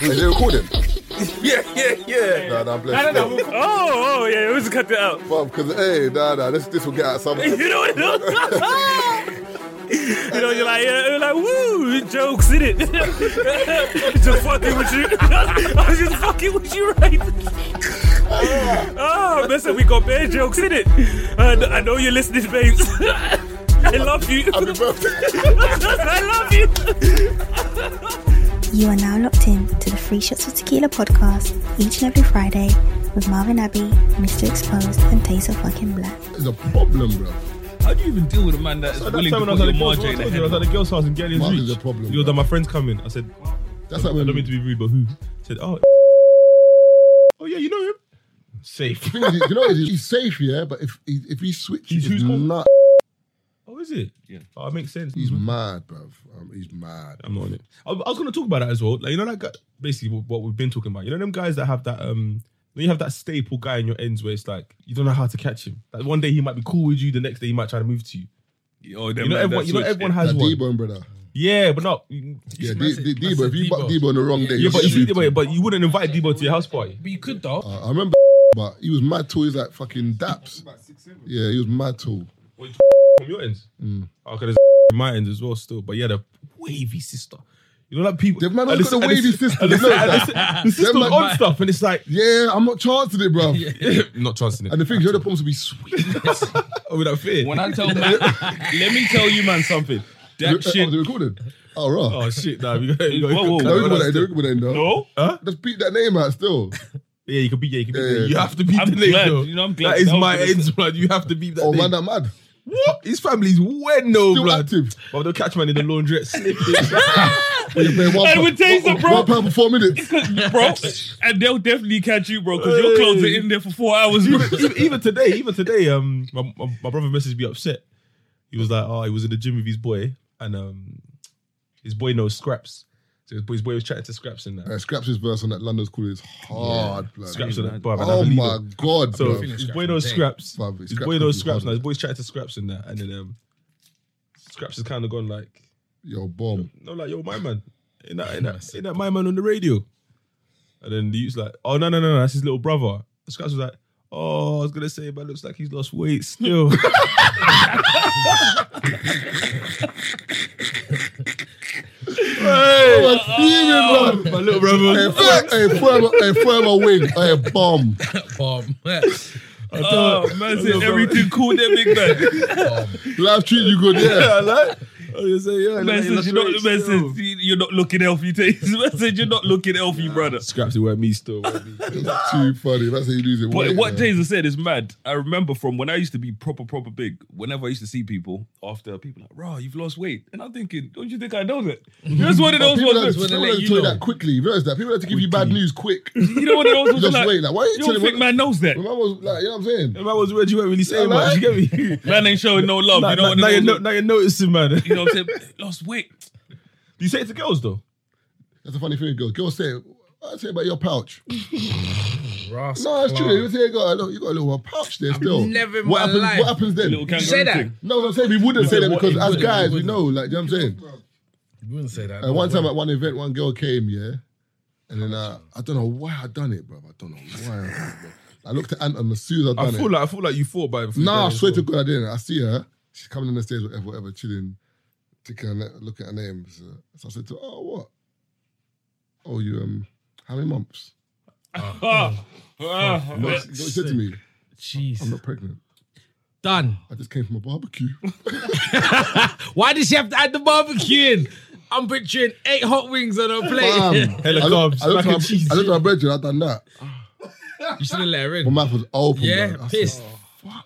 Is it recording? Yeah, yeah, yeah. Nah, nah, No, bless. no, no. Oh, oh, yeah. We just cut that out. Because, hey, nah, nah, this, this will get out some. You know what? you know, you're like, yeah, you're like, woo, jokes in it. just fucking with you. I was just fucking with you, right? oh, listen, we got bad jokes in it. I, I know you're listening, babes. I love you. Happy birthday. I love you. You are now locked in to the Free Shots of Tequila podcast each and every Friday with Marvin Abbey, Mr. Exposed, and Taste of Fucking Black. It's a problem, bro. How do you even deal with a man that is So that's willing to time when I put was at the girl's- your margin I in told the you, I was head? at the girl's house in Galley's Mark is Reach. a problem, He was bro. like, my friend's coming. I said, That's like I when don't mean to be rude, but who? He said, oh. Oh, yeah, you know him. Safe. thing is, you know, he's safe, yeah, but if he, if he switches, He's- he's, who's called- nut- Oh, is it? Yeah. Oh, it makes sense. he's mad, bruv. Um, he's mad. I'm not on it. I, I was going to talk about that as well. Like, you know, that guy, basically what, what we've been talking about. You know, them guys that have that, um, you know, you have that staple guy in your ends where it's like, you don't know how to catch him. Like, one day he might be cool with you, the next day he might try to move to you. Oh, them You know, man everyone, that you know, switch everyone it. has That one. D-Bone, brother. Yeah, but not. Yeah, Yeah, It's D- massive, D- massive D-Bone. If you buck Debo. D-Bone on the wrong day, you're but, you, shit. but, but you wouldn't invite Debo to your house party. But you could though. Uh, I remember, but he was mad tall. He's like fucking daps. Yeah, he was mad tall. From your ends? Okay, there's from my ends as well still. But yeah, the wavy sister. You know that people. The man and has this- got a and this- wavy sister. and this- No, and this- that- The sister's them man- on stuff and it's like, Yeah, I'm not chancing it, bruv. not chancing it. And the thing is, your problems will be sweet. Oh, without fear. When I tell man, let me tell you, man, something. That Oh, shit. they recorded. Oh, right. Oh shit, nah. We got, we got, Whoa, whoa, They whoa. recorded that, they recorded that, though. No, Huh? Let's beat that name out still. Yeah, you could beat. Yeah, you could beat. Yeah, yeah. You have to beat I'm the name. glad. though. You know, I'm glad. That is That was my gonna- ends, blood. You have to beat that. Oh, man, name. that mad. What? His family's when no, Still blood. active. But they'll catch man in the laundrette. slipping. When you play one And pa- with Taser, one- bro. One pound for four minutes. bro, and they'll definitely catch you, bro, because your clothes are in there for four hours. bro. even, even, even today, even today, um, my, my, my brother messaged me upset. He was like, "Oh, he was in the gym with his boy, and um, his boy knows scraps. So his boy, his boy was chatting to scraps and that. Uh, Scraps' verse on that London's call is hard, blood. Scraps and that. Bro, Oh and I my believe him. god, So bro. his boy knows scraps. Bruv, His Scraps boy could knows be scraps. hard. Now his boy's chatting to scraps and that, and then um, scraps has kind of gone like, Yo, bomb. "No, like yo, my man, ain't that, ain't that, ain't that my man on the radio?" And then the youth's like, "Oh no, no, no, no, that's his little brother." Scraps was like. Oh, I was gonna say, but looks like he's lost weight still. Oh, I'm fuming, My little brother. A forever, a forever win, a bomb. Bomb. oh man, said everything cool there, big man. Life treat you good, yeah. Yeah, like. I was gonna say, yeah, Man like, said that's you're not, right, man still. said you're not looking healthy. Taste. Man said you're not looking healthy, brother. Scraps, it weren't me still. weren't me. It's too funny. That's how you lose it. But Wait, what man. Taser said is mad. I remember from when I used to be proper, proper big. Whenever I used to see people after, people like, "Raw, you've lost weight," and I'm thinking, "Don't you think I know that?" You're just one of those People don't ones. people that- wanna let don't you tell you know. that quickly. You realize that people like to give you bad news quick. You know one of those ones. Just like, wait, like, why are you you don't telling me- think man knows that? My mum was like, you know what I'm saying? If I was red, you weren't really saying Yeah, much. You get me? Man ain't showing no love. Now, you know now, what now, I you're mean? no, now you're noticing, man. Do You know what I'm saying? Lost weight. you say it to girls though? That's a funny thing, girl. Girls say, I say about your pouch. Ross. No, that's true. You say, you got a little, you got a little pouch there still. never in what my happens, life- What happens then? Little kangaroo say that. thing. No, what I'm saying we wouldn't say that what- because it as wouldn't, guys it we know, like, you know what I'm saying? You wouldn't say that. Uh, And one time at one event, one girl came, yeah, and then uh, I don't know why I done it, bro. I don't know why. I, done it, bruv. I looked at Anton as soon as I I done feel it. like I feel like you thought about it. before you Nah, I done it swear as to God, I didn't. I see her. She's coming down the stairs, whatever, whatever, chilling, ticking her, ne- look at her name. So, so I said to her, "Oh, what? Oh, you um, how many months?" Ah, No, ah, she, no, she said to me, "I'm Oh, Jeez. not pregnant. Done. I just came from a barbecue." Why does she have to add the barbecue in? I'm picturing eight hot wings on her plate. Bam. Hella I looked- carbs, I looked mac at and cheese. my- I looked at my brethren. I done that. you should have let her My in. mouth was open. Yeah, bruv. I said, pissed. Fuck. well.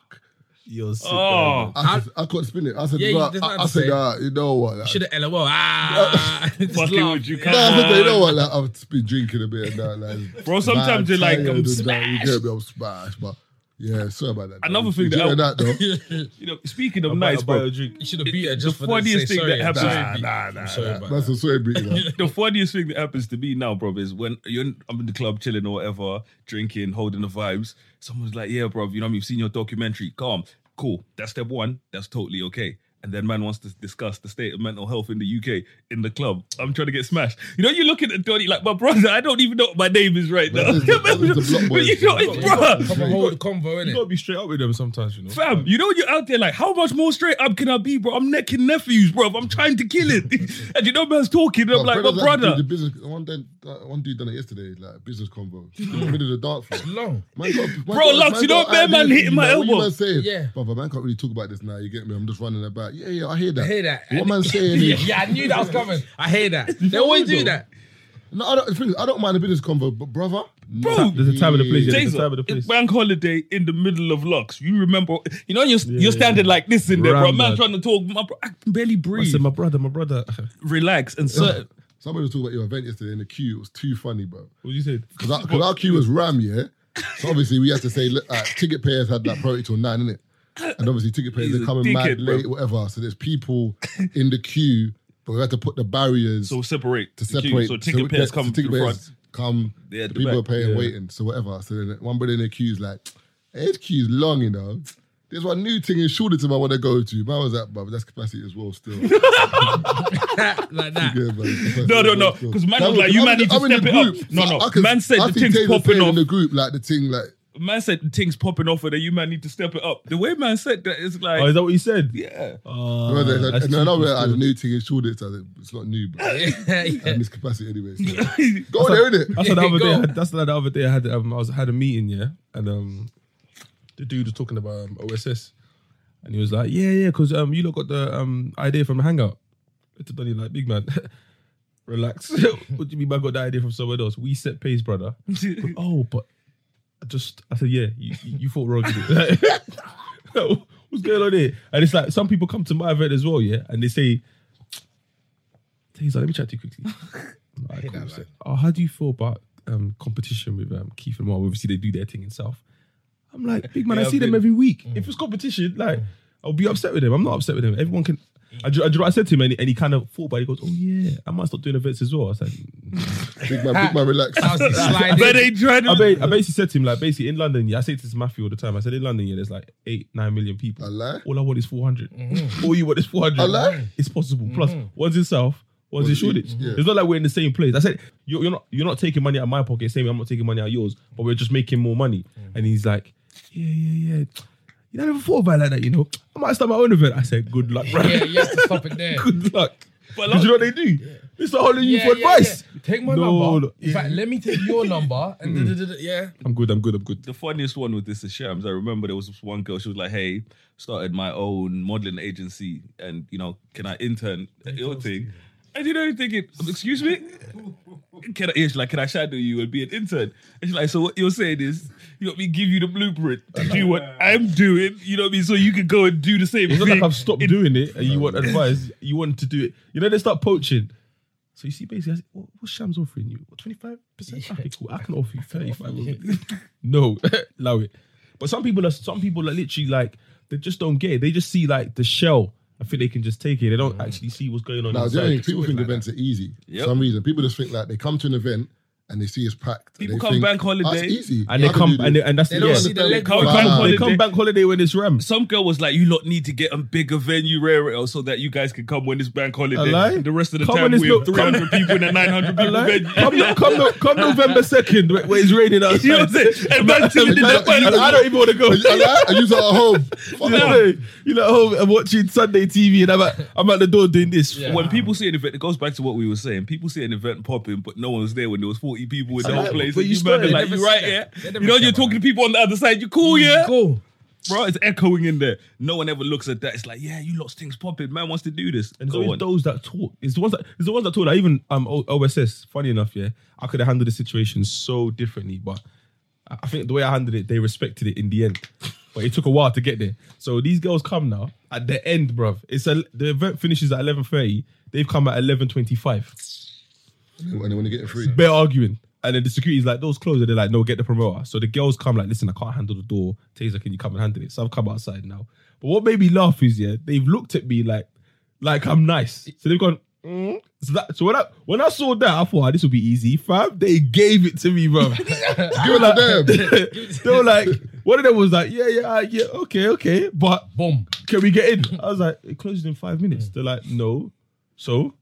You're sick. ah. I, said, I couldn't spin it. I said, Yeah, you- "Bruh," there's I, nothing I to said, say. "Ah, you know what? like, Should have LOL. Ah. Just Fucking laugh. would you Yeah. come Nah, I said, you know on? what? Like, I've been drinking a bit and that. Like, Bro, sometimes man, you're like, tired I'm and that, smashed. You get me, I'm smashed. But yeah, sorry about that. though. Another thing You that I- know that though. You know, speaking I'll of buy- nights, I'll buy bro. a drink. You should have beat her just The for the funniest say thing sorry. that happened- Nah, nah, nah. Sorry about That's that. a swear beat. Like. the funniest thing that happens to me now, bro, is when you're in, I'm in the club chilling or whatever, drinking, holding the vibes. Someone's like, "Yeah, bro, you know, what I mean? you've seen your documentary. Calm, cool. That's step one. That's totally okay. And then man wants to discuss the state of mental health in the UK in the club. I'm trying to get smashed. You know, you're looking at Donny like, my brother, I don't even know what my name is right now. That is the- that is the block But you boys. know, it's bruh. Come and hold the convo, You gotta innit? be straight up with them sometimes, you know. Fam, you know when you're out there like, how much more straight up can I be, bro? I'm necking nephews, bro. I'm trying to kill it. and you know man's talking, and I'm like, my brothers have to do brother. The business, one, day, uh, one dude done it yesterday, like business convo. In the middle of the dance floor. Long. Man got, man Bro, Lux, you know what, man, man hitting my elbow. Yeah. Yeah. Brother, man can't really talk about this now. You get me? I'm just running about. Yeah, yeah, I hear that. I hear that. What man's saying Yeah, is, yeah, I knew that was coming. I hear that. They always do that. no, I don't, the thing is, I don't mind the business convo, but brother, Bro, There's a time and a place. Yeah, there's a time Jason, and a place. it's bank holiday in the middle of Lux. You remember, you know, you're, you're standing like this in there, bro. Ram Man that. trying to talk, my bro, I can barely I breathe. said, my brother, my brother. what Relax and so, somebody was talking about your event yesterday in the queue. It was too funny, bro. you said? Because our queue was RAM, yeah? So obviously we had to say, look, uh, ticket payers had that priority till nine, innit? And obviously ticket payers He's are a coming mad dickhead, bro. late, whatever. So there's people in the queue, but we had to put the barriers so separate to the queue. separate. So we- ticket pairs come ticket in front. pairs Come, Yeah, the the people back. are paying, Yeah. waiting. So whatever. So then one brother in the queue's like, hey, this queue's long, you know. There's one new thing in Shorterton I want to go to. Man was that, but that's capacity as well still. like that. Yeah, man, capacity No, no, as no. well still. Because man That was like, you I'm man in- need to I'm in the step it up. group. No, So I no. can- Man said I the see thing's Taylor popping saying off. in the group, like the thing, like Man said the thing's popping off, and then you man need to step it up. The way man said that, it's like, Oh, is that what you said? yeah. Uh, Well, there's a- that's no, I know we cheeky had a still. new thing in Shoreditch. I think It's not new, but Yeah, yeah. in this capacity anyway. so. Go on there, innit? That's like the other day. I Go. had, that's like the other day. I had um, I was had a meeting, yeah, and um, the dude was talking about um, OSS, and he was like, "Yeah, yeah, because um, you lot got the um idea from a hangout." To Donny, like, big man, relax. what do you mean? I got the idea from somewhere else. We set pace, brother. oh, but I just, I said, yeah, you, you, you thought wrong. didn't you?" Like, what's going on here? And it's like some people come to my event as well, yeah, and they say, Taser, let me chat to you quickly. Alright, cool. So, oh, how do you feel about um, competition with um, Keith and Mark? Obviously, they do their thing in South. I'm like, big man, I Yeah, see I've them been- every week. If it's competition, like, I'll be upset with them. I'm not upset with them. Everyone can. I, do- I, do- I said to him, and he, and he kind of thought about it. He goes, Oh, yeah, I might stop doing events as well. I was like, Big man, big man, relax. That was the slide But in. they tried to. I, ba- I basically said to him, like, basically in London, yeah, I say this to Matthew all the time. I said, in London, yeah, there's like eight, nine million people. I lie. All I want is 400. Mm-hmm. All you want is 400. I lie. It's possible. Plus, one's in South, one's One's in in- Shoreditch. yeah. It's not like we're in the same place. I said, you're, you're not you're not taking money out of my pocket, same way I'm not taking money out of yours, but we're just making more money. Mm. And he's like, yeah, yeah, yeah. You know, I never thought about it like that, you know. I might start my own event. I said, good luck, bro. Yeah, you have to stop it there. good luck. But Because you know what they do? It's not holding you Yeah, for yeah, advice. yeah. Take my No, number. no. In fact, let me take your number. And da, da, da, da, yeah. I'm good, I'm good, I'm good. the funniest one with this is Shams. I remember there was this one girl. She was like, "Hey, started my own modeling agency, and you know, can I intern at your thing?" And you know, you're thinking, "Excuse me, can I?" yeah, She's like, "Can I shadow you and be an intern?" And she's like, "So what you're saying is, you want me to give you the blueprint to do what I'm doing? You know what I mean? So you can go and do the same It's not thing." like I've stopped doing it and you want advice. You want to do it. You know, they start poaching. So you see, basically, I said, what, what's Shams offering you? What, 25%? Okay, cool. I can offer you 35 No, allow it. But some people are, some people are literally like, they just don't get it. They just see like the shell. I think they can just take it. They don't actually see what's going on. Now, the inside. other thing, people think events are easy. Yep. For some reason, people just think like they come to an event and they see it's packed. and People they come think, bank "Oh, it's holiday easy. and I they can come, do and, they, this." and that's They the don't yeah. see the They leg. come roll. bank Nah. They holiday. come back holiday when it's Ram. Some girl was like, "You lot need to get a bigger venue, rare, so that you guys can come when it's bank holiday. A lie? The rest of the Come time when it's we not- have 300 people in a 900 people Like, venue. come, no- come, no- come November 2nd, where- where it's raining outside. You know what I'm saying? And man chilling in that I, bank. don't even want to go. Are you- are you- Are you at home? Fuck You off. know, you know, at home I'm watching Sunday TV and I'm at, I'm at the door doing this. Yeah. When people see an event, it goes back to what we were saying. People see an event popping, but no one's there when there was 40 people in the whole like, place. but and you you man, started, like, they you never right see here. that. They never You know, see you're that, Mm. talking to man. people on the other side. You cool, yeah? Cool. Bro, it's echoing in there. No one ever looks at that. It's like, yeah, you lost things popping. Man wants to do this. And it's Go always on. those that talk. It's the ones that it's the ones that talk. Like even um O- OSS. Funny enough, yeah, I could have handled the situation so differently, but I I think the way I handled it, they respected it in the end. But it took a while to get there. So these girls come now at the end, bruv. It's a the event finishes at eleven thirty. They've come at eleven twenty five. And they want to get it free. Bare arguing. And then the security's like, those closed. And they're like, no, get the promoter. So the girls come like, listen, I can't handle the door. Taser, can you come and handle it? So I've come outside now. But what made me laugh is, yeah, they've looked at me like, like I'm nice. So they've gone, mm. so that so when I when I saw that, I thought "Ah, this will be easy. Fam, they gave it to me, bro. they were like, them. they were like, One of them was like, yeah, yeah, uh, yeah, okay, okay, but Boom. can we get in? I was like, it closes in five minutes. They're like, no. So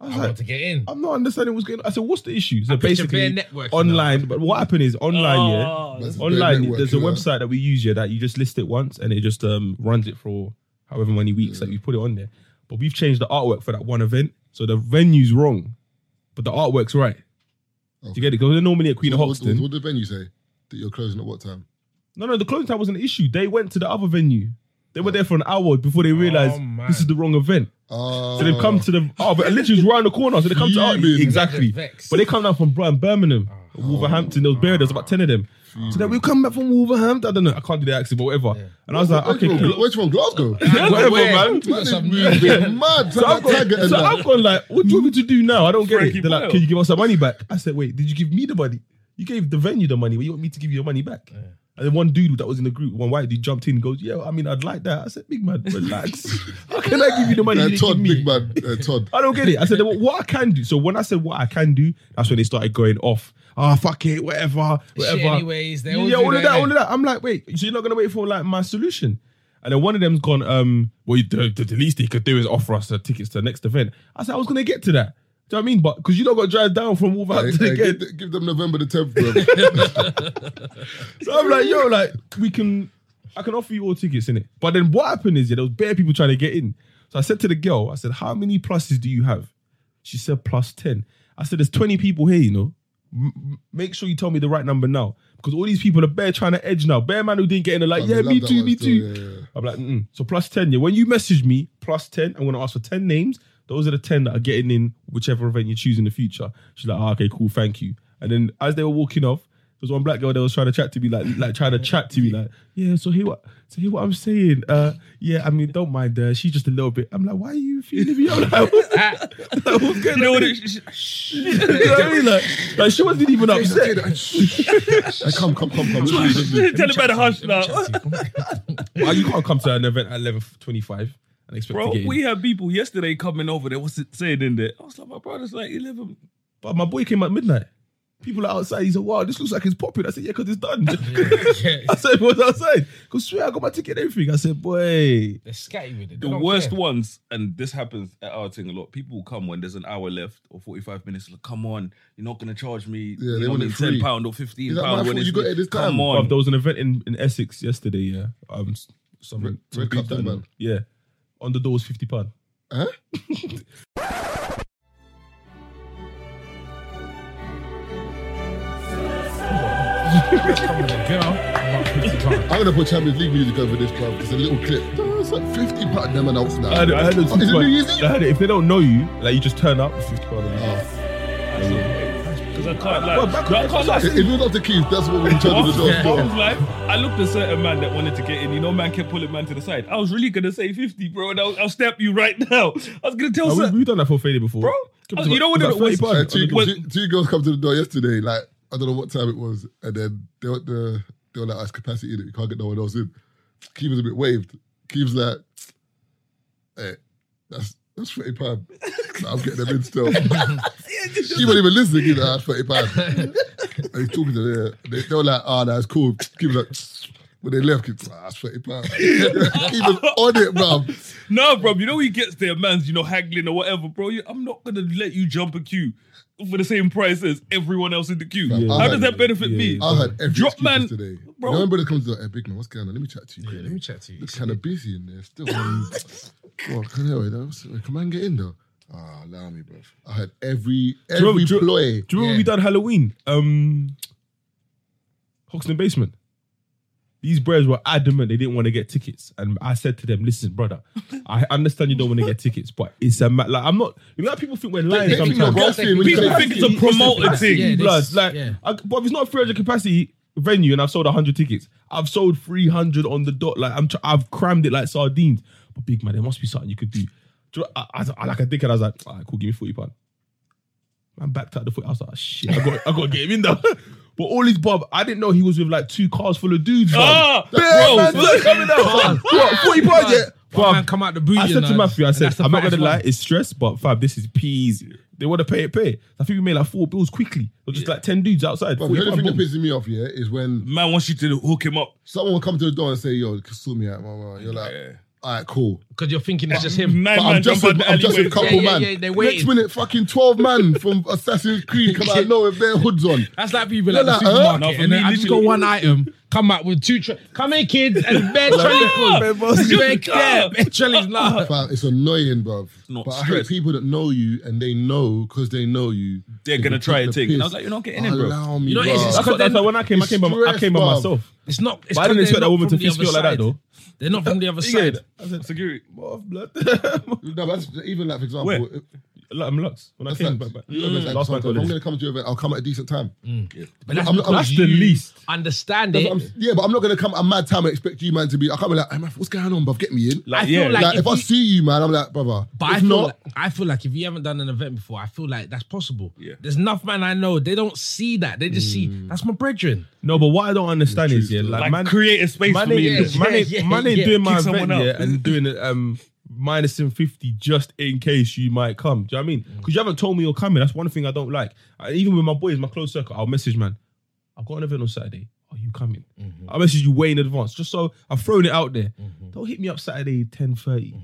I was I like, want to get in. I'm not understanding what's going on. I said, what's the issue? So I picture basically, bare networking online. But what happened is online, yeah. Oh, That's- Bare Online, network, there's a you know. website that we use here that you just list it once and it just um runs it for however many weeks that you put it on there. But we've changed the artwork for that one event, so the venue's wrong, but the artwork's right. Do Okay. you get it? Because normally at Queen of What, what, Hoxton. what did the venue say? That you're closing at what time? No, no, the closing time wasn't an issue. They went to the other venue. They were there for an hour before they realized Oh, man. this is the wrong event. Oh, So they've come to the oh, but literally it's round the corner. So they come to our, Fuming. exactly. They're vexed. But they come down from Bir- Birmingham, Wolverhampton. Those buried. There's about ten of them. So then we come back from Wolverhampton. I don't know. I can't do the accent, but whatever. And I was like, Where's okay, from- cool. where's from Glasgow? whatever, Where? man. We got some- They've been mad. So I've, like Tiger gone, and so that. I've gone like, what do you want me to do now? I don't get Frankie it. They're like, Boyle. can you give us our money back? I said, wait, did you give me the money? You gave the venue the money, but you want me to give you your money back? And then one dude that was in the group, one white dude jumped in and goes, yeah, I mean, I'd like that. I said, big man, relax. How can I give you the money? Uh, you didn't Todd, give me? big man, uh, Todd. I don't get it. I said, well, what I can do. So when I said what I can do, that's when they started going off. Ah, fuck it, whatever, whatever. anyways, they all yeah, do all of that, that, all innit? of that. I'm like, wait, so you're not gonna wait for like my solution? And then one of them's gone. Um, well, you- the, the, the least he could do is offer us the tickets to the next event. I said, I was gonna get to that. Do you know what I mean? But because you don't got to drive down from Hey, Wolverhampton hey, again. give, th- give them November the 10th, bro. So I'm like, yo, like we can, I can offer you all tickets in it. But then what happened is, yeah, there was bare people trying to get in. So I said to the girl, I said, how many pluses do you have? She said plus ten. I said, there's twenty people here, you know. M- m- Make sure you tell me the right number now, because all these people are bare trying to edge now. Bare man who didn't get in, are like, Man, yeah, Oh, they love me that too, one me still, too. yeah, yeah, yeah. I'm like, mm so plus ten. Yeah, when you message me, plus ten, I'm gonna ask for ten names. Those are the ten that are getting in whichever event you choose in the future. She's like, oh, okay, cool, thank you. And then as they were walking off, there was one black girl that was trying to chat to me, like, like trying to chat to me, like, yeah. So hear what, so hear what I'm saying. Uh, yeah, I mean, don't mind her. She's just a little bit. I'm like, why are you feeding me? I'm like, what's, like, what's going You know on? what? It, shh. you know what I mean? Like, like, she wasn't even upset. Hey, come, come, come, come. Lovely, lovely. Tell about the hush now. Well, you can't come to an event at 11:25 and expect Bro, to get in. we had people yesterday coming over there. What's it saying in there? I was like, my brother's like 11. But my boy came at midnight. People are outside. He's like, wow, this looks like it's popping. I said, yeah, because it's done. I said, what's outside? Because swear, I got my ticket and everything. I said, boy. They're scatty with it. They The don't worst care. ones, and this happens at our thing a lot. People come when there's an hour left or 45 minutes. Like, come on, you're not gonna charge me. Yeah, you they know, want it £10 free. pound or 15 Is that my pound when fault? it's You got it this come time. Bruv, on. there was an event in, in Essex yesterday, yeah. Um, s- some, Red- some Red dudes Cup, done man. it. Yeah. On the door was 50 pounds. Huh? Come with a girl. about 50 pounds. I'm gonna put Champions League music over this club. It's a little clip. It's like 50 pound them announced now. I had it, I had it, Oh, is it New Year's I Eve? had it. If they don't know you, like you just turn up, it's 50 pounds. Oh. Because I can't Well, like, back- I can't lie. If you're not the keys, that's what we're charging the door I for. was like, I looked at certain man that wanted to get in. You know, man kept pulling man to the side. I was really gonna say 50, bro, and I'll, I'll stab you right now. I was gonna tell Now, we- certain We've done that for Fede before. Bro, It you know what about it was? 30 pound Uh, on two, the door. two- two girls come to the door yesterday, like, I don't know what time it was, and then they were, the, they were like, oh, it's capacity in it, we can't get no one else in. Keith was a bit waved. Keith's like, hey, that's that's 30 pounds. I'm getting them in still. She wasn't even listening, you know, that's 30 pounds. And he's talking to them, they, they were like, oh, that's cool. Keith was like, when they left, Keith was like, "Ah, that's 30 pounds. Keith was on it, man. No, bro, you know he gets there, man's, you know, haggling or whatever, bro. You, I'm not gonna let you jump a queue for the same price as everyone else in the queue. Yeah. How I does heard- that benefit yeah, me? yeah. I had every Drop Drop man- today. Bro. No one brother comes to the, hey, big man, what's going on? Let me chat to you. Yeah, Let me chat to you. It's kind of busy in there still. Um, well, can I, that was- come on, get in though. Ah, allow me, bruv. I had every you every remember- ploy. Do you remember we done Halloween? Um, Hoxton basement. These brothers were adamant they didn't want to get tickets, and I said to them, "Listen, brother, I understand you don't want to get tickets, but it's a ma- like I'm not. You know, how people think we're lying They think you're sometimes. grasping when you People say- think it's a promoter thing. Yeah, they- Bloods, like, yeah. I, but if it's not a 300 capacity venue and I've sold 100 tickets, I've sold 300 on the dot. Like, I'm, tr- I've crammed it like sardines. But big man, there must be something you could do. Do you know- I, I, I like a dickhead. I was like, all right, cool, give me 40 pound. Man backed out the foot. I was like, "Oh, shit, I got, I got to get him in though. But all his bob, I didn't know Oh! he was with like two cars full of dudes. fam. Ah, Bare bro, man's like coming out. what, 40 pounds yet? But Fam, man, come out the boot. Oh, I you said know, to Matthew, I and said, that's the I'm not gonna fattest lie, one. it's stress, but fam, this is peas. They want to pay it, pay. it. I think we made like four bills quickly. There was just like 10 dudes outside. But 40 the only pound thing that bills. pisses me off, yeah, is when Man wants you to hook him up. someone will come to the door and say, "Yo, sort me out, mama." You're like, "All right, cool." Because you're thinking it's just Mm-hmm. him. Nine But man I'm just, jump with, out the I'm just with alleyway. a couple Yeah, yeah, man. yeah, they're Next waiting. minute, fucking twelve man from Assassin's Creed come out. No, if their hoods on. That's like people Yeah, at the like, uh, supermarket. No, for and me, then I just got literally- one item, come out with two. Tra- come here, kids, and bare bare trolleys. full. bottles. Bare care, bare trolleys. Nah. Fam, it's annoying, bruv. not But I hate stress. people that know you and they know because they know you. They're they gonna can try take and the take. And I was piss. like, you're not getting in, bro. Allow me, You know, it's- bruv. it's That's what, that's why when I came, I It's came, by, my- I stress, came by bruv. myself. It's not. It's But I didn't 'cause expect they're that woman not from to the fist me other like that, side. though. They're not from the other side. I said, Security. "What off, blood. Like, No, but that's even like for example, Where? if- I'm Lux. When I that's came like, back, back. your event's like, last bank sometimes, if I'm holiday. gonna come to your event, I'll come at a decent time. Mm. But that's, I'm- I'm- because that's the you least. Understand That's it. what I'm- yeah, but I'm not gonna come at mad time and expect you, man, to be. I can't be like, hey, man, what's going on, bruv? Get me in. I Like, feel yeah. like- Like, if if I you- see you, man, I'm like, brother. But I it's feel, not. like, I feel like if you haven't done an event before, I feel like that's possible. Yeah. There's enough man I know, they don't see that. They just see, Mm. that's my brethren. No, but what I don't understand is, yeah, like like, man, create a space for man ain't, me. in yeah. this. man ain't, man ain't yeah. doing my Kick someone event up. yeah, and doing it um minus in 50 just in case you might come. Do you know what I mean? Because you haven't told me you're coming. That's one thing I don't like. I, even with my boys, my close circle, I'll message man, I've got an event on Saturday. Are you coming? Mm. I'll message you way in advance just so I've thrown it out there. Don't hit me up Saturday 10 30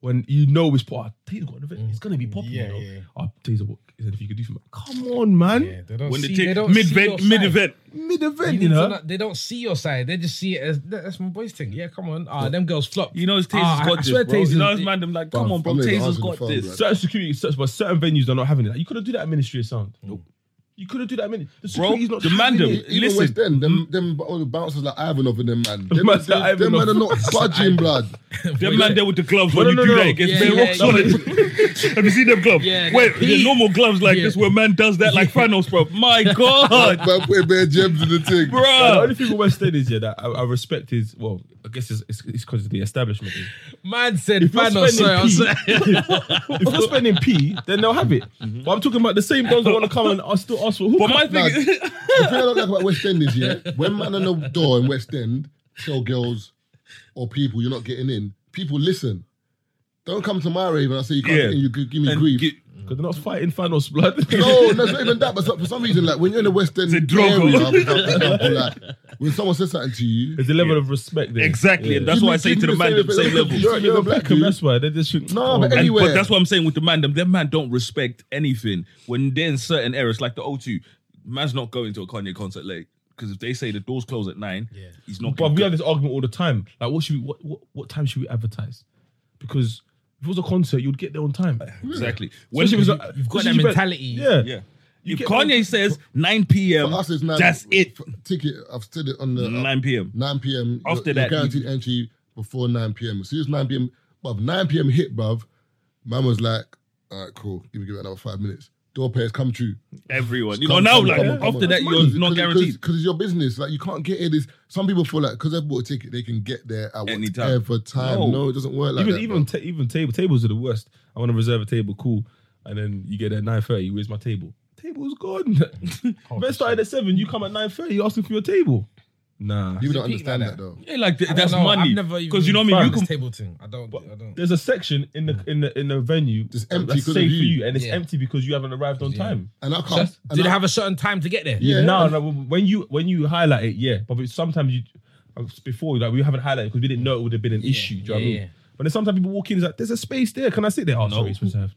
when you know it's part. Taylor's got an event. It's going to be popular. Yeah, Yeah, yeah. Oh, Taylor, what is anything you could do for me? Come on, man. they don't When they see, take they don't mid see your event, side. mid event. Mid You event, need you to know? not- they don't see your side. They just see it as "That- that's my boys thing. Yeah, come on. Ah, them girls flop. You know, it's Taser's Ah, I- got I this. swear bro. Taser's- You know, it's man, them like, come Bro, on, bro. I'm late, I was Taser's on the got phone, bro. this. certain security, certain, but certain venues are not having it. Like, you couldn't do that at Ministry of Sound. Nope. You couldn't do that at Ministry. The Bro, security's not demand having them. it. e-, Even Listen. West End, them, them all the bouncers like Ivanov and them man. Them, Man's like them, them man are Ivanov. not budging, blood. Them man there with the gloves when No, you no, do no, that no. against Yeah, bare yeah, rock solid. Have you seen them gloves? Yeah, Wait, yeah. the normal gloves like Yeah. this where man does that like Thanos, bro. My God, Man, put bare gems in the thing. The bro. only thing with West End is yeah that I, I respect is well I guess it's because it's, 'cause of the establishment. Man said, If you're man, sorry, spending I'm sorry. P, if you're spending P, then they'll have it. But I'm talking about the same girls that want to come and ask- still ask for who. But my thing, Nah, is, The thing I don't like about West End is, yeah, when man on the door in West End tell girls or people you're not getting in, people listen. Don't come to my rave and I say you can't Yeah. get in, you gi- give me and grief. get- because they're not fighting Thanos blood. no, no, it's not even that. But so- for some reason, like when you're in the West End It's a drug. area, for example, like, when someone says something to you, There's a level of respect there. exactly, and that's Give why me- I say give to me the the man, same them same effect. level. You're, Even you're a black black and dude. that's why they just think, No, but And, Anywhere. but that's what I'm saying with the man. Them, them man don't respect anything. When they're in certain areas, like the O2, man's not going to a Kanye concert late because if they say the doors close at nine, Yeah. he's not. But gonna we go. have this argument all the time. Like, what should we? What what, what time should we advertise? Because if it was a concert, you'd get there on time. exactly. When When she was, you- a- you've when got that she was- mentality. Yeah. yeah. If get- Kanye says 9 p.m., for us it's nine. that's it. f- Ticket. I've said it on the 9 p.m. 9 p.m. After you're, that, you're guaranteed entry before 9 p.m. As soon as 9 p.m. Bruv, 9 p.m. hit, bruv. Man was like, all right, cool. Give me give it another five minutes. Door pairs come true. Everyone, you know, Come- now come- like come on, come after on. that, you're not guaranteed. because it's your business. Like you can't get it. It's, some people feel like because they bought a ticket, they can get there at Anytime. whatever time. No. No, it doesn't work like Even that. even ta- even table tables are the worst. I want to reserve a table, cool, and then you get there at nine thirty. Where's my table? Table's gone. Best started at seven. You come at nine thirty. You asking for your table? Nah. People don't Is it peak understand like that though. Yeah, like th- I don't that's know, I've money. never even Because you know what I done mean. You this can table thing. I don't. I don't. There's a section in the in the in the venue It's empty that's 'cause of saved for you. you, and it's Yeah. empty because you haven't arrived on time. And I can't. and Did I, it have a certain time to get there? Yeah. No, no. When you when you highlight it, yeah. But it's sometimes you uh, before like we haven't highlighted because we didn't know it would have been an issue. Do you know what I yeah, mean? yeah. But then sometimes people walk in, it's like, there's a space there. Can I sit there? Oh, sorry, it's reserved.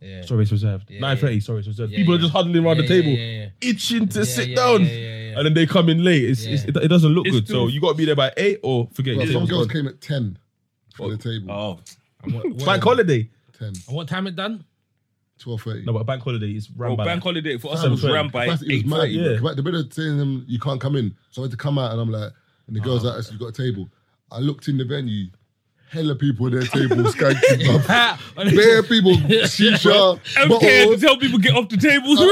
Yeah. Sorry, it's reserved. Yeah, Nine thirty. Sorry, it's reserved. Yeah, people are yeah. just huddling around Yeah, the yeah, table, yeah, itching to Yeah, sit yeah, down, yeah, yeah, yeah. and then they come in late. It's, it's, it, it doesn't look It's good. So still- you got to be there by eight or forget. Bruv, your some table's girls gone. came at ten for the table. Oh, And what, what, Bank holiday. 10, and what time it done? 12:30. No, but bank holiday is bro, Oh, ran by. bank now. holiday for us Fam, it was fam. ran by Plus, it eight. was mad. yeah. Like, the brother telling them you can't come in, so I had to come out, and I'm like, and the Uh-huh. girls like, so you got a table. I looked in the venue, hella people at their table, skanking up, bare people, shisha, MK bottles. Uh, "Ah," to tell people get off the tables. I'm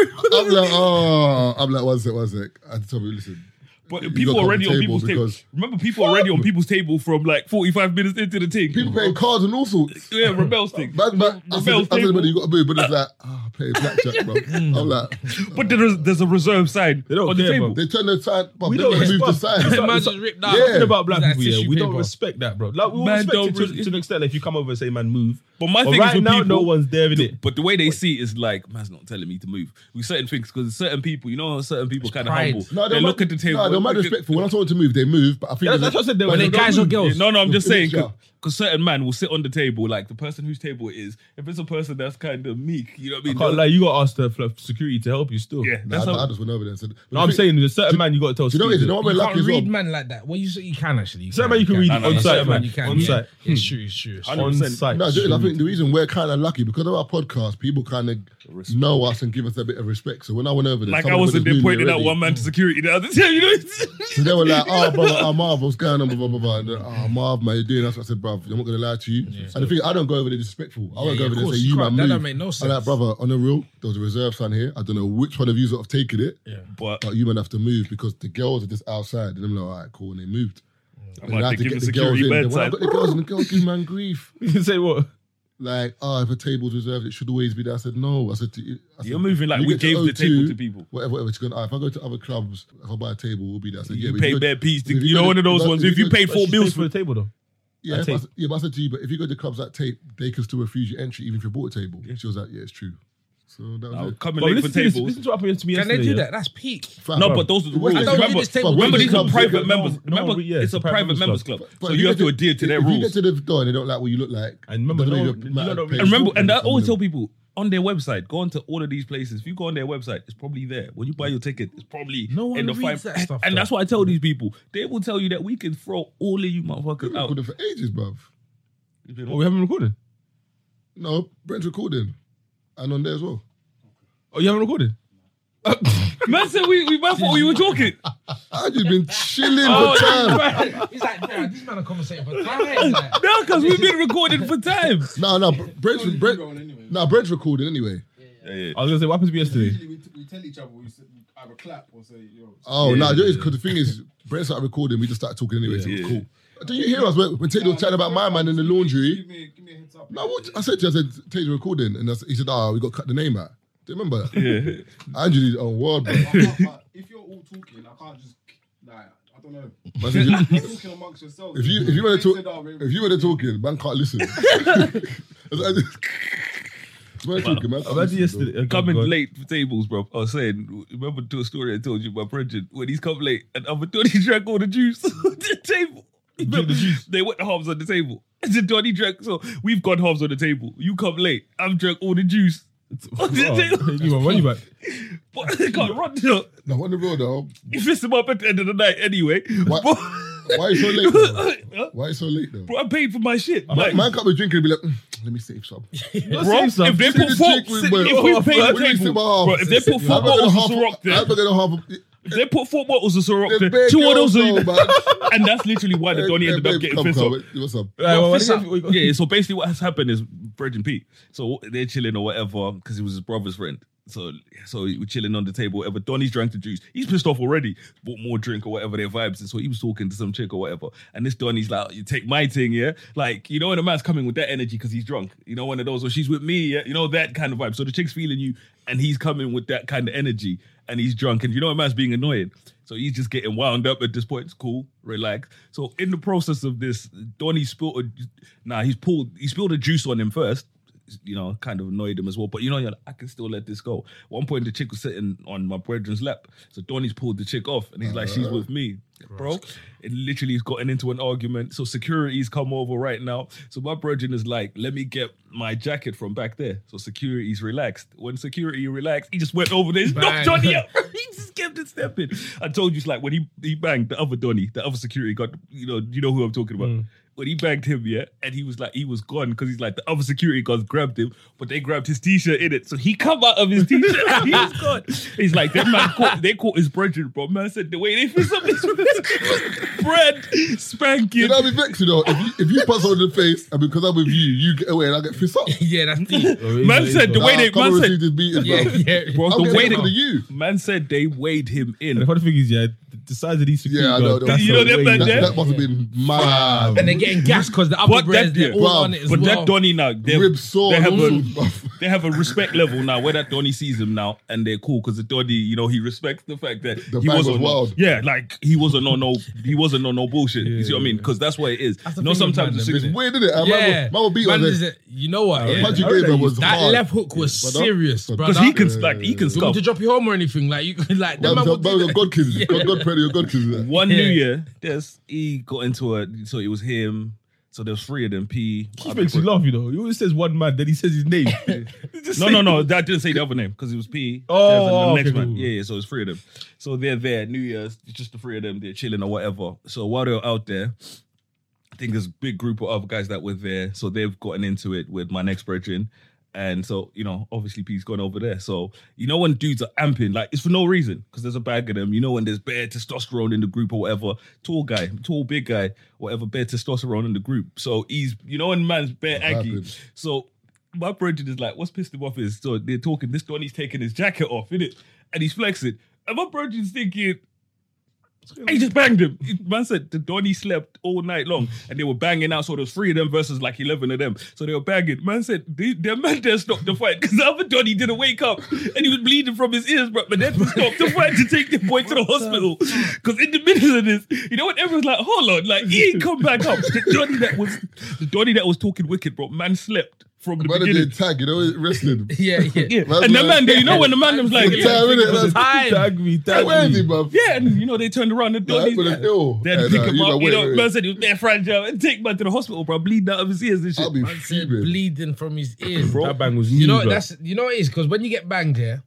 like, oh, I'm like, one sec, one sec. I had to tell me, listen, But You people got already on table people's table. because- Remember, people already on people's table from like 45 minutes into the thing. People playing cards and all sorts. yeah, rebels thing. Man, man, I said, Rebels I said, table. Hmm. buddy, you got to move, but it's like, ah, play blackjack, bro. I'm like, But there's, there's a reserve side don't on the care, table. bro. they turn their side, but We they don't don't move the respect- it's side. not- man it's just not- ripped it's out. nothing Yeah. about black It's like people, yeah, tissue we don't paper. respect that, bro. Like we all Man respect don't it to, res- to an extent. If you come over and say, "Man, move," But my But thing right is with now, people, no one's there in it. But the way they see it is like, man's not telling me to move. With certain things, because certain people, you know, how certain people kind of pride. humble. No, they they're look mad- at the table. No, they're mad look at- respectful. When I told them to move, they move, but I think Yeah, there's that's a- what I said. They but were they the don't guys or move. girls. Yeah, no, no, I'm just It's saying sharp. because certain man will sit on the table, like the person whose table it is. If it's a person that's kind of meek, you know what I mean? Can't They'll- lie, you got to ask the fl- security to help you still. yeah, Nah, that's I, how. I just went over there and said. No, I'm saying there's a certain man you got to tell. Do you know what it is? You Steve know that- what You I'm can't lucky as read well. man like that. Well, you say you can actually. You Certain man you can read No, no, on no, site, certain man man. You can. On yeah. site. Yeah, sure, sure. sure. On 100%. site. No, I do- I think the reason we're kind of lucky because of our podcast, people kind of know us and give us a bit of respect. So when I went over there, Like I someone was got this in there newly pointing out already. one man to security the other time, you know? So they were like, "Oh, brother, I'm Marv. What's going on, blah blah blah?" blah. And they're, "Oh, Marv, man, you're doing." That's what I said, bruv. I'm not gonna lie to you. And the thing, I don't go over there disrespectful. I won't yeah, go over there of and course. say, "You Crap, man, that move." don't make no I'm like, sense. brother, on the real, there was a reserve sign here. I don't know which one of you have taken it, But but you man have to move because the girls are just outside, and I'm like, "All right, cool," and they moved. I'm And I like, had they to give get the the girls security in. Then When I bedside. got the girls, and the girls give man grief. You say what? like, oh, if a table's reserved, it should always be there. I said, no. I said, to, I said You're moving like you we get to gave the O2, table to people. Whatever, whatever. She's going, oh, if I go to other clubs, if I buy a table, we'll be there. I said, yeah, You but if pay go- bare peas. if go You know to- one of those but ones. you If you go to- paid But four she bills paid for for the table though. yeah, but I tape. said- yeah, but I said to you, but if you go to clubs that tape, they can still refuse your entry even if you bought a table. She was like, yeah, it's true. So that was I'll it. come But and late for listen, to this, tables. listen to what happened to me Can yesterday. they do yeah? that? That's peak. Fam, No, bro. but those are the Wait, rules. I don't do Remember, this table. remember Wait, these are no, private no, members. no, Remember, yeah, it's a private members club, But so if you have get to adhere to their if rules. you get to the door and they don't like what you look like, And remember, they're no, gonna- you lot don't pay And remember, short and I for always them. tell people on their website, go onto all of these places. If you go on their website, it's probably there. When you buy your ticket, it's probably No one in the reads fine- that stuff, And though. that's what I tell these people. They will tell you that we can throw all of you motherfuckers We've been out. recording for ages, bruv. Oh, we haven't recorded. No, Brent's recording, and on there as well. Oh, you haven't recorded. Man said we we man thought we were talking. I've just been chilling Oh, for time. He's like, bro, these man are conversating for time. Like, No, because we've been recording for time. No, no, Br- Brent's Brent, no, Brent's recording anyway. I was gonna say what happened to me yesterday. Usually we, t- we tell each other we s- we either clap or say yo. Oh no, because the thing is, Brent started recording. We just started talking anyway. so it's Yeah. cool. Do you hear us when, when Taylor was chatting about my man in the Give laundry? me, give me a heads up. No, what I said to you, I said Taylor recording, and I s he said, "Ah, we got to cut the name out." Do you remember? Yeah. Andrew did it on word, bro. I can't- but if you're all talking, I can't just like I don't know. Man said, you- You're talking amongst yourselves. if you if you were They to said, "Oh, we're- if you were talking, man can't listen. Man talking, man. I can't was listen, yesterday. oh, God, Coming God. late for tables, bro. I was saying, remember to a story I told you about Brendan when he's come late and I'm he drank all the juice on the table. Remember, They went halves on the table. I said, Donnie drank. So we've gone halves on the table. You come late. I've drank all the juice. on the Oh, table. you were running back. But they can't run. You, know. though. No, on the road though. you fist him up at the end of the night anyway. Why- But- Why are you so late? Though? Huh? Why are you so late though? Bro, I paid for my shit. Man, Like, man can't be drinking and be like, "Mm, let me save some. bro, if they Sit put the four, chick with sit- me. if we Oh, paid man, the we sit down. table, bro, if they put four I'm not gonna bottles of half. Ciroc there, I'm not gonna half. If they put four bottles of Ciroc They're there, big two of those, girls, are- though, man. and that's literally why the Donny ended up getting Come, fist come, up. wait, What's up? Right, well, Fist what up. do you- what you- Yeah, so basically what has happened is Virgin Pete. So they're chilling or whatever because he was his brother's friend. So so we're chilling on the table, whatever. Donny's drank the juice. He's pissed off already. Bought more drink or whatever their vibes. And so he was talking to some chick or whatever. And this Donny's like, you take my thing, yeah? Like, you know when a man's coming with that energy because he's drunk. You know, one of those, or she's with me, yeah? You know, that kind of vibe. So the chick's feeling you and he's coming with that kind of energy and he's drunk. And you know a man's being annoying. So he's just getting wound up at this point. It's cool, relax. So in the process of this, Donny spilled. A, nah, he's pulled. He spilled the juice on him first. You know, kind of annoyed him as well. But you know, you're like, I can still let this go. one point, the chick was sitting on my brethren's lap. So Donny's pulled the chick off, and he's like, "She's with me, bro." It literally has gotten into an argument. So security's come over right now. So my brethren is like, "Let me get my jacket from back there." So security's relaxed. When security relaxed, he just went over there, and knocked Bang. Donny out. he just kept it stepping. I told you, it's like when he, he banged the other Donny, the other security guard, you know, you know who I'm talking about. When he banged him, yeah, and he was like, he was gone because he's like, the other security guards grabbed him, but they grabbed his t-shirt in it. So he come out of his t-shirt and he was gone. He's like, that man caught, they caught his brethren, bro. Man said, the way they fist up his bread, spanking. You know, I'll be vexed, you know. If you, if you punch someone in the face, and because I'm with you, you get away and I get fist up. yeah, that's deep. Oh, man said, the Nah, way they, I can't man receive said, this beating, Yeah, bro. yeah. bro, I'm the getting way up to they, you. man said they weighed him And the in. funny thing is, yeah, th- the size of these security Yeah, I know, guards, though. that's You the know them way that- back That, there? that must have been mad. and they're getting gas because the upper But brands, that- they're all Bruv. on it as But well. that Donny now, they Rib Oh, saw they and have, all a, sorts of- they have a respect level now where that Donny sees him now and they're cool because the Donny, you know, he respects the fact that The he vibe wasn't was wild. Yeah, like he wasn't on no, he wasn't on no bullshit. you see what I mean? Because that's what it is. That's the No, thing with sometimes man, the them, It's sickness- weird, isn't it? yeah, Man was- man was beat on Man that. is a- you know what? The yeah. punch you gave her was That hard. left hook was But that- serious, but bro. Because he can, like, he can You want scuff. me to drop you home or anything? Like you, like that man will Man, do man, that. God kisses. God, God pray to your God kisses. One Yeah. New Year, there's he got into a so it was him. So there was three of them. P. Keith makes you laugh, you know. He always says one man, then he says his name. No, no, no. That didn't say the other name because it was P. Oh, There's the okay, next cool, man. cool. Yeah, yeah. So it's three of them. So they're there. New Year's, it's just the three of them. They're chilling or whatever. So while they're out there, I think there's a big group of other guys that were there. So they've gotten into it with my next brethren. And so, you know, obviously P's gone over there. So, you know, when dudes are amping, like it's for no reason because there's a bag of them. You know, when there's bare testosterone in the group or whatever, tall guy, tall, big guy, whatever, bare testosterone in the group. So he's, you know, when man's bare aggy. happened? So my brethren is like, what's pissed him off is so they're talking, this Donny's taking his jacket off, innit? And he's flexing. And my brethren's thinking, he just banged him. Man said the Donny slept all night long and they were banging out. So there was three of them versus like 11 of them. So they were banging. Man said the, the man there stopped the fight because the other Donny didn't wake up and he was bleeding from his ears, bro. But then he stopped the fight to take the boy to the hospital. Because in the middle of this, you know what? Everyone's like, hold on, like he ain't come back up. The Donny that was the Donny that was talking wicked, bro. Man slept from the Man, beginning. did tag, you know, wrestling. Yeah, yeah. Yeah. Man's And the like- man there, you know when the man was like, Good yeah, time, innit? It was That's- time. tag me, tag Where is he, me. bruv? yeah, and you know they turned around and Like, Donny's but it's ill. Then Yeah, pick nah, him uh, you up, gotta you wait, know, wait, man wait. said he was bare fragile and take man to the hospital, bro, bleeding out of his ears and shit. I'll be Man said fuming. bleeding from his ears, That bang was new, You know bro. that's you know what it is because when you get banged here,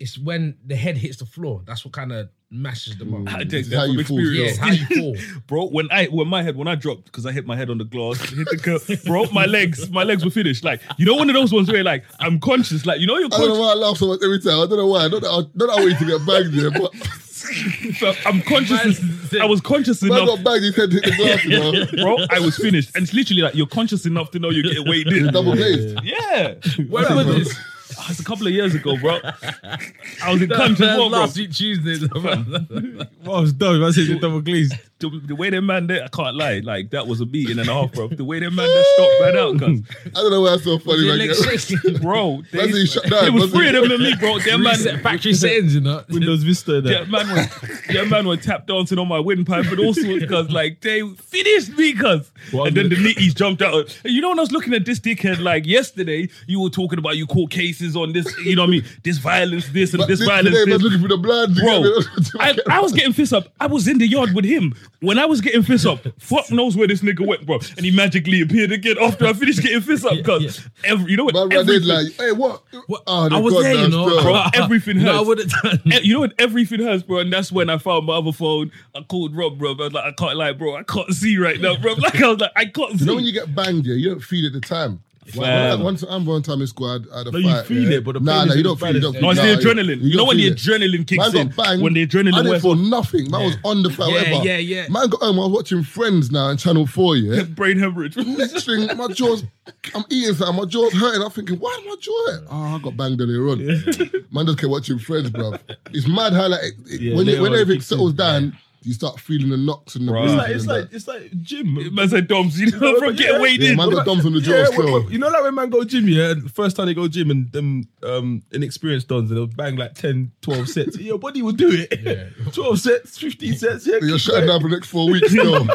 it's when the head hits the floor. That's what kind of mashes them up. Mm. I take This is that how from you fool, yo. Yeah, experience. it's how you fall. bro, when I when my head when I dropped because I hit my head on the glass, hit the curb, bro, my legs my legs were finished. Like you know, one of those ones where like I'm conscious, like you know, you're I don't know conscious. why I laugh so much every time. I don't know why. Not that I, not that I wait to get bagged there, but I'm conscious. Man- I was conscious man enough, got bagged, his head hit the glass, you know. bro. I was finished, and it's literally like you're conscious enough to know you get weighed in. Double glazed. Yeah, When was this? Oh, it's a couple of years ago, bro. I was in Clemson, bro. Last week Tuesday. Bro, I was dumb. I said double glazed. the, the way that man there, I can't lie, like that was a meeting and a half, bro. The way that man there stopped ran out, cuz. I don't know why it's so funny. Your Like, leg shaking. Bro, they, That's it, shut down. it was That's three it. of them and me, bro. Their man, Reset factory settings, you know. Windows Vista. There. their man was, their man was tap dancing on my windpipe and all sorts, cuz. Like they finished me, cuz. What And then the the- nitties jumped out. And you know when I was looking at this dickhead, like yesterday, you were talking about you caught cases on this, you know what I mean? This violence, this and but this, this violence. today, this. man's looking for the blood. you Bro, know what I I, mean? I was getting fist up. I was in the yard with him. When I was getting fist up, fuck knows where this nigga went, bro. And he magically appeared again after I finished getting fist up. Because every, you know what? Man, man, did everything, like, hey, what? Oh, I the was God, there, you man, know. still. Bro, everything No, I hurts. would have done. e- you know what? Everything hurts, bro. And that's when I found my other phone. I called Rob, bro. I was like, I can't lie, bro. I can't see right now, bro. Like I was like, I can't see. You know when you get banged, yeah, you don't feel it at the time. Like, Fam. when I- once I'm one time in squad, I had a No, fight. you feel yeah. it, but the nah, pain nah, is you in don't the feel it. back. don't- no, it's nah, the you- adrenaline. You, know don't when the feel it. adrenaline Man kicks in. got banged. When the I adrenaline didn't wears feel off, nothing. Man was on the fight. Yeah, whatever. yeah, yeah. Man got home. I was watching Friends now on Channel Four. Yeah. brain hemorrhage. Next thing, my jaws. I'm eating something. My jaw's hurting. I'm thinking, why am my jaw hurt? Oh, I got banged earlier on. Man just kept watching Friends, bruv. It's mad how like it, it- Yeah, when later it, when on it everything kicks in. settles down, you start feeling the knocks and the Bruh. It's bruising like it's and like that. it's like gym. Man said, "Doms, you know, bro, get Yeah. weighed yeah, in." man got dumps on the jaw Yeah, still. well, well, you know like when man go gym, yeah, and first time they go gym and them um inexperienced dons and they'll bang like 10, 12 sets. Your body will do it. 12 sets, 15 sets, yeah. You're keep shutting going. down for the next four weeks still.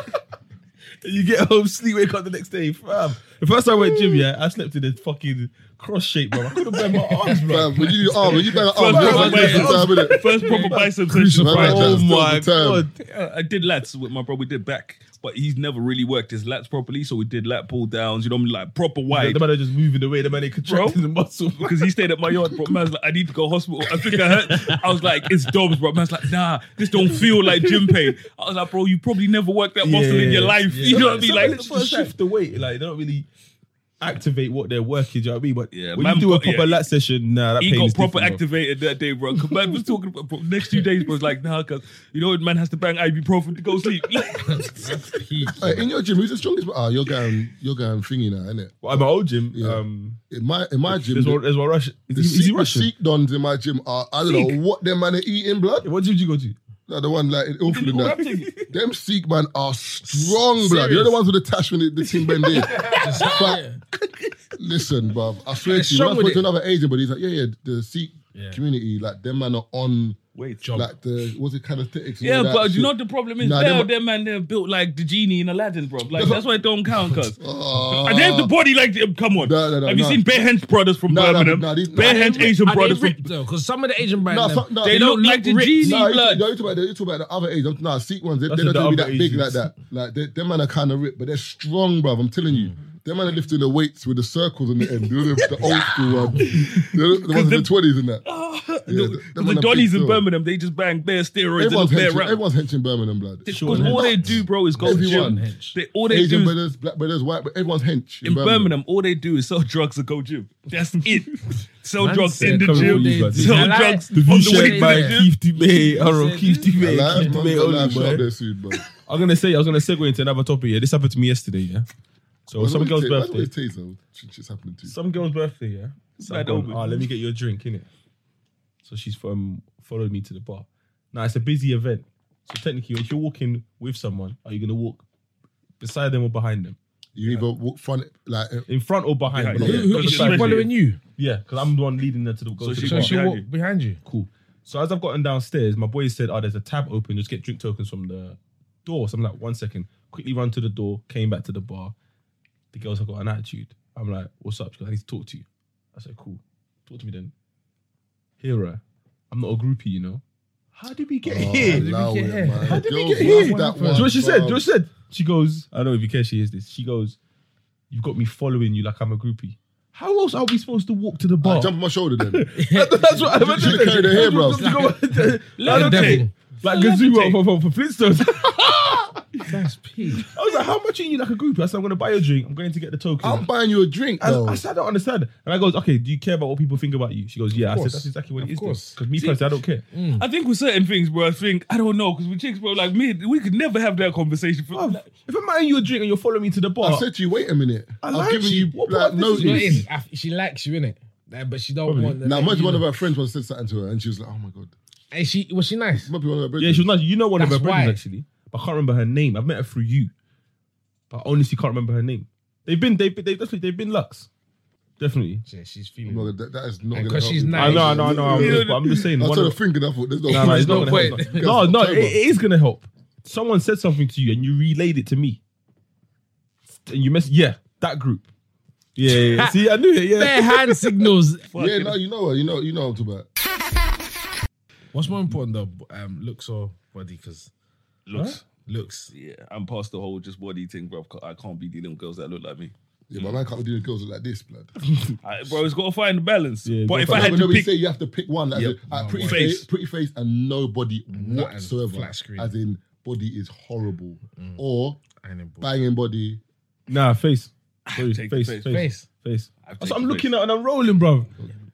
And You get home, sleep, wake up the next day. Fam. The first time I went gym, yeah, I slept in a fucking cross shape, bro. I couldn't bend my arms, bro. Fam, when you do your arm, when you oh, bang an arm, First that's like the time, innit? bang an proper First proper bicep session. Man, bro. like, Oh that's still my the time. god. Yeah, I did lats with my bro. We did back, but he's never really worked his lats properly. So we did lat pull downs. You know, what I mean? like proper The wide. man are just moving away, the man they contracting the muscle. Because he stayed at my yard, bro. Man's like, I need to go hospital. I think I hurt. I was like, it's dogs, bro. Man's like, nah, this don't feel like gym pain. I was like, bro, you probably never worked that muscle in your life. Yeah. You know what I mean? Some Like, people just shift the weight. Like they don't really activate what they're working. Do you know what I mean? But Yeah, when man you do a got- yeah. proper lat session, nah, that he pain got is proper different, bro. activated that day, bro. 'Cause Man was talking about bro, next few days, bro. It's like, nah, cause you know, man has to bang ibuprofen to go sleep. Hey, in your gym, who's the strongest? Ah, you're going, you're going thingy now, innit? Well, at my old gym, Yeah. um, In my, in my gym, there's one, there's one Russian. Is, the he, is he Sikh- the Russian? Sikh dons in my gym are, I don't know what them man are eating blood. What gym did you go to? No, the one like in Ilford and Grab that. thing. Them Sikh man are strong, blood. You're the ones with the tash when the, the thing bend in. But listen, bruv, I swear to you, strong when I with spoke to it. another agent, but he's like, yeah, yeah, the Sikh Yeah. community, like them man are on Wait, like the what's it kinesthetics. and Yeah, all that but you shit. know what the problem is? Nah, Bell, them- them man, they're built like the genie in Aladdin, bro. Like that's why it don't count, cuz. Ah. and they have the body like, um, come on. No, no, no, have you no. seen Bare Hands Brothers from No, no, Birmingham? no, these- Bare no. Hands Asian Are they Brothers from ripped though? Because some of the Asian brands, No, them, some- no, they they don't look look like the ripped. genie. No, you talk- blood. no, you talk about the, you talk about the other age. Nah, Sikh ones, they, they That's don't the do be other that big Asians. like that. Like they, them man are kind of ripped, but they're strong, bruv. I'm telling you. Them man are lifting the weights with the circles on the end. They're the, the old school ones. They're the, the ones in the twenties and that. Yeah, the, them Ah, the, man are Donnies big in still. Birmingham, they just bang bare steroids Everyone's and bare henching, rap. everyone's henching Birmingham, blood. Because all they do, bro, is go to Everyone. gym. They, all they Asian do is, brothers, black brothers, white, but everyone's hench in Birmingham, all they do is sell drugs and go gym. That's it. sell Man drugs said in the come gym. on, you guys. Sell Yeah, like- drugs The on view the way shared to by the gym. Keith Dume, Aaron, Keith Dume, Alive, Keith Dume only, shop boy. their suit, bro. I'm gonna say, I was gonna segue into another topic. Yeah, this happened to me yesterday. Yeah, so some girl's birthday. What's taser? Shit's happening to you. some girl's birthday, yeah. So Slide I've gone, over. "Ah, let me get you a drink, innit? So she's from followed me to the bar. Now it's a busy event. So technically, if you're walking with someone, are you gonna walk beside them or behind them? You either walk front, like uh, In front or behind? Yeah, but not yeah. Who- who- not is Because she it's beside them. following you? Yeah, because I'm the one leading them to the go So to she the So bar. walked she behind you. walked behind you. Cool. So as I've gotten downstairs, my boy said, "Oh, there's a tab open. Just get drink tokens from the door." So I'm like, "One second. Quickly run to the door. Came back to the bar. The girls have got an attitude. I'm like, "What's up?" She goes, "I need to talk to you." I said, "Cool. Talk to me then." Hero, I'm not a groupie, you know. How did we get Oh, here? allow get it, here? man. How did we Girls love get here? that Do you know one, what she said? Do you know bruv. what she said? She goes, I don't know if you care, she hears this. She goes, You've got me following you like I'm a groupie. How else are we supposed to walk to the Ah, bar? jump on my shoulder then. That's what I meant. should've carried her here, bro. Like devil. Like Gazoo for, for, for Flintstones. That's peak. I was like, how much are you like a groupie? I said, I'm going to buy you a drink. I'm going to get the token. I'm buying you a drink, I, though. I said, I don't understand. And I goes, okay, do you care about what people think about you? She goes, yeah. I said, course. that's exactly what Of it is. course. Because me personally, I don't care. I think with certain things, bro, I think, I don't know, because with chicks, bro, like me, we could never have that conversation. For, Bruv, if I'm buying you a drink and you're following me to the bar, I said to you, wait a minute. I I have like given you. you What like part of this notice. is You know what it is? I- She likes you, innit? Like, But she don't want. to Now, let imagine you one of know. her friends once said something to her, and she was like, "Oh my god." And she was she nice? Might be one of her Yeah, she was brethren. nice. You know one of That's her brethren why. actually, but I can't remember her name. I've met her through you, but I honestly can't remember her name. They've been, they've, been- they've definitely, they've been Lux, definitely. Yeah, she's I'm not feeling. gonna- that, that is not And gonna 'cause help she's you. nice. I know, I know, I know. I'm just, but I'm just saying. I One started of, thinking that thought. There's no nah, nah, point. it's not no gonna help. point. No, no, it, it is gonna help. Someone said something to you and you relayed it to me, and you mess. Yeah, that group. Yeah, yeah, yeah. see, I knew it. Yeah, Bare hand signals. Yeah, no, you know her. You know, you know what I'm talking about. What's more important though, um, looks or body? Because looks. looks, Yeah, I'm past the whole just body thing, bro. I can't be dealing with girls that look like me. Yeah, but man can't be dealing with girls like this, blood. I, bro, it's got to find the balance. Yeah, but gotta if find- I had But to nobody pick, say you have to pick one. Like, Yep. like, No, pretty one. face, pretty face, and no body whatsoever. flat screen. As in, body is horrible, or I ain't important. banging body. nah, face, face, Take Ah, the face, face. face, Face. face. I've That's taken what I'm the looking face. at and I'm rolling, bro.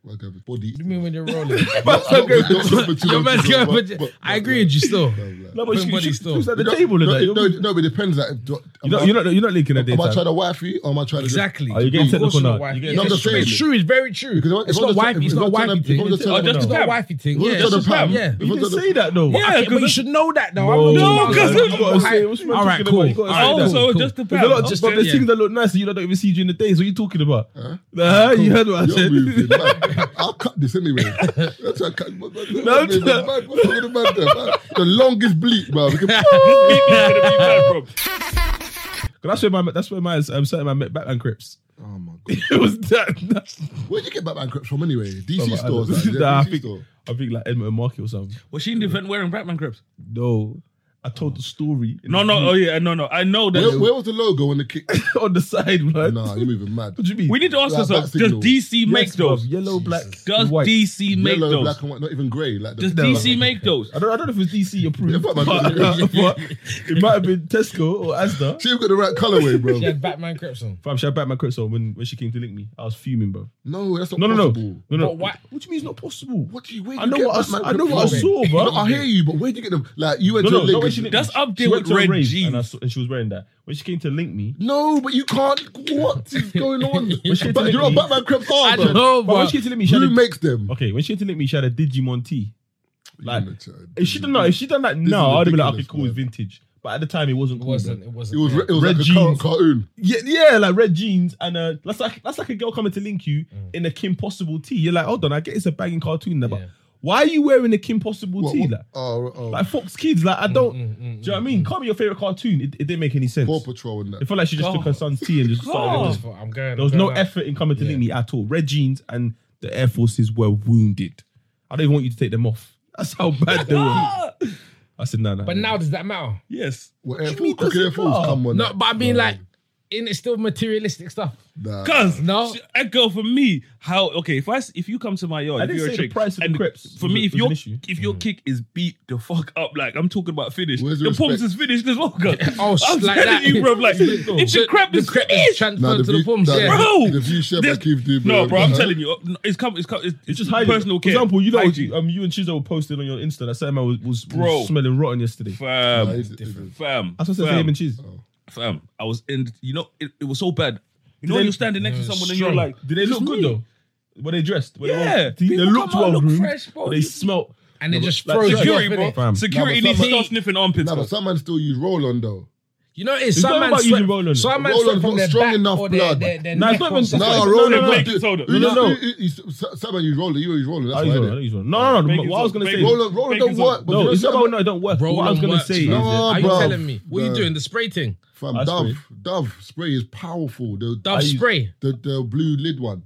Like a body. You mean when you're rolling? Not- not- not- not for too Your long, man's too long, going but- for- but- but- I agree with you still. No, No, but she, Everybody she, she still. was at the no, table. and no, that. no, no, but it depends. Like, do, You know, you're not, you're not linking at am I daytime. trying to wifey or am I trying to Exactly. Are you getting Of course technical it's now? not wifey. You getting- Yeah, No, I'm it's just true. saying. It's true. It's very true. Because if I'm- if It's I'm not just- wifey. if It's not I'm just wifey trying to- thing. if I'm just trying to- It's not no. wifey thing. If I'm Yeah, just trying it's to just not- pam. yeah. You If I'm didn't just- say that though. Yeah, Yeah, but you 'cause should know that though. No, I'm not no, 'cause talking I'm- about I'm saying, what's All wrong with right, talking cool. about- you gotta say All right, that. also cool, cool. just the There's a lot pound. of just, Okay. but there's Yeah. things that look nice that you don't even see during the day. So what are you talking about? Huh? Nah, you heard what I You're said. moving mad. I'll cut this anyway. That's why I cut. No, No, no. the longest bleep, bro. We can- That's where my that's where my um, certain man met Batman Crips. Oh my god. It was that. that- Where do you get Batman Crips from anyway? I DC don't- stores. Like, yeah, Nah, I DC think store. I think like Edmonton Market or something. was she in the event wearing Batman grips? No, I told the story. in No, the no, oh group yeah, no, no. I know that. Where, where was the logo on the kick? on the side, man. nah, you're moving mad. What do you mean? we need to ask Yeah, ourselves: that Does signal. DC Yes, make bruv, those? Yellow, black, Does white. DC make Yellow, those? black and white, not even grey. Like the, Does DC make those? I don't, I don't know if it's DC Yeah, approved, but, Batman Crips. but it might have been Tesco or Asda. She got the right colorway, bro. She had Batman Crips on. Fam, she had Batman Crips on when, when she came to link me. I was fuming, bro. No, that's not No, no, no, possible. no, no. But why- What do you mean it's not possible? What do you? Where do I you know get what I Batman s- I know Crips what I from? saw, bro. No, I hear you, but where do you get them? Like you went No, to no, a no. Lagos- When she linked That's me, up she there went with to a Red rave Jeans. And, I saw, and she was wearing that. When she came to link me, No, but you can't. What is going on? she but did you're a it. Batman Crips I hard, bro. know, but when but she came to link me, she had Who a, makes them? okay. When she came to link me, she had a Digimon T. Like, You're chatting. if she done that, if she done that now, I'd have been like, okay, ridiculous, cool, it's vintage. But at the time, it wasn't. It Cool, wasn't. bro. It wasn't. It was, yeah. it was Red like a car- jeans. cartoon. Yeah, yeah, like red jeans and uh, that's like that's like a girl coming to link you in a Kim Possible tee. You're like, hold on, I get it's a banging cartoon, but Mm. Yeah. why are you wearing a Kim Possible What- tee? what- Like, oh, oh, like Fox Kids, like I don't. mm, mm, do you know what I mean? Can't be your favorite cartoon. It, it didn't make any sense. Paw Patrol and It that. felt like she just took her son's tea and just started. God. with Just this. thought, I'm going. There was I'm no going out. effort in coming to link me at all. Red jeans and the Air Forces were wounded. I don't even want you to take them off. That's how bad they were. I said no, no. But no. now does that matter? Yes. What Air you mean Force? Cooking Air doesn't Force? matter? Come on. No, that- but I mean no, like, in it's still materialistic stuff. nah. Cuz No. sh- a eh, girl for me, how okay? If I s- if you come to my yard, I if didn't you're a say the chick, price of the and crepes for was me, a- if was an your issue. Mm. if your kick is beat the fuck up, like I'm talking about finished, Where's the the pumps respect? is finished as well. cuz. Oh, sh- I'm like telling that. you, bro. Like if So the crepe is the crep finished, transferred Nah, to the view- forms. nah, yeah. Bro, The view shared by this- Keith Dube. no, bro. I'm uh-huh. telling you, uh, no, it's come. It's come. It's, it's It's just just hiding. personal For care. example, you know, Hygiene. um, you and Chizo were posting on your Insta that certain man was, was, Bro. was smelling rotten yesterday. Nah, fam, it's different. fam. That's what I said to fam. him and Chiz. fam, I was in. You know, it, it was so bad. You know, They- you're standing next to Yeah, someone strong. and you're like, Did they "It's look me." good though? Were they dressed? Were they Yeah. well- They, they People looked come out, well look groomed. fresh, bro. They You- smelt. And it just like froze you off, Security, innit? bro. Fam. Nah, Security but needs to some- start sniffing armpits. Nah, bro. but some man still use roll on though. You know, it's It's some not man about sweat. using Roland. Some man Roland sweat from not their strong back enough or blood. Their, their, their Nah, neck it's not or even- something. Nah, No, it's roll not on. like bro. soda. Who- No, no, who- no. who- who- who- Some man use roller. You use roller. That's why. I use Roland, I innit? use Roland. No, no, no. Baking What I was soda, gonna say. baking Roller, roller Baking don't soda. work. but you No, know it's not some about man- no, it don't work. Roll what I was on gonna works, say is bro. No, that Are you bro. telling me? What are you Nah. doing? The spray thing? Fam, I Dove, spray. Dove spray is powerful. The Dove I use- spray? the the blue lid one.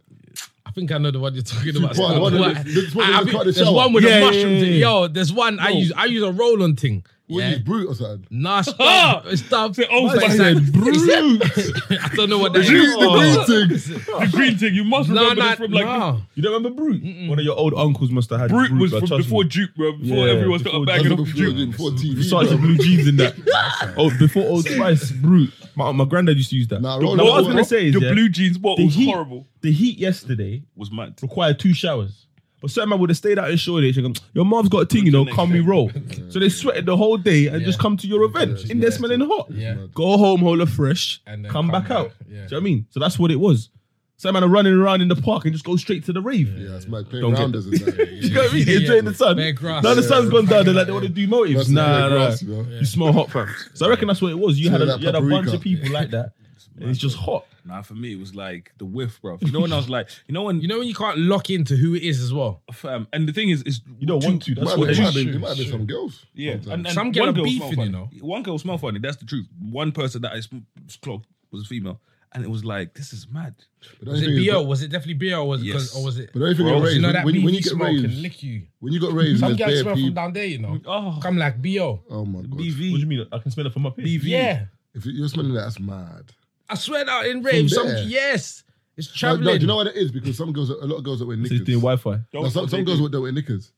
I think I know the one you're talking You about. put on the one What- that- this one I- I that think cut the there's shower. one with Yeah, a yeah, mushroom yeah, thing. yeah. Yo, there's one I use. I use a roll on thing. What Yeah. is brute or something? Nah, Ah! stop. Stop. Say, oh, It's my like- God. I don't know what that Green- is. the green thing. the green thing. You must No, remember no, this from like no. You don't remember Brute? One of your old uncles must have had Brute was bruh, from trust before me. Duke, bro. Before Yeah, everyone before started That's bagging what off before, Duke. before You TV. started bro. blue jeans in that. oh, before Old Spice, Brute. My, my granddad used to use that. Nah, no, roll what I was on, gonna bro. say is the yeah, blue jeans bottle the was heat, horrible. The heat yesterday Was mad. required two showers. But certain man would have stayed out in Shoreditch and gone, Your mom's got a thing, you know, come we roll. so they sweated the whole day and just come to your event in there smelling hot. Yeah. Go home, hola fresh, And and then come, come back, back, out. yeah. Do you know what I mean? So that's what it was. Some man are running around in the park and just go straight to the rave. Yeah, it's mad. Playing Don't get rounders and that. You know what I mean? Yeah, yeah. Enjoying the sun. Bare grass. now the Yeah. sun's gone down. They're like, they want to do motives. Must have Nah, been bare nah. grass, you know? You smell hot, fam. So I reckon that's what it was. You had, a, Smell that you had a bunch paprika. of people like that. And it's just hot. Nah, for me it was like the whiff, bro. You know when I was like, you know when You know when you can't lock into who it is as well. fam, and the thing is, is You don't want to. It That's might have what been- it might have it is. been- it might have been some girls. Yeah, sometimes. Some girl one are smell beefing, funny. you know? One girl smelled funny. That's the truth. One person that I sm- clocked was a female, and it was like, this is mad. But the Was only it thing is- BO? Was it definitely BO? Was, Yes. cause- or was it? But the only thing Bro, in you raves, know that when, when you BT get smoke can raves, lick you. when you got raves, Some there's girls bare smell from people. down there, you know. Oh, Come like BO. Oh my god! What do you BV, mean? I can smell it from up here. BV. Yeah. If you're smelling that, that's mad. I swear out in rave. Some there? yes. It's No, traveling. no, do you know what it is? Because some girls, a lot of girls that wear So he's knickers. doing Wi-Fi. No, some, some girls that wear knickers.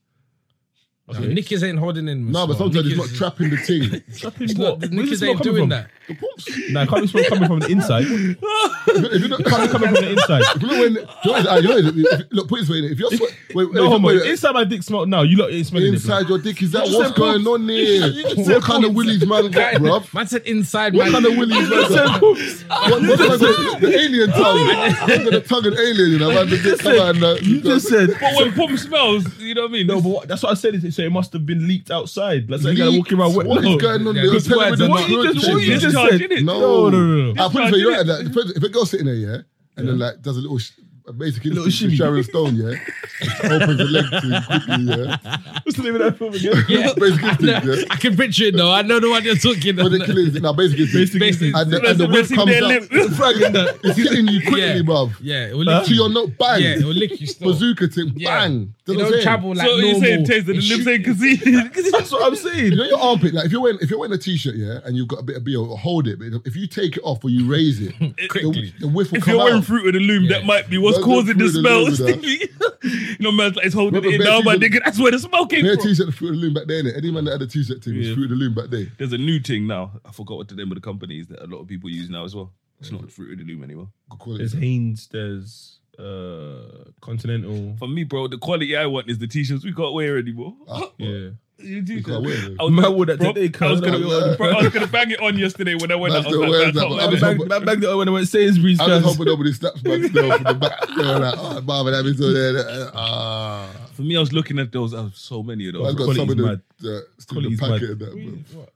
No, Nickers ain't holding in. No, but Mustafa. sometimes it's Nickers not is- trapping the thing. it's not- What? the Where's the Nickers smell ain't coming doing from? that. the pumps. Nah, it can't be smell coming from the inside. It If you're not can't be coming from the inside. if you're not wearing, do you know what it is? Ah, you know what it is? If- look, put it this way. If you're swe- wait, wait, No if homo. you're- wait, Inside my dick smell. No, you lot ain't smelling inside your dick is that just what's said going on here? What kind of willies man got, bruv? Man said inside What man. kind of willies man got? it. bro. What, what kind of the alien tongue? I'm gonna tongue an alien, you know, man. The dick come out and, uh, You just said. But when pump smells, you know what I mean? No, but what, that's what I said. Is it, so it must have been leaked outside. That's like guy walking around. What wet- is no. going on? Yeah, They were these telling words me the are not- What you just, drugs what you shit. just Discharge, said? innit? No, no, no, no. I put it Discharge, for you. innit? Know, like, if- if a girl sitting there, yeah, and then like does a little, sh- a basic little shimmy. Sharon Stone, yeah, Just opens the leg to quickly, yeah. What's the name of that film again? Yeah. Basic I, instinct, know- yeah. I can picture it though. I know the one you're talking But the about. killer is now basically Basic instinct. and the, That's and the the whip best thing comes they out. left. It's dragging that. It's hitting you quickly, Yeah. bruv. Yeah, it will lick To you. your nut, bang. Yeah, it will lick you still. Bazooka thing, Yeah. bang. Do You you know what don't I'm saying? travel like so normal. you saying taste and It the lips shoot- ain't conceded. That's what I'm saying. You know your armpit, like if you're wearing if you're wearing a t-shirt, yeah, and you've got a bit of BO, hold it. But if you take it off or you raise it, the, Quickly. the whiff will If come you're out. wearing fruit of the loom, that Yeah. might be what's Don't go causing the Fruit of the smell. Loom with you know, man's like, it's holding Remember it Bear down, my Season- nigga. That's where the smell came Wear a from. t-shirt of Fruit of the Loom back there, innit? Any man that had a t-shirt thing was Yeah. Fruit of the Loom back there. There's a new thing now. I forgot what the name of the company is that a lot of people use now as well. It's not Fruit of the Loom anymore. Good quality. There's Haynes. There's uh, Continental. For me, bro, the quality I want is the t-shirts we can't wear anymore. Yeah. You do Ah, You can't that. wear them. I was, Man, what that bro, today, I was cuz, gonna, like, bro, I was gonna bang it on yesterday when I went Man out. I was still like, wears that, but "That's not my I'm bag." just- Back, back, back the when I went to Sainsbury's. I was cuz. hoping nobody snaps back there from the back. They're like, oh, Marvin, I'm into there. Ah. For me, I was looking at those. I was so many of I those. got some of Quality's the, mad. the, uh, still in the Quality's packet mad. and that. We- Bro. what?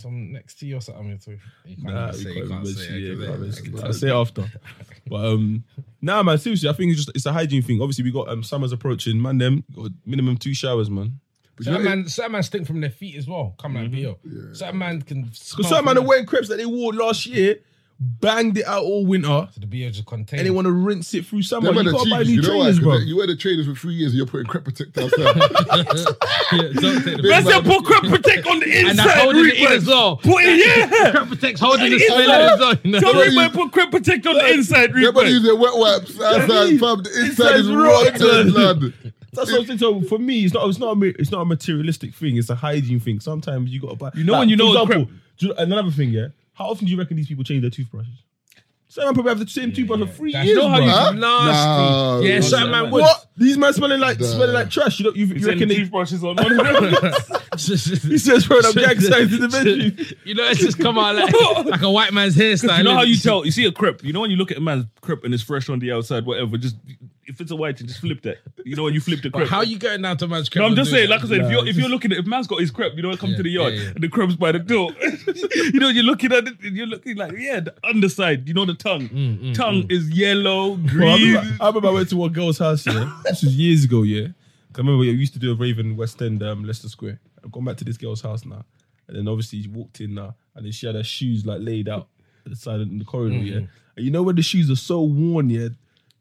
Some next to you or something. You can't Nah, we even say, can't you can't mention- say yeah, it, we okay, can't then. mention it. Okay. I'll say it after. But um, nah, man, seriously, I think it's just it's a hygiene thing. Obviously, we got um summers approaching. Man, them got minimum two showers, man. But you know, Certain man, certain man stink from their feet as well. Come like yo. Mm-hmm. Yeah. Certain man can. Because smell some from man are their- wearing crepes that they wore last year, banged it out all winter, So the beer just contains. and they want to rinse it through summer. them man You are gotta buy cheaters, new you know why? trainers, 'Cause bro. they- You wear the trainers for three years and you're putting crep protect outside. Yeah, don't take the Where's piss. that Put crap protect on the And that's inside. holding it in Reebok. as well. Put it yeah. Crap protects holding the Yeah. smell in as well. You Tell know? Everybody Reebok put crap protect on the inside. Everybody Reebok. use their wet wipes outside, fam. The inside is rotten, blood. That's what I'm saying. So for me, it's not it's not a, ma- it's not a materialistic thing. It's a hygiene thing. Sometimes you gotta buy. You know when you know it's Example, do you- another thing, yeah. How often do you reckon these people change their toothbrushes? Some man probably have the same toothbrush for three That's years. you know how bro. you- Huh? nasty. Nah, Yeah, bro. certain yeah, man man. would. What? These men smelling like Nah. smelling like trash. You know, you, you reckon they, toothbrushes on one of them? he says throwing up gag signs in the bedroom. you know, it's just come out like, like a white man's hairstyle. you know how you innit? tell? You see a crip. You know when you look at a man's crip and it's fresh on the outside, whatever. Just if it's a white, you just flip that. You know when you flip the crip. How you going down to man's No, crib I'm and just doing saying, that? like I said, if you're if you're looking at if man's got his crep, you know, come Yeah, to the yard yeah, yeah. and the crep's by the door. you know, you're looking at it, and you're looking like, yeah, the underside, you know, the tongue. Mm, tongue is yellow, Bro, I, green. remember, I remember I went to one girl's house, yeah. This was years ago, yeah. 'Cause I remember we used to do a rave in West End, um, Leicester Square. I've gone back to this girl's house now. And then obviously she walked in now, and then she had her shoes like laid out at the side in the corridor, yeah. Mm. And you know when the shoes are so worn, yeah.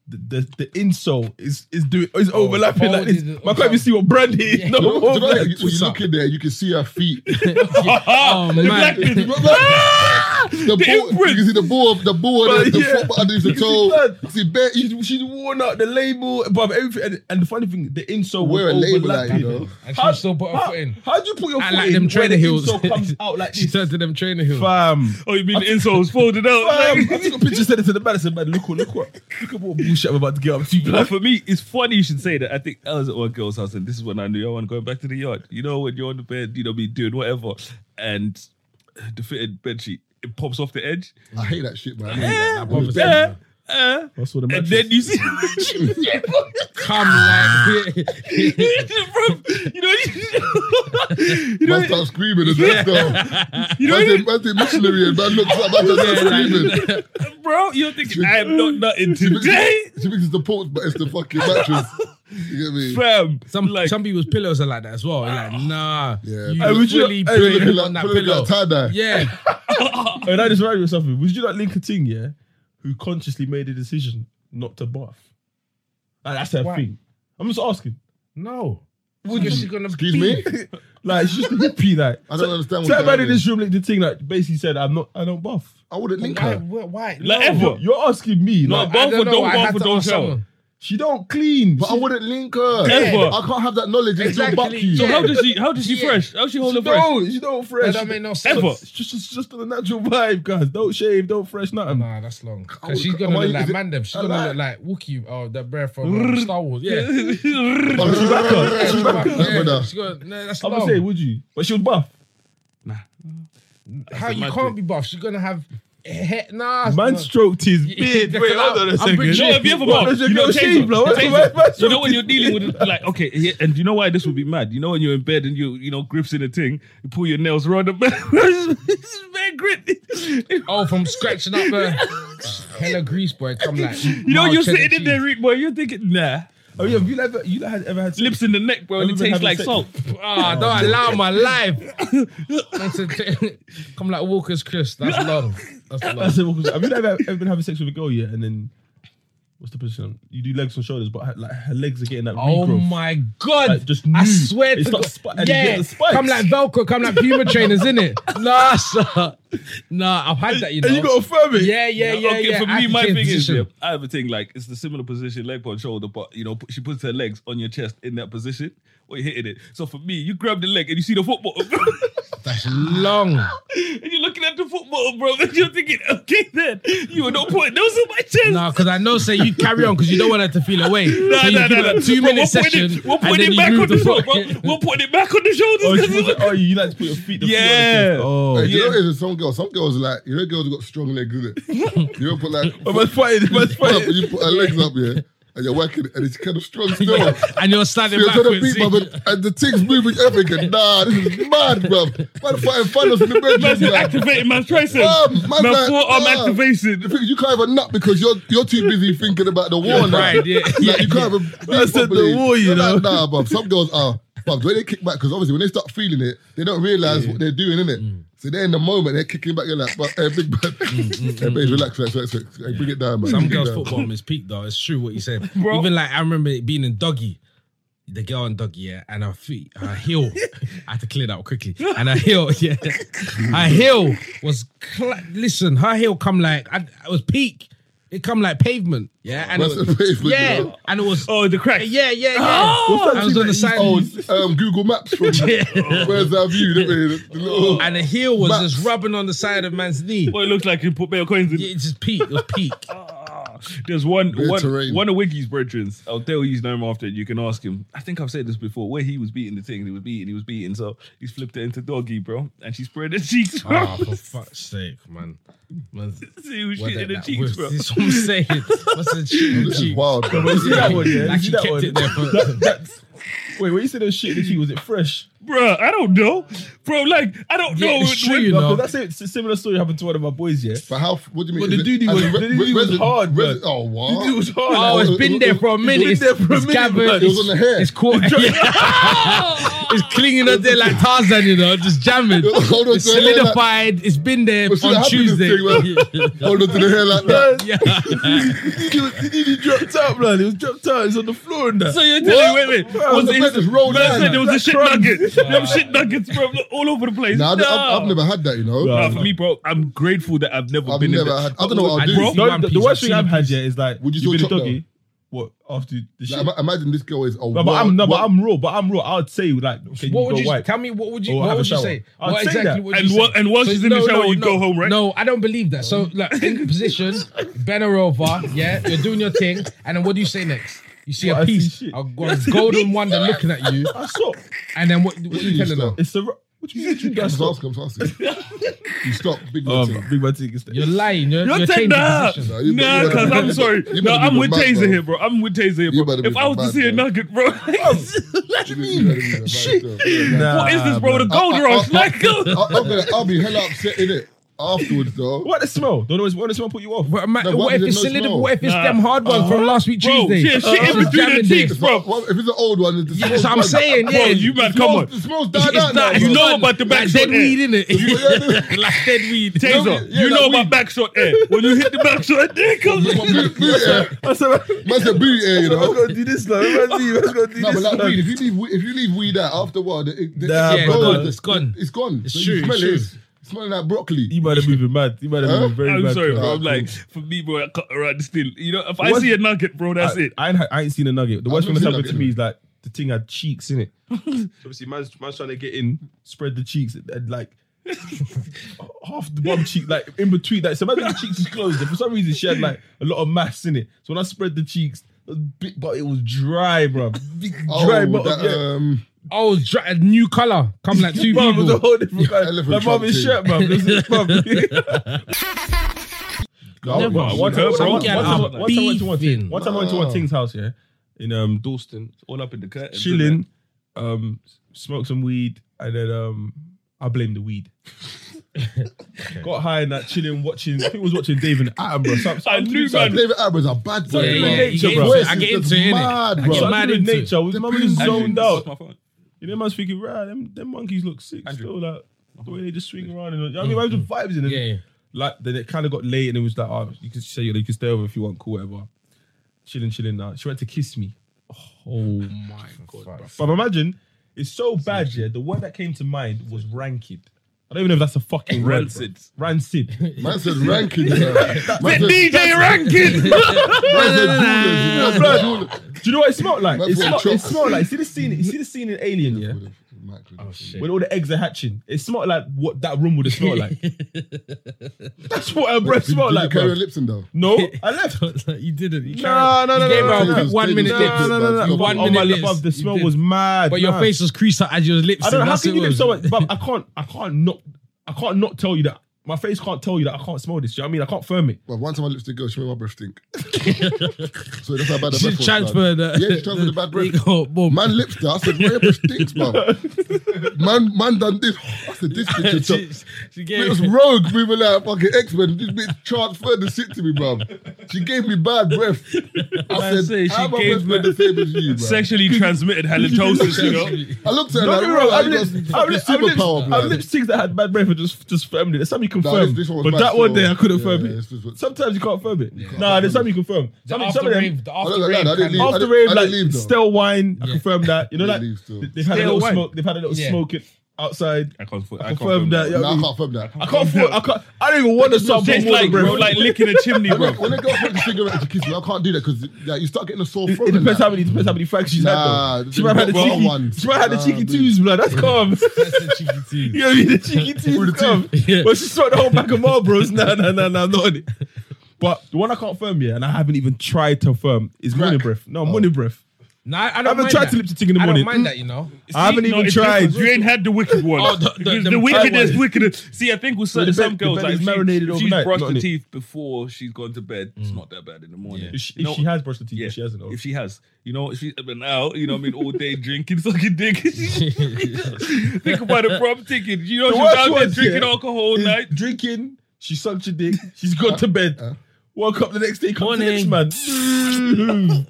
The, the, the insole is is doing Oh, is overlapping like this. folded, I can't even see what brand it is. No, Do you know- do you know, more, when like, you look in there, you can see her feet. oh man, the ball, you can see the ball, the ball, But the, the yeah. foot underneath the You see toe. blood. You see bare, you she's, she's worn out the label, above everything. And, and the funny thing, the insole wear a was label like overlapping. you know. and How- she still put her how, foot in. how do you put your I foot like in them when trainer the heels. insole comes out like She this? turned to them trainer heels. Fam. oh, you mean the insole's folded out? Fam, I Like- took a picture, sent it to the man. I said, man, look what, look what, look at what bullshit I'm about to get up to. But blood." for me, it's funny you should say that. I think I was at one girl's house, and this is when I knew I wasn't going back to the yard. You know, when you're on the bed, you know, be doing whatever, and the fitted bed sheet it pops off the edge. I hate that shit, man. bothers Yeah. Yeah. Uh, That's what the and mattress- then you see, Come like, Bro, you know, you, you know, Man start screaming and that's stuff. You know, man, said- man said missionary and man looks up, man starts screaming. bro, you're thinking I am not nothing today, She thinks it's the porch, but it's the fucking mattress. You get me? fam. some like, some people's pillows are like that as well. Like nah, Yeah. you Hey, would you- fully hey, Put it looking put it like, on that put it pillow. like tie dye. Yeah, And I just reminded me of something. Would you not link a thing, yeah, who consciously made a decision not to bath? Like, that's her Why? thing. I'm just asking. no. Would she gonna Excuse me? Like, she's just a hippie, like. I don't understand what's Somebody happening. in this room linked a thing, like, basically said, I'm not, I don't bath. I wouldn't link Why? her. Why? why? like No. ever. You're asking me, No, like, bath I or don't know. don't I bath had or to don't ask shower. someone. she don't clean. But I She- wouldn't link her. Ever. I can't have that knowledge. It's still buck Exactly. you. So Yeah. how does she? How does she Yeah. fresh? How she hold she her fresh? don't, she don't fresh. That don't make no sense. Ever. It's just, it's just a natural vibe, guys. Don't shave, don't fresh nothing. Nah, that's long. I would- Cause she's gonna am I- look is like it- Mandem. She's I gonna like- look like Wookiee. Oh, that breath from um, Star Wars. Yeah. Chewbacca. yeah. Chewbacca. She's gonna, no, that's I would say, long. would you? But she was buff. How you mad can't be buff? She's gonna have hair. Nah. Man no. stroked his Yeah, beard. yeah, Wait, come hold on out. a I'm second. pretty No, have you ever What bath? does your You know, girl taser, shave, bro? What's the man- taser. man You know when stroked you're dealing with like okay, yeah, and you know why this would be mad. You know when you're in bed and you you know grips in a thing, you pull your nails around the bed. this is bad grit. Oh, from scratching up the hella grease, boy. Come like. You know you're sitting in there, Rick, boy. You're thinking, nah, Oh, yeah, have you ever, you had, ever had lips in the neck, bro, and it Have you been tastes like having salt. Ah, don't allow my life. That's a t- Come like Walker's Chris. That's long. That's long. That's it, because- have you ever, ever been having sex with a girl yet? And then, what's the position? You do legs and shoulders, but her, like her legs are getting that Oh regrowth. my god! Like, just new. I swear It's to not God. spi- and you yeah, get the spikes. come like Velcro, come like Puma trainers, innit? Nah, sir. nah, I've had that, you know. And you got to firm it. yeah, yeah, yeah, okay, yeah. for I had me, to my change thing is, position. yeah, I have a thing like it's the similar position, leg on shoulder, but you know, she puts her legs on your chest in that position or you're hitting it. So for me, you grab the leg and you see the football. that's long. and you're looking at the football, bro, and you're thinking, okay, then you are not putting those on my chest. Nah, because I know, say you carry on because you don't want her to feel away. Nah, so you nah, give nah, it nah. a two Bro, minute we'll put session. It, we'll and put then it you back move on the fo- shoulders, bro. We'll put it back on the shoulders. Oh, 'cause you, it's- oh, you like to put your feet, the Oh. feet Hey, on the Yeah. do you chest. know Yeah. what it is? Some girls, some girls like, you know, girls got strong legs, innit? You don't put like, Oh. I must fight it, I must Put up, fight it. you put her legs up, yeah. and you're working and it's kind of strong still. and you're standing You're trying to backwards. beat my man, and the thing's moving everything. Nah, this is mad, bruv. Man fighting Thanos in the bedroom, Man's yeah. activating man's tricep. Bruv, Oh, man, Man, like, forearm nah. activation. The thing is, You can't have a nut because you're you're too busy thinking about the war. now. right, yeah, Like, yeah, you can't have a That's the- the war, you You're know. like, nah, bruv. Some girls are, bruv, when they kick back, because obviously when they start feeling it, they don't realize what they're doing, innit? Mm. So they're in the moment, they're kicking back, you're like, but hey, big man, hey, babe, relax, relax, relax, relax. Hey, bring it down, man. mm, Some Bring it girls' down. football is peak though. It's true what you said. Even like I remember it being in doggy. The girl in doggy, yeah, and her feet, her heel. I had to clear that up quickly. And her heel, yeah, her heel was. Cla- Listen, her heel come like I, I was peak. It come like pavement, yeah, and it That's was, the pavement, yeah, you know? and it was, Oh, the crack. yeah, yeah, yeah. Oh! I was on the side, Oh, um, Google Maps from Where's Our View? didn't we? The little- and the heel was Maps. just rubbing on the side of man's knee. Well, it looks like you put bare coins in. Yeah, it's just peak. It was peak. Ah, There's one Bit of one, terrain. one of Wiggy's brethren. I'll tell you his name after. You can ask him. I think I've said this before. Where he was beating the thing, he was beating, he was beating. So he's flipped it into doggy, bro, and she spread her cheeks. Bro. Ah, for fuck's sake, man. Man's- she was Well, shitting that- her that cheeks, was- bro. This is what I'm saying. What's the cheek? This is cheek? wild, bro. You see that one, yeah? You Like see you that kept one? it there for. Wait, when you said that shit, the key was it fresh? Bruh, I don't know, bro. Like I don't Yeah, know. it's true, you No, 'cause know. that's it. It's a similar story happened to one of my boys. Yeah, But how? What do you mean? But the Is it- doodie as was- a the doodie was resident- hard, resident- bro. Oh it wow! was hard. Oh, it it's was- been there for a minute. been there for a It's minute, gathered. man. It was on the hair. It's caught. it's clinging up there like Tarzan, you know, just jamming. Hold on It's to the hair like- solidified. It's been there Well, see, that on happened to the Tuesday. thing, man. Hold on to the hair like that. Yeah. He was- he nearly dropped out, man. He was dropped out. He's on the floor and that. So you're telling me, wait, wait, Bro, was the it- bread is rolled man down, said there was a like shit crumbs. nugget. Them shit nuggets, bro, look, all over the place. Nah, I've- I've, I've Nah. never had that, you know. Nah, for me, bro, I'm grateful that I've never I've been in never that. had. I don't know what I'll I do. bro. no, One the, the piece, worst I've thing seen I've a had piece. yeah is like Would you you've still been a chop doggy. What after the shit? Like, ima- imagine this girl is a No, but I'm no, but I'm raw. But I'm raw. I'd say like, okay, What would go you wipe. tell me? What would you? Or What Oh, have a would you shower. say? I'd What say exactly that. would Oh, you And say? what- and while she's in the shower, you no, go home, right? No, I don't believe that. So, like, in position, bend her over. Yeah, you're doing your thing, and then what do you say next? You see Oh, Well, a I see piece, shit. a g- golden wonder looking at you, I saw. and then what? What are you You telling her? stop. It's the. ru- What do you mean? You I'm guys stop. asking. I'm asking. You stop, big Um, man. big man, take a step. You're lying. You're, You're you're ten changing nah, position. Nah, you nah, better- cause I'm sorry. you better No, I'm be with mad, Taser bro. here, bro. I'm with Taser here, You bro. better be Oh, If I was to mad, see a bro. nugget, bro, What do you mean? Shit. what is this, bro? The gold I- I- rush, I- like, I'll be hella upset in it afterwards, though. What the smell? Don't know. What the smell put you off? But ma- No, why what if does it's it not solid? smell? What if it's Nah. Uh-huh. them hard ones from last week Bro, Tuesday? yeah, shit in It's between jamming the there. cheeks, bro. Well, if it's an old one, it's Yeah, that's what I'm saying. Bro, Yeah, you man, Come come on. The smells It's- died it's out now. that- You bro. know about the like backshot dead air. weed, Yeah, innit? like dead weed. Taser, yeah, you know like about backshot air. eh? When you hit the eh, backshot, there it comes. Boot- boot- boot air. I said, I'm Man said boot air, you know. gonna do this now. I'm gonna do this. No, but like weed, if you leave weed, if you leave weed out after a while, the, the, Nah, it bro, goes. it's gone. It's gone. It's So true, You smell it's it. true. It's smelling like broccoli. You might have moving mad. You might have Huh? moving very I'm mad. sorry, bro. bro. I'm Nah, like, for me, bbro, I cut around still. You know, if I What's- see a nugget, bro, that's I, it. I ain't, I ain't seen a nugget. The I've worst thing that's never happened seen to a me is like the thing had cheeks in it. Obviously, man's, man's trying to get in, spread the cheeks, and, and, like half the bum cheek, like in between. Like, so imagine the cheeks is closed. And for some reason, she had like a lot of mass in it. So when I spread the cheeks, it was big, but it was dry, bro. Big, Oh, dry, but that, yeah. um, Oh, dra- a new color. Come like two Bro, it was a people. whole different kind. elephant Like, trunk mum's thing. shirt, bro. This is bro. no, bro, bro, Never. One time, bro, bro, one time, I'm one time I went to one beefing. thing. One time I went to one thing's house, yeah, in um Dalston, All up in the curtain. chilling, um, smoked some weed, and then um, I blame the weed. Got high and that chilling, watching. I think I was watching David Attenborough. So, so I I'm knew, doing something- man. David Attenborough's a bad boy. Yeah, bro. yeah, you get The into it. voice I get is into it, innit? mad, I get So bro. mad. I'm doing into it. nature. I was The my man was breeze. zoned That's out. my phone. You know, man's thinking, right, them, them monkeys look sick. Andrew. Still, like the way they just swing around and you know what I mean, I was the vibes in it. Mm, Yeah, yeah. like then it kind of got late and it was like, oh, you can say you can stay over if you want, cool, whatever. Chilling, chilling now. She went to kiss me. Oh my god, bro. But imagine it's so bad, yeah. The word that came to mind was rancid. I don't even know if that's a fucking word, Rancid. bro. Rancid. Man said ranking. bro. Man said DJ Rankin! man said rulers, you know, rulers. Do you know what it smelled like? Man, It for smelled, chocolate. it smelled like. See the scene. You see the scene in Alien, yeah, Mike would have- Oh shit. when all the eggs are hatching. It smelled like what that room would have smelled like. That's what her breath Did- did smelled you like, carry bro. a Lipson though? No, I left. you didn't. You No, carried- no, no, you gave no, her a no, quick no. one minute No, lips. no, no, no. You one on my minute lip, lips. bruv, the You smell did. was mad. But your man. face was creased out as your lips. I don't know and how that's can it you live was. so much, but I can't, I can't not, I can't not tell you that My face can't tell you that I can't smell this. Do you know what I mean? I can't firm it. But one time I lipstick girl, she made my breath stink. so that's how bad the breath was. She man. transferred. uh, Yeah, she transferred the bad breath. ego, boom. Man lips there. I said, my breath stinks, man. Man, man done this. I said, this bitch is she, top. she It gave was rogue. We were like fucking X Men. This bitch transferred the shit to me, bruv. She gave me bad breath. I Man say said, she how my gave breath been the same as you, bruv? Sexually transmitted halitosis, you know? I looked at her Don't like, get me wrong. "Wow, I've you got lip- fucking I've lip- I've superpower, lip- I've blood." lipsticks that had bad breath and just just firmed it. There's some you Nah, this- confirm, this one was but bad that one still. day I couldn't Yeah, firm yeah, it. this was- Sometimes you can't firm it. Nah, there's some you confirm. Some, after some of them rave, the I after don't know, I rave didn't kind leave. of- I after didn't- rave I didn't like leave, though. stale wine. I Yeah. confirm that. You know, I like didn't leave still. they've had a Stale little wine. smoke. They've had a little Yeah. smoke it outside. I can't, I I can't confirm that. you know Nah, what I I mean? can't firm that. I can't. afford- I can't. I don't even want to stop. Just like, bro, like licking a chimney, When bro. I- When I go for the cigarette to kiss me, I can't do that because like, you start getting a sore It, throat. it and depends that. how many depends how many fags she's Nah, had though. She might have had the well, cheeky ones. She might have had the Nah, cheeky dude. twos, blood. That's calm. That's the cheeky team. You know what I mean? The cheeky teeth come. Yeah. But she saw the whole pack of Marlboros. Nah, nah, nah, nah, I'm not on it. But the one I can't firm yet, and I haven't even tried to firm, is morning breath. No, Oh. morning breath. Nah, I, I don't I haven't mind tried that. to lip to ting in the I morning. don't mind that, you know. I haven't See, no, even it's tried. different. You ain't had the wicked one. Oh, the- the- Because the the, bad wickedest, one. wickedest. See, I think with the certain, bed- some the girls, bed like, is if she- marinated if she's overnight, brushed not her in it. teeth before she's gone to bed, it's not that bad in the morning. If she, if You know- she has brushed her teeth, yeah, but she hasn't. If she has, you know, if she's been out, you know, what I mean, all day drinking, sucking dick. Think about the prom ticket. You know, The she's worst out there ones, drinking yeah, alcohol all Is night. drinking, she sucked your dick, she's gone to bed. Uh. Woke up the next day, come to Morning. lips, man. I know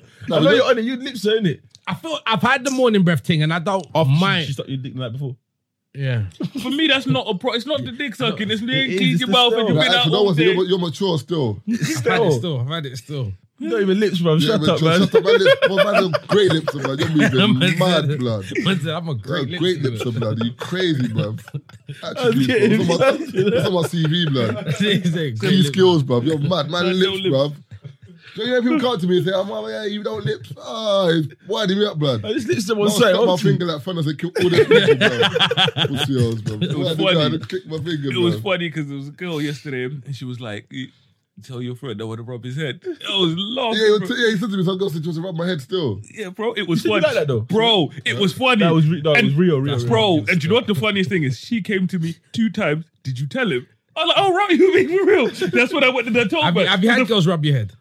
but- you're on it. You lips are in it. I feel I've had the morning breath thing, and I don't mind. She, she sucked your dick the night before. yeah, For me, that's not a pro. It's not the dick sucking. It's the It is, clean it's your the mouth smell. and you've Like, been out actually, no, all what's it? day. You're, you're mature still. I've had it Still, still. I've had it still. not even lips, bro. Yeah, Shut mature. up, man. Shut up, man. Lips- Well, man, they're great lips, man. You're moving mad, blood. But uh, I'm a great, Great, great lip sticker. lips, blood. You crazy, blood. Actually, it's getting on my- excited. it's on my CV, blood. He's a great Key lip. skills, bruv. You're mad. Man, Man, lips, no bruv. So you know people come up to me and say, "I'm oh, yeah, you don't lips." Ah, oh, winding me up, I bruv. just lips to I one side. stuck my aren't you? finger like fun as kill all the people, bruv. Pussy hoes, bruv. It was funny. Click my finger, It was bruv. funny because there was a girl yesterday and she was like, "You- Tell your friend I want to rub his head. I was laughing. Yeah, he bro. was- yeah, he said to me, "Some girl said she wants to rub my head still." yeah, bro, it was Did you funny. like that though? Bro, it was funny. That was re- no, it was And- real, real, real. Bro, and you know what the funniest thing is? She came to me two times. Did you tell him? I'm like, oh, right, you mean for real? That's what I went to the talk Have you, about. have you had girls rub your head?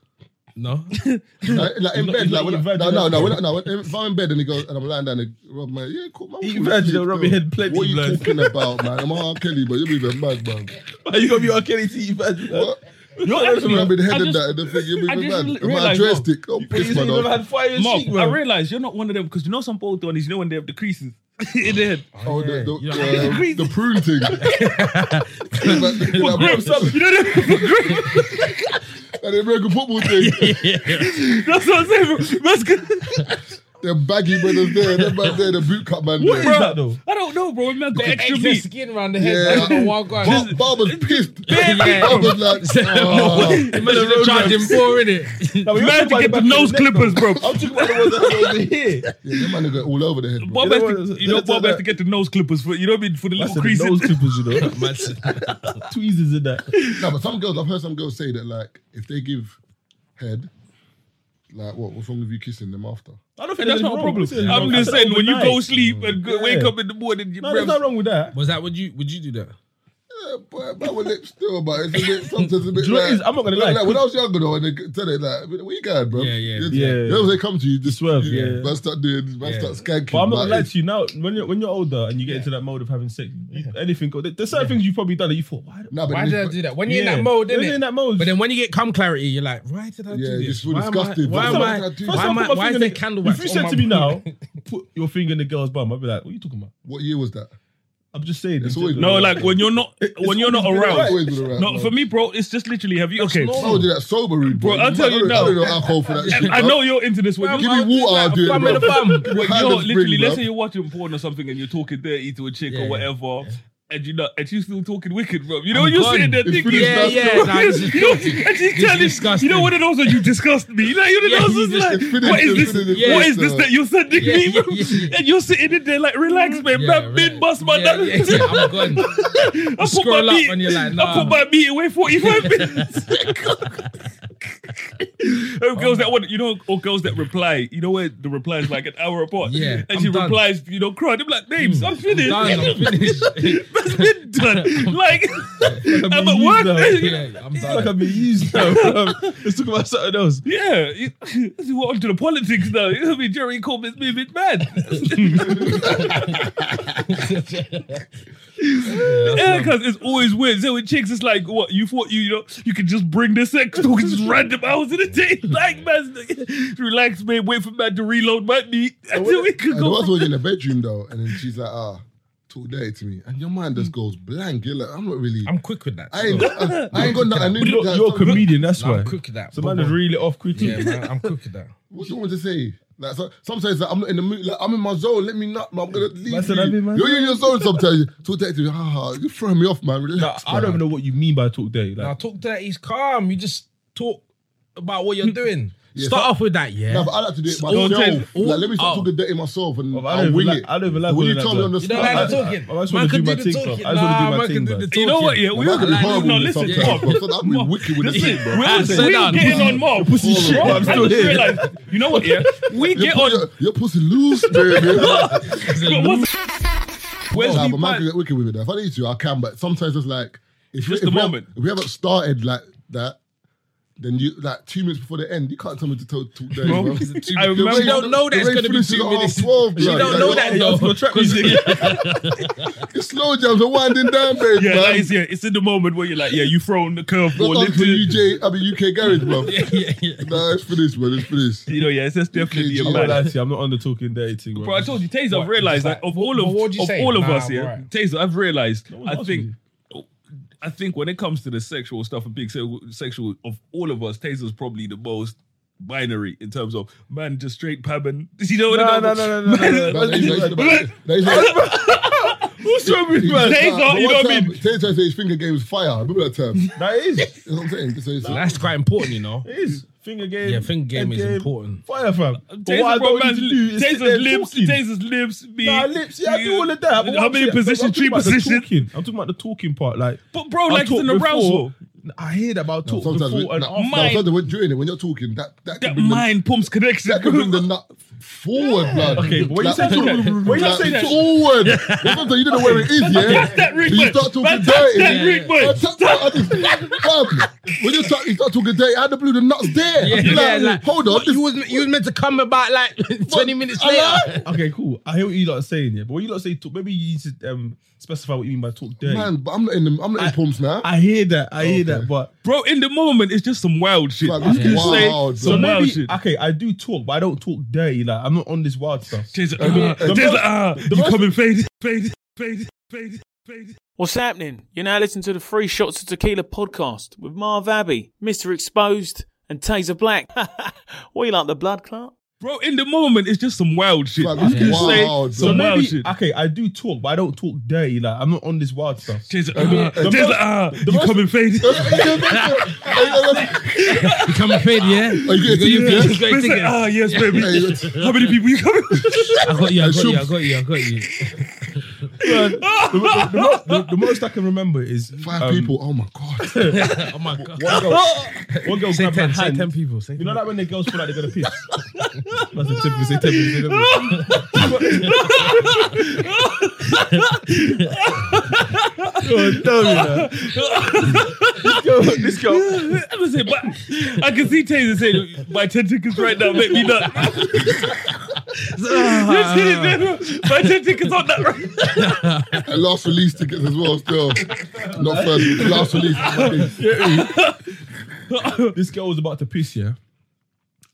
No. Like, like in not- bed, like he's not when I, even no, virgin, no, that's no, when, all. I- no. When, if I'm in bed and he goes and I'm lying down and he rub my yeah, cool, my Eat cool, virgin, shit, they'll rub bro. your head plenty, What are you blood. talking about, man? I'm R. Kelly, but you're moving mad, man. Why you gonna be R. Kelly to you, man? What? You're actually- I've been heading just- that and the thing, you're I moving just mad. Am I realised, dressed it? Don't You piss said my you don't dog. had fire in Mark, cheek, I man. realize you're not one of them because you know some old ones, you know when they have the creases in their head. Oh, the, the, Yeah. uh, the prune thing. For grips, like, you know them for grips. like the American football thing. That's what I'm saying, bro. That's good. The baggy brothers there, the man there, the boot cut man What is there. that though? I don't know, bro. It man got extra Extra meat. skin around the head. Yeah. I don't know what I'm Bar- going. Barber's pissed. Yeah. Barber's like, oh. Imagine charging four in it. Now, we Man, talking about to get the the back of nose neck, though. clippers, bro. I'm talking about the ones that are over here. Yeah, them man got all over the head. bro. Bob You has know to, what? you know, Let's Bob do has that. to get the nose clippers for you know what I mean for the That's little the creases. nose clippers, you know. Two eases in that. No, but some girls, I've heard some girls say that, like, if they give head, like, what, what's wrong with you kissing them after? I don't And that's not a problem. It's wrong. I'm I just said saying when you go overnight. sleep and go, Yeah. wake up in the morning, your No, there's breath- nothing wrong with that. Was that would you would you do that? Yeah, but, but with lips still, but it's a bit, sometimes it's a bit Do you know what like, it is? I'm not gonna like, lie. when I was younger, though, and they tell it, like, where you going, bro? Yeah, yeah. Just- Yeah. You know, when they come to you, just Swerve, you- yeah. Man start doing, man Yeah. start skanking. But I'm not gonna man. lie to you now. When you're when you're older and you get into that mode of having sex, you, anything go. There's certain things you've probably done that you thought, why? Nah, but Why then did I it's- do that? When you're Yeah. in that mode, When innit? you're in that mode. But then when you get cum clarity, you're like, why did I Yeah, do you just this? feel Why am I- disgusted. Why First am of I? all, did I do Why that? am I? Put my Why is finger there in it. candle wax? If you on said my- to me now, put your finger in the girl's bum, I'd be like, what are you talking about? What year was that? I'm just saying. It's always- No, like when you're not when you're not always been around. Always been around, No, man. for me, bro, it's just literally have you okay. I would do that sober, rude, bro. Bro, I'll tell you I don't- I don't now. know alcohol for that. shit, I bruv. know you're into this when Give you me water, I'll do it. Bum in the bruv. Give bum. me a when hand you're spring, literally let's bruv. say you're watching porn or something and you're talking dirty to a chick or Yeah, yeah. whatever. And you're not, and she's still talking wicked, bro. You know, I'm you're gone. sitting there It's thinking, really Yeah, disgusting. yeah, nah, this is you know, and she's telling, disgusting. you know what it also, you disgust me. Like, you know, Yeah, yeah, you just- like, it's finished, what is it's this? finished, what yeah, is this so- that you're sending Yeah, me? yeah, Bro? yeah. And you're sitting in there like, relax, man. Yeah, man, right. mid bust my Yeah, nut. yeah, yeah, I'm gone. I put Scroll my up meat. and you're like, I nah. put my meat away 45 minutes. Oh, girls that want, you know, or girls that reply, you know, where the reply is like an hour apart. Yeah, and I'm she done. Hmm, replies, you know, crying. I'm like, babes, I'm Done, finished. I'm finished. That's been man. Like, I'm at being work. used now. yeah, I'm Like done. I've been used now. bruv. Let's talk about something else. Yeah, you, we're on to the politics now. You know what I mean? Jerry Corbyn's moving mad. yeah, because it's always weird. So with chicks, it's like, what you thought you, you know, you could just bring this sex talk just random hours in a day. Like, man, relax, man. Wait for man to reload my meat, and then we could And the go. worst was in the bedroom though, and then she's like, ah, talk dirty to me. And your mind Mm. just goes blank. You're like, I'm not really. I'm quick with that. I ain't, I, I ain't got nothing. I need You're, that. you're a comedian, that's Nah, why. I'm quick with that. So But- man, is really off yeah, critique. man, I'm quick with that. What's wrong to say? Like so, sometimes like, I'm not in the mood. Like I'm in my zone. Let me not. I'm gonna leave said, I you. mean, man. You're in your zone sometimes. Talk dirty to me. Ah, you're throwing me off, man. Nah, Relax. I don't man. even know what you mean by talk dirty. Now Like, talk dirty's calm. You just talk about what you're doing. Yeah, Start so- off with that, yeah. Nah, but I like to do it All myself. ten- all- like, let me start oh. talking dirty myself and Well, I don't I'll even wing like- it. I don't even like When you doing tell that, me on the you don't like spot, the like, talking. I just man wanna can do my the thing, talking. bro. I just wanna do Nah, my man thing, can do bro. the talking. You know what? Yeah, we Man, I could are be like, horrible no, with listen, sometimes, Mark. bro. So I'd be Mark, wicked with the listen, shit, bro. We're, Ah, listen, sit we're down. getting on Mark. pussy shit, Bro, but I'm I still just here. realised- You know what? Yeah, we Your get pussy- on. Your pussy loose, baby. But what's- Nah, Wesley but man Pipes- can get wicked with it. If I need to, I can. But sometimes it's like if, Just we, if we the have- moment. if we haven't started like that, then you like two minutes before the end, you can't tell me to tell two days. Bro, bro. it's a two- The I remember- way- You don't know the that it's way gonna be finishes two at half minutes. 12, You blood. don't Like, know your- that though. Your slow jams are winding down, babe. Yeah, man. that is, yeah, it's in the moment where you're like, yeah, you thrown the That's curveball. not for into- UJ. I mean UK garage, bro. yeah, yeah. Nah, it's finished, man. It's finished. You know, yeah, it's just definitely a Yeah, I'm not man. lying to you, I'm not on the talking dirty thing. Bro, I told you, Taser, I've What? realized Like, that of what- all what would of you of say? all of Nah, us I'm here, alright. Taser, I've realized. one's I asking think, I think when it comes to the sexual stuff and being se- sexual, of all of us, Taser's probably the most binary in terms of man, just straight pabbing. You know what No, I mean? no, no, no, no, no, no. Nah, that is- that is- But- that is- that is- What's wrong with Nah, man? Taser, but you one know what I time, mean? Taser said his finger game was fire. Remember that term? That's That is. It what I'm saying. So it's- That's quite important, you know. is. Finger game. Yeah, finger game head is important. Fire, Uh, fam. But what I Taser, bro, don't need man's to do li- is sit there Taser's lips, talking. Taser's lips, me. Nah, lips. Yeah, I do all of that. but what How many I'm saying- I'm positions? talking Three about the positions. talking. I'm talking about the talking part. Like, But bro, I like it's talked an arousal. before- I hear that, but I'll talk Sometimes, we, before and nah, after. nah, sometimes when- during it, when you're talking, that that, can That bring the- mind pumps connection. that could bring the nut forward, blood. Okay, but when you say talking- when you like, say that- forward, sometimes you don't know where it is, yeah. That's that ring, you man. start talking That's that dirty. ring, man. I ta- I just- Fam, when you start, you start talking dirty, out the blue, the nuts there. Yeah, You're yeah, like, like, hold on, what, this, You was you was meant to come about like twenty minutes I later. like- Okay, cool. I hear what you lot are saying, yeah. But when you lot say talk, maybe you need to um, specify what you mean by talk dirty. man. But I'm not in the, I'm not in pumps now. I hear that. I hear that. But Bro, in the moment, it's just some wild shit. Like, you this can is say wild, some So bro. wild maybe, shit. okay, I do talk, but I don't talk dirty. Like I'm not on this wild stuff. Jay's like, ah, the Jay's most- like, ah, you coming faded, faded, faded, faded, faded. What's happening? You're now listening to the Free Shots of Tequila podcast with Marv Abbey, Mr. Exposed, and Taser Black. what you like, the blood clot? Bro, in the moment, it's just some wild shit. Like, you this can is say wild, bro. So some wild maybe, shit. okay, I do talk, but I don't talk dirty. Like I'm not on this wild stuff. Jay's like, ah, Jay's like, ah, you most- coming faded. You coming paid, yeah? You got you your serious? you got your Jay's like, ticket. ah, yes, baby. Hey, How many people you coming? I got you, I got you, I got you, I got you. The, the- the mo- the- the most I can remember is Five um, people. Oh my god. Oh my god. One girl, one girl Say grabbed my ten, say hand. ten people. Say You know ten. that when the girls feel like they're gonna piss. That's what typically say 10 people, say 10 people. This girl. I was saying, but I can see Taser saying, my tentacles right now make me nut. You're sitting there, bro, my tentacles on that right And last release tickets as well. Still, not first. Last release. Oh, this girl was about to piss, yeah.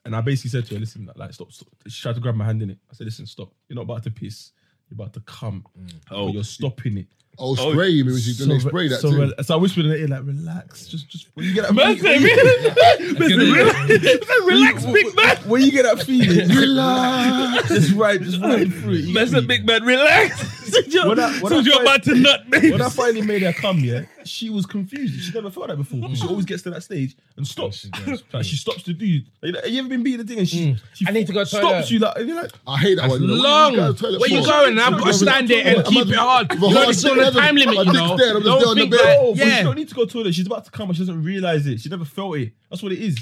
And I basically said to her, listen, like, like, stop, stop. She tried to grab my hand in it. I said, listen, stop. You're not about to piss. You're about to come. Mm. Oh, you're stopping it. Oh, spray. Maybe she's gonna spray that so, too. re- so I whispered in her ear, like, relax. Just, just, when you get that Man, say, feeling, really? Man, Relax, big man. when you get that feeling, Relax. just ride, just ride through it. You That's get a me? big man. Relax. so you're, When I- when so I you're find- about to nut, babe. When I finally made her come, yeah, she was confused. She never felt that before. Hmm. She always gets to that stage and stops. like, she stops to do. Like, you ever been beating the thing and she, she Hmm. I need to go to the toilet. Uh, stops you like, and you're like, I hate that one. you know. Where you, Long. go to the toilet Where you for? going? I've got to Because stand there and I'm keep at- it hard. the You know, hard it's on the seven. time limit, My you know. dick's there, I'm just there Don't on the think bed. that- Oh, but she Yeah. don't need to go to the toilet. She's about to come and she doesn't realize it. She never felt it. That's what it is.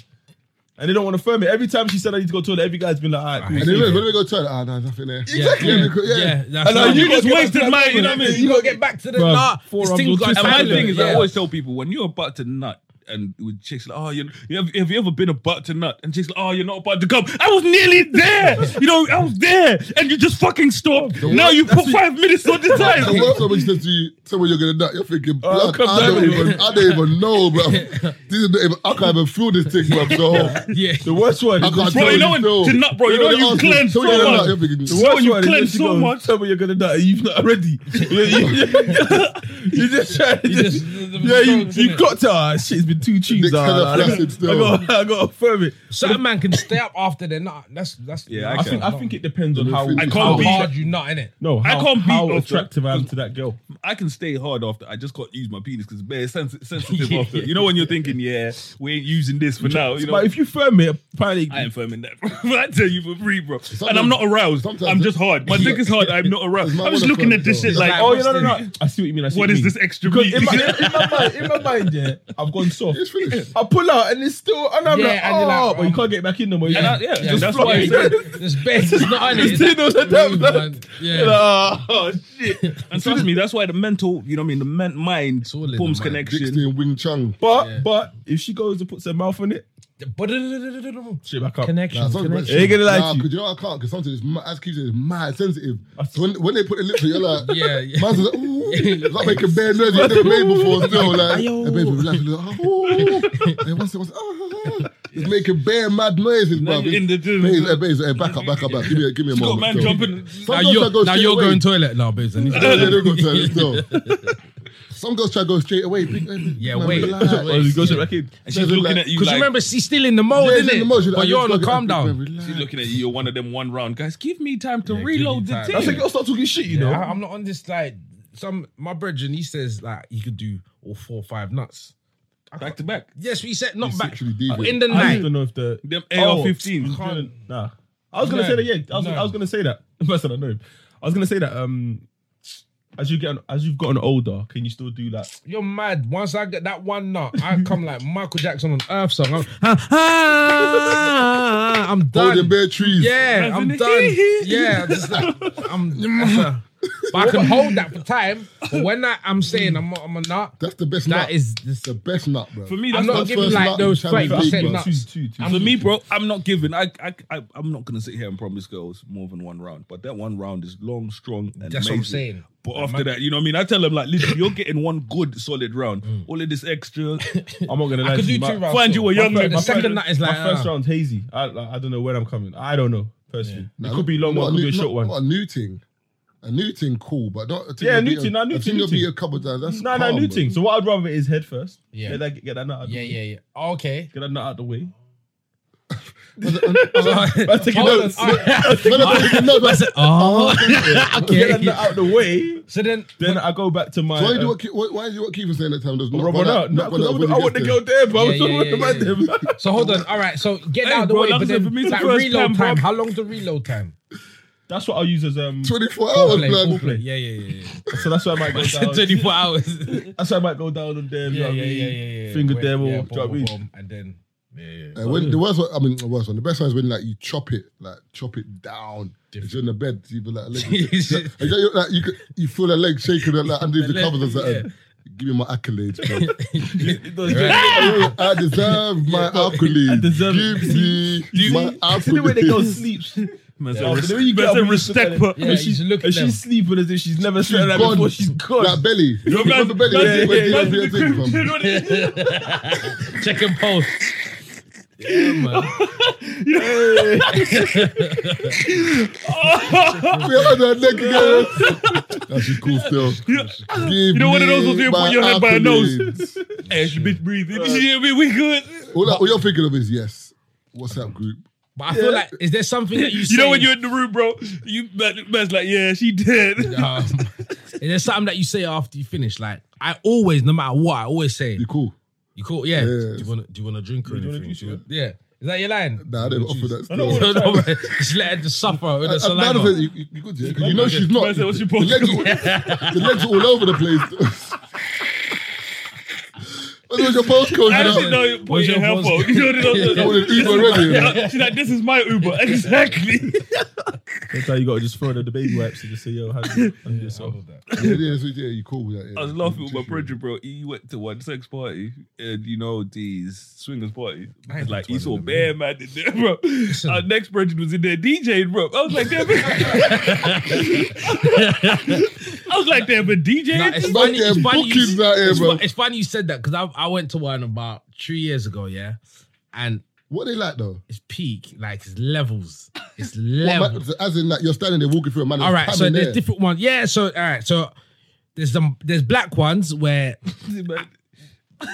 and they don't want to firm it. Every time she said I need to go to the toilet, every guy's been like, all right, cool. And then when when they go turn, ah, no, nothing there. Exactly. Yeah, because- yeah. that's know, fine. you You just wasted my, you know what I mean? You gotta get back to the Bruh, nah. This forearms thing will got twist And my Exactly. thing is, I Yeah. always tell people when you're about to nut. And with chicks like, oh, you, you have, have you ever been about to nut? And chicks like, oh, you're not about to come. I was nearly there, you know, I was there, and you just fucking stopped. now you put five minutes on the And time. when somebody says to you, someone you're gonna nut, you're Oh, thinking, blood, come I, don't down with even, I don't even know, bro. This is not even, I can't even feel this thing, bro. So Yeah. The worst one. I can't is- Bro, tell you know when no. to nut, bro, you know they you ask cleanse someone so much. you're gonna nut, you're thinking, The So you worst one is when cleanse she so goes, much. Tell me you're gonna die. You've not already. you, you, you just try. You just, yeah, you, you got to. Ah, shit's been two cheeks. Nick's Ah, kinda I gotta- flaccid still. I got. I got to firm it. Certain man can stay up after they're not. That's that's. Yeah, I think. I think it depends on I how. can't how be- hard you not in it. No, I how, can't beat how off attractive I am to that girl. I can stay hard after. I just can't use my penis because bare sens- sensitive Yeah. after. You know when you're thinking, yeah, we ain't using this for now. You know, but if you firm it, apparently, I ain't firming that. bro. I tell you for free, bro. and Sometimes- I'm not aroused. sometimes I'm it- just hard. My dick is hard. I'm not aroused. It's I'm just not looking one at this of shit those. like, Like, oh, what's you know, no, no. the- I see what you mean. I see What you is mean. this extra Because meat? in my, in my mind, in my mind, yeah, I've gone soft. It's finished. I pull out and it's still, and I'm Yeah, like, and oh, you're like, but you um, can't get back in no more. Yeah, I- yeah, and that's flop why I it. said- This bed is not in it. It's still not Move, that- man. Yeah. Oh shit! and trust me, that's why the mental, you know, what I mean, the men- mind all in the forms mind. Dick's connection. doing Wing Chun. But but if she goes and puts her mouth on it, shit back up. Nah, Connection. sometimes- connection. Ain't gonna lie nah, to you. 'cause know what I can't because sometimes it's mad, as Keith said, it's mad sensitive. That's- So when, when they put the lips on, you're like, Yeah, yeah. man's like, ooh, it's like making bare noise you've never made before. Still, like, the baby relax, you're like, ooh, and what's it, what's it, ah, ah, ah. it's making bare mad noises, bro. you're in the gym. Babe, hey, babe, hey, back up, back up, back. Give me, a- give me a Got moment. man still. jumping. Some Now girls try you're, to go now straight you're away. going toilet now, babes. I need to Yeah, they don't go to it, still. Some girls try to go straight away. Big, hey, Yeah, man, wait. relax. Wait. Oh, she goes back in. And she's Doesn't looking like- at you Because like, remember, she's still in the mold, Yeah, isn't it's in it? the motion. But I you're just on a gotta get- calm babe, down. relax. she's looking at you. You're one of them one round guys. Give me time to give reload me the time. thing. That's like you start talking shit, you know. Yeah, I, am not on this like some my brethren. He says like he could do all four or five nuts. back to back. Yes, we said not It's back actually deep. in the I just night. don't know if the Them Oh, AR-15s. I can't- Nah, I was gonna No, say that. Yeah, I was, no. I was gonna say that. That's what I know. I was gonna say that. Um, as you get on, as you've gotten older, can you still do that? You're mad. Once I get that one nut, I come like Michael Jackson on Earth song. I'm, ah, ah, I'm Holding done. bare trees. Yeah, I'm done. Yeah, just like, I'm. that's a- but I can hold that for time. But when I, I'm saying I'm, I'm a nut, That's the best nut. that is this. the best nut, bro. For me, I'm that's not the giving first like nut those in Champions thirty percent League, Two, nuts. two, two. For me, bro, I'm not giving. I, I, I, I'm not gonna sit here and promise girls more than one round. But that one round is long, strong, and That's what I'm amazing. saying. But after that, you know what I mean? I tell them like, listen, you're getting one good, solid round. Mm. All of this extra, I'm not gonna lie I could to do you. two my- rounds. Find still. you a young My man. first- The second my nut is like my first ah. round's hazy. I, like, I don't know where I'm coming. I don't know personally. It could be a long Not one, could new- be a short not- one. not a new thing. A new thing, cool, but not a thing Yeah, you'll new beat thing, no, new a thing, new you'll beat thing. a couple times. That's No, no, calm, new bro. thing. So what I'd rather is head first. Yeah. Get that, get that nut out. Yeah, yeah, yeah. Okay. Get that nut out the way. Hold taking on, notes. all right. No, no, no, no, no. So Oh, Get that okay. nut out the way. So then, Then I go back to my. why do uh, you what Ke- why- why do you what Keith was saying that time? There's not Rob one on out, out. No, not one 'cause I out when want- I you want the get girl there, bro. I Yeah, don't yeah, want the yeah, man there, bro. so hold on. All right. So get that Hey, out of the bro, way. like I But said, then, for me, it's like the first reload time, time. bro. How long's the reload time? That's what I'll use as um. 24 hours, Play, full blood. play. Yeah, yeah, yeah. So that's why I might go yeah. down. Twenty-four hours. That's why I might go down on them. you know Yeah, yeah, what I yeah, yeah, mean? yeah. yeah. Finger Wait, them all. yeah, do you know what I mean? boom, and then yeah, yeah. Uh, when, the worst one, I mean, the worst one. The best one is when like you chop it, like chop it down. If you're in the bed, you be like, leg, Jesus. you, you, like you, could- you feel the leg shaking like, underneath the leg, covers or something. Give me my accolades, bro. I deserve my accolades. deserve it. Give me my accolades. See the way they go sleeps. Yeah. The way you get That's up a and you look at respect them. for. Yeah, and she- you should look at and them. she's sleeping as if she's never slept like that gone. before. She's gone. Like belly. You remember belly? That's- Where- where that's- the that's- thing you from? know what it is? Check and post. Yeah, man. We are on her neck again. That's just cool still. You know one of those ones you put your head by her nose. Hey, she bitch breathing. You hear me? We good. All, I- all you're thinking of is yes. WhatsApp group. But I feel like, is there something that you You know when say- you're in the room, bro, you man- man's like, yeah, she did. Um, is there something that you say after you finish? Like I always, no matter what, I always say, You cool? you cool, yeah. Yeah. Do you want to do you want to drink or you wanna anything? juice, Do you want- yeah. Is that your line? Nah, I don't offer that I don't still. wanna- No, man. just let her just suffer with the And- and none of it, saliva. you, you, you good, yeah? 'Cause you know she's not. Man said, "What's your the, legs, postcode?" the legs are all over the place. What was your postcode? I you know? actually know your point. your Your help boss- out. You know, no, That no, was an Uber already. you know? uh, no. She's like, this is my Uber. Exactly. That's how you got to just throw the, the baby wipes and just say, yo, how do you handle yourself? Yeah, yeah, so, yeah, you cool with that. Yeah. I was laughing with my brother, bro. He went to one sex party, and you know these swingers party. I ain't Like been he to saw one of them, bear man in there, bro. Our next brother was in there DJing, bro. I was like, damn. I was like, damn, but DJing. Nah, it's Not funny. It's them funny, you, bookings out here, it's, bro. fu- it's funny you said that because I, I went to one about three years ago, yeah, and What they like though? it's peak, like it's levels, it's What levels. ma- as in, like you're standing there walking through a man. all right, so there. there's different ones. Yeah, so all right, so there's some there's black ones where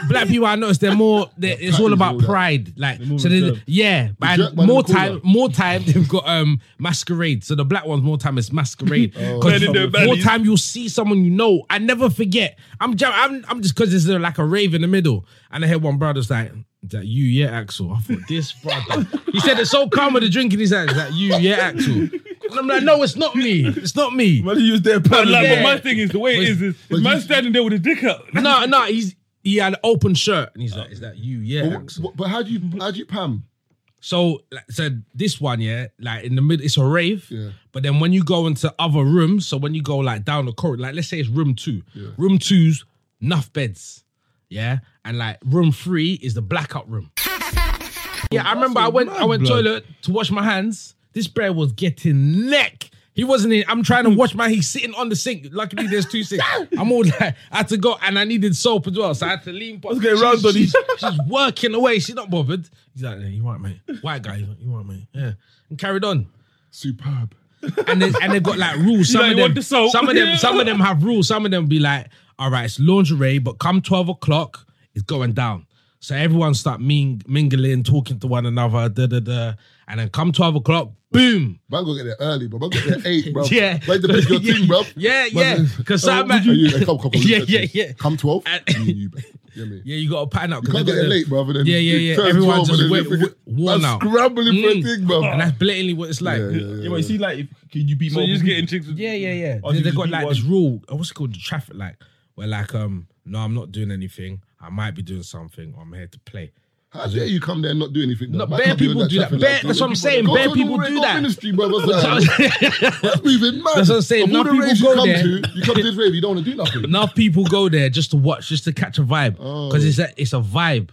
black people I noticed they're more. They're, it's all patties about and all that. pride, like so. more they- reserved. Yeah, jerk and man in more the corner. time, more time they've got um masquerade. So the black ones more time is masquerade. 'Cause Men in their more bellies. time you'll see someone you know. I never forget. I'm jam- I'm I'm just because there's uh, like a rave in the middle, and I heard one brother's like. "Is That you, yeah, Axel. I thought this brother. he said it's so calm with the drink in his hands. Is That you, yeah, Axel. And I'm like, no, it's not me. It's not me. Why do you use their But like, Yeah. but my thing is the way it is is, is man standing there with his dick out. No, no, he's he had an open shirt, and he's like, "Is that you, yeah, But, Axel?" but- but how do you how do you Pam? So, like, so this one, yeah, like in the middle, it's a rave. Yeah. But then when you go into other rooms, so when you go like down the corridor, like let's say it's room two, room two's enough beds, yeah, and like room three is the blackout room. yeah, I remember I went, I went toilet to wash my hands. This bear was getting neck. He wasn't in. I'm trying to Mm. wash my. He's sitting on the sink. Luckily, there's two sinks. I'm all like, I had to go, and I needed soap as well, so I had to lean. I was getting round on she's, him. she's working away. She's not bothered. He's like, yeah, you right, mate. White guy, he's like, you right, mate. Yeah, and carried on Superb. and they and they got like rules. Some know, of you want them, the soap. some of them, some of them have rules. Some of them be like, all right, it's lingerie, but come twelve o'clock, it's going down. So everyone start ming- mingling, talking to one another, da da da, and then come twelve o'clock, boom, Man, go get there early, bro. Man, go get there eight, bro. Yeah. Wait to pick your Yeah. team, bro. Yeah, Man, yeah. 'Cause Oh, some would man- you- hey, come, come, come, Yeah, let's yeah, see. yeah. Come twelve. And- you, you, bro. You know what I mean? yeah, you got to pattern out. 'cause Can't they get there got the- late, bro. and then Yeah, yeah, it yeah. turns Everyone 12, just and then wait, they wait, forget- worn Man, out, scrambling for a Mm. thing, bro. and that's blatantly what it's like. Yeah, yeah, Yeah, but you see, like, if, can you beat So more you just people? getting chicks. With, Yeah, yeah, yeah. Or They, do they you got do like one- this rule. oh, What's it called the traffic light? Where like, um, no, I'm not doing anything. I might be doing something. Or I'm here to play. How dare you come there and not do anything? No, though? Man, bare can't be on people do that. traffic Bare- light, bro. that's what I'm saying, Go bare to the people Red do Bull that. Ministry, bro. That's what I'm saying. That's moving mad. That's what I'm saying. Of Now all the people raves go you come there. to, you come to this rave, you don't want to do nothing. enough people go there just to watch, just to catch a vibe, Oh. because it's a it's a vibe.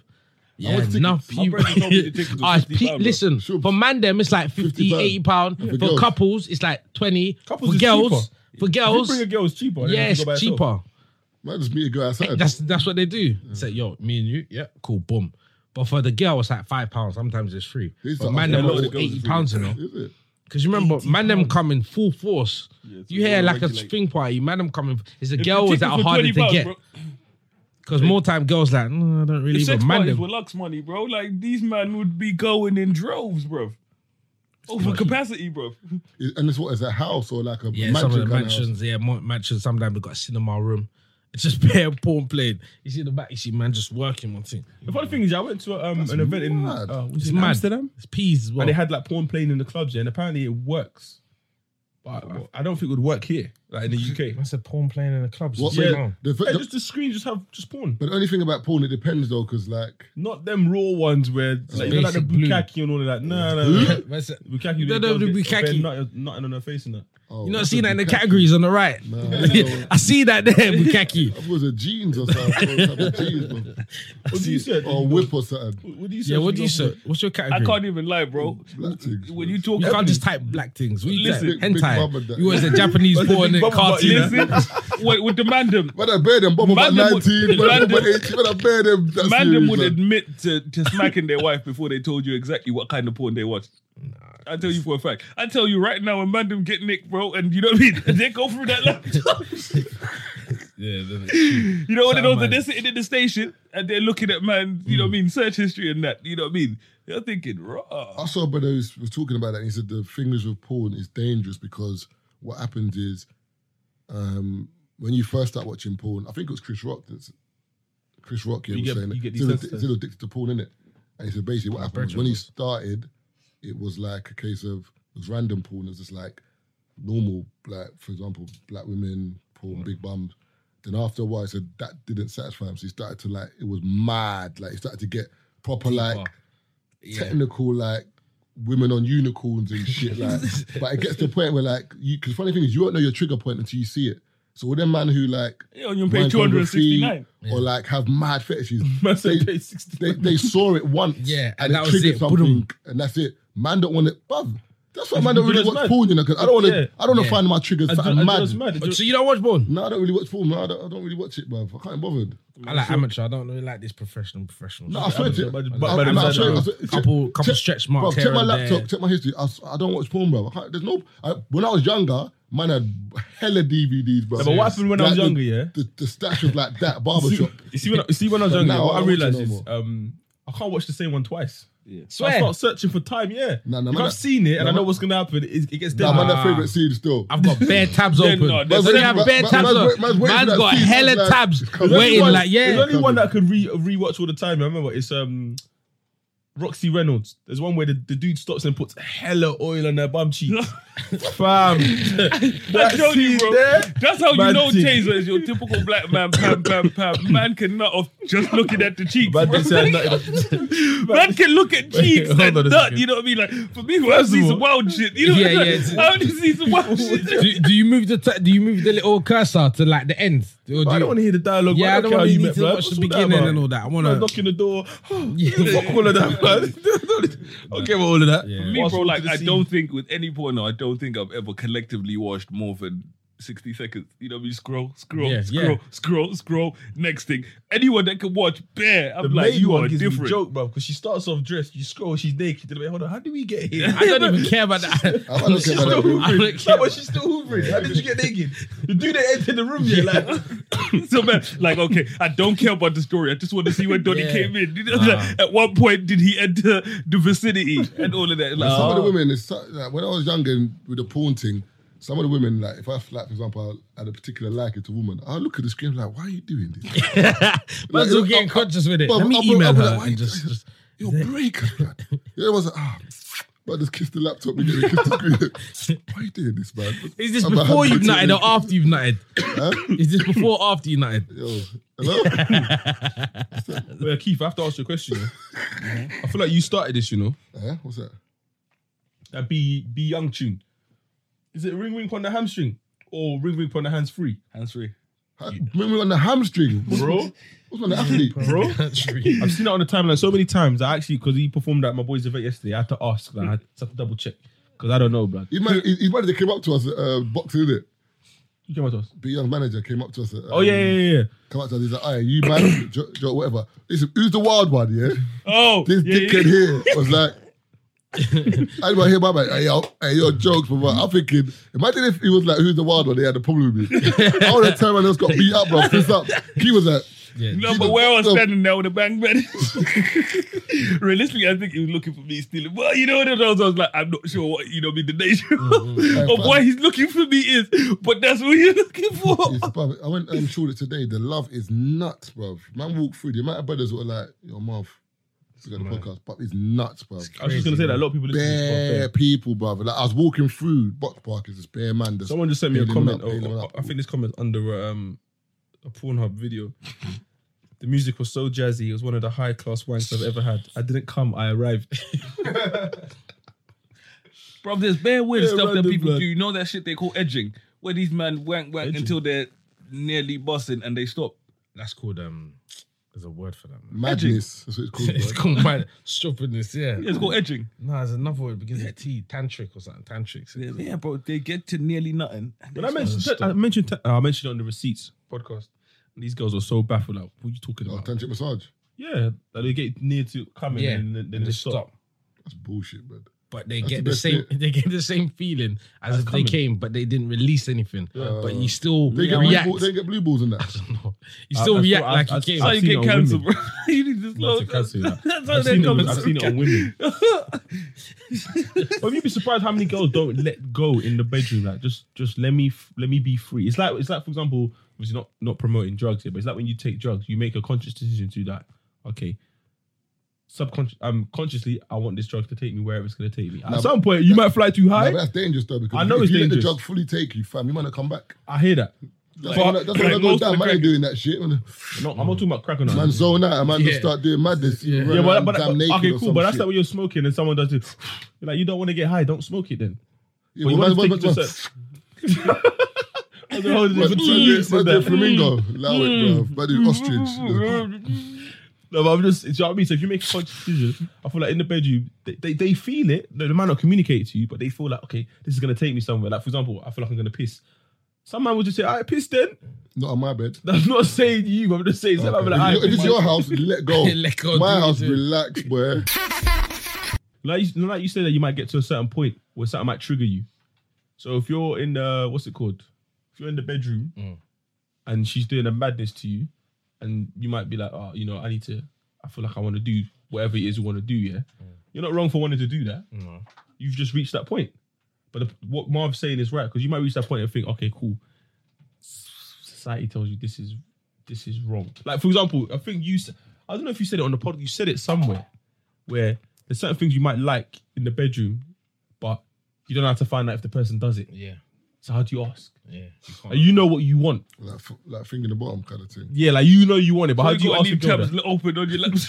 Yeah, want tickets. enough My people. brother told me the tickets was Ah, it's 50 peak- pound, bro. listen, Sure. for man them it's like 50, 50 pound. 80 pound. For For, girls. couples, it's like 20. Couples for is girls, cheaper. for If you girls, bring a girl, it's cheaper. and then yeah, you can it's go by yourself. cheaper. Man, just meet a girl outside. That's that's what they do. It's like, yo, me and you, yeah, cool, boom. But for the girl, it's like five pounds. Sometimes it's free. It's But like- man, yeah, them a lot all of the girls eighty is pounds, you know. Is it? Because you remember, man, them come in full force. you hear like a regulate. swing party, man, them coming. It's the If girls tickets that are were harder 20 to pounds, get. bro. Because more time girls like, mm, I don't The really sex even mind parties them. were lux money, bro. Like these man would be going in droves, bro. Over capacity, bro. Is- And it's what is a house or like a Yeah, mansion some of the kind of house? mansions, yeah, mo- mansions. Sometimes we got a cinema room. It's just bare porn playing. You see the back, you see man just working one thing. The funny thing is, yeah, I went to um, an event in mad. uh, was It's it in mad. Amsterdam. It's peas as well. and they had like porn playing in the clubs, yeah, and apparently it works. But I- I don't think it would work here, like in the UK. I said porn playing in the clubs. What, It's wait, wrong. the, Yeah, the- just the screen, just have just porn, but the only thing about porn, it depends though, because like not them raw ones where like, you know, like the basic blue. bukkake and all of that. No, no, no. Where's it? bukkake. the No, no, girls the get- bukkake. they're Not, nothing on her face and that. oh, You not that's see a that in the bukkake. categories on the right. Nah, I don't know. I see that there, Bukaki. That was a jeans or something. or something, jeans, What do Oh, you say? bro. or a whip or something. What do you say? oh. Yeah, what do you go say? What's your I category? can't even lie, bro. Black things, When bro. you talk, you can't just type black things. What you Listen, type? Big- Big Mama Hentai. that- You was a Japanese What's the porn Big and Mama button, cartoon. yeah? listen, with, with the man them, But I bear them, Bob about Man them would- 19, but I man them- bear 18, but I bear them. That man them series, would man. admit to, to smacking their wife before they told you exactly what kind of porn they watched. I tell you for a fact. I tell you right now, when man them get nicked, bro, and you know what I mean, they go through that. Laptop. Yeah, the- You know what it Sound is? that man. They're sitting in the station and they're looking at man. You know what Mm. I mean? Search history and that. You know what I mean? They're thinking raw. I saw a brother who was, was talking about that. And he said the fingers with porn is dangerous because what happens is um, when you first start watching porn, I think it was Chris Rock. That's, Chris Rock, yeah, You was get- saying you that. get still, addi- desensitized. still addicted to porn, innit? And he said basically what happened was when he started, it was like a case of it was random porn. It was just like normal, like for example, black women porn, big bums. Then after a while, he said that didn't satisfy him. So he started to like, it was mad. Like he started to get proper like technical like women on unicorns and shit. Like, but it gets to the point where like, you because funny thing is, you won't know your trigger point until you see it. So all them man who like Yeah, on your mind page over 269. feet or like have mad fetishes, they, Man said page 60. they, they saw it once, Yeah, and, and that it was triggered it. something, Boom. and that's it. Man don't want it, bruv. That's why man don't really That's watch mad. porn, you know, because I don't want to. Yeah. I don't want to Yeah. find my triggers. I for- do- I'm I do- mad. it's mad. I do- So you don't watch porn? No, I don't really watch porn. No, I don't, I don't really watch it, bruv. I can't be bothered. I like amateur. I don't really like this professional. Professional. No, I swear to you. but- I- but- but I- I it's- swear- I uh, swear- couple- check- couple stretch marks Bruv, here check my and laptop. there. Check my history. I, s- I don't watch porn, bruv. I can't, there's no. I, when I was younger, man had hella DVDs, bruv. Yeah, but what happened when I was Like, the- younger, yeah? The, the stash was like that barbershop. You see, when I, you see, when I was But younger, now I what I don't watch it realized no is more. um, I can't watch the same one twice. So I Swear. start searching for time. Yeah, Nah, nah, if man, I've that- seen it and nah, I know man- what's gonna happen, it, it gets Nah, dead. man, that favorite scene still. I've got bare tabs Yeah, open. no, No, there's- they have Man's bare waiting- tabs man's up. waiting- man's waiting for Man's that got season, hella like, tabs it's coming. waiting. one, Like There's yeah, only one that I could re rewatch all the time. I remember it's um Roxy Reynolds. There's one where the, the dude stops and puts hella oil on her bum cheek. Fam, I told you, scene bro. there, That's how you man know did- Taser is your typical black man. Pam, pam, pam. Man can nut off just looking at the cheeks. Man, bro. did say nothing. Man can look at cheeks hold and on a nut. second. You know what I mean? Like for me, who I've seen some wild shit. You know Yeah, what I mean? yeah. I only see some wild shit. do, do you move the t- do you move the little cursor to like the end? Or do I you- don't want to hear the dialogue. Yeah, man. I care don't how want to you need met, to bruv. watch the What's all that beginning about? and all that. I want Man, to. knocking the door. Yeah. Fuck all of that, man. Don't care about all of that. Yeah. Me, bro, Fast forward like to the I scene. don't think with any porno, I don't think I've ever collectively watched more than sixty seconds. You know, what I mean? scroll, scroll, Yeah, scroll, yeah. scroll, scroll. Next thing, anyone that can watch bare, I'm The like, main you one are gives me different. joke, bro, because she starts off dressed. You scroll, she's naked. You're like, Hold on, how do we get here? I don't even care about that. I don't care She's about that, still bro. I don't hoovering. care. Like, but she's still hoovering. How did you get naked? The dude that entered the room, yeah, like, so man, like, okay, I don't care about the story. I just want to see when Donnie Yeah. came in. You know, like, at what point did he enter the vicinity and all of that? Like, some of the oh. women, it's, so- like, when I was younger and with the porn thing, some of the women, like if I, like for example, I had a particular like it to a woman, I look at the screen like, why are you doing this? Man's Like, still getting I- I- conscious with it. Bro, Let me I'll be- I'll email be her like, why and you just, doing just Your break. man. yeah, it was like, ah, but I just kissed the laptop and then kissed the screen. why are you doing this, man? Is this I'm like, before I'm you've nutted or literally- after you've nutted? Is this before or after you nutted? Yo, hello? Well, Keith, I have to ask you a question. I feel like you started this, you know. Eh, What's that? That be be young tune. Is it ring ring on the hamstring or ring ring on the hands free? Hands free. Huh? Women on the hamstring. What's Bro, what's on the athlete? bro. I've seen it on the timeline so many times. I actually because he performed at my boys' event yesterday. I had to ask. Like, I had to double check because I don't know, blood. He's mad, he's mad they came up to us at uh, boxing, innit? You came out to us. Big young manager came up to us. At, um, Oh yeah, yeah, yeah. yeah. Come up to us. He's like, "Aye, you man, jo, jo, whatever." Listen, who's the wild one? Yeah, oh, this yeah, yeah, dickhead here was like, "I didn't want to hear about hey, yo, hey, your jokes." But I'm thinking, imagine if he was like, "Who's the wild one?" They had a problem with me. All the time, and else got beat up, bro. Pissed up. He was like, No, but where I was standing now with a bang bed. Realistically, I think he was looking for me still. Well, you know what it was? I was like, I'm not sure what you know I mean the nature of what he's looking for me is, but that's what he's looking for. It's, bruv, I went um, short it today. The love is nuts, bro. Man, walk through the amount of brothers who are like, "Your mouth." Look at the podcast, but it's nuts, bro. I was just gonna say that a lot of people listen to this. Bare but- people, brother. Like I was walking through Box Park, it's this bare man. That's Someone just sent me a bailing comment. up, bailing oh, up. I think this comment under um, a Pornhub video. The music was so jazzy. It was one of the high class wanks I've ever had. I didn't come. I arrived. Bro, there's bare weird Yeah, stuff that random people blood. do. You know that shit they call edging, where these men wank wank until they're nearly busting and they stop. That's called um. There's a word for that. Man. madness. That's what it's called. It's bro. called mad stupidness. Yeah. It's called edging. No, there's another word. It begins with T. Tantric or something. Tantric. Yeah, bro, they get to nearly nothing. and When they I mentioned, I mentioned, uh, I mentioned it on the receipts podcast. And these girls were so baffled. Like, what are you talking Oh, about? tantric massage. yeah, that they get near to coming Yeah, and then, then and they just stop. stop. That's bullshit, man. But they That's get the the best same. bit. They get the same feeling as if coming. they came, but they didn't release anything. but you still They get, blue react. ball, they get blue balls in that. No, you I- still I saw- react I- like I- you came. That's I- how I've you seen get it on cancer, women. bro. you need to slow That's a cancer, down. yeah. That's how I've that seen, it on, comes. I've seen it on women. but you'd be surprised how many girls don't let go in the bedroom. Like just, just let me, f- let me be free. It's like, it's like for example, obviously not not promoting drugs here, but it's like when you take drugs, you make a conscious decision to like, okay, subconscious, um, consciously, I want this drug to take me wherever it's going to take me. At Nah, some point, you might fly too high. No, but that's dangerous though because I know if it's you let the dangerous. drug fully take you, fam, you might not come back. I hear that. That's why that's why like I go most down. of the Man ain't crack- doing that shit. Man, No, I'm not talking about crack or man nothing. zone out. Man Yeah. just start doing madness. You run Yeah, but, around but, damn naked okay, or cool. some But that's shit. like when you're smoking and someone does it. You're Like you don't want to get high, don't smoke it then. Yeah, But you but want to man- take it man- yourself. Other hoes man- is- man- man- Mm. man- man- flamingo. Allow it, bro. Man, do ostrich. Mm. No, but I'm just, do you know what I mean? So if you make a conscious decision, I feel like in the bedroom, they, they, they feel it. They, they might not communicate it to you, but they feel like, okay, this is going to take me somewhere. Like, for example, I feel like I'm going to piss. Some man will just say, all right, piss then. Not on my bed. I'm not saying you, I'm just saying, some man will be like, If all right, it's piss. your house, let go. Let go, do My what house, you do. relax, boy. Like you, like you said, that you might get to a certain point where something might trigger you. So if you're in the what's it called? If you're in the bedroom Mm. and she's doing a madness to you, and you might be like, oh, you know, I need to. I feel like I want to do whatever it is you want to do. Yeah, you're not wrong for wanting to do that. Mm. No. You've just reached that point. But the, what Marv's saying is right because you might reach that point and think, okay, cool. Society tells you this is this is wrong. Like for example, I think you. s- I don't know if you said it on the pod. You said it somewhere where there's certain things you might like in the bedroom, but you don't have to find out if the person does it. Yeah. So how do you ask? Yeah. Like, you know what you want. Like, f- like finger in the bottom kind of thing. Yeah, like you know you want it, but how do you ask? need the girl tabs that? open on your lips?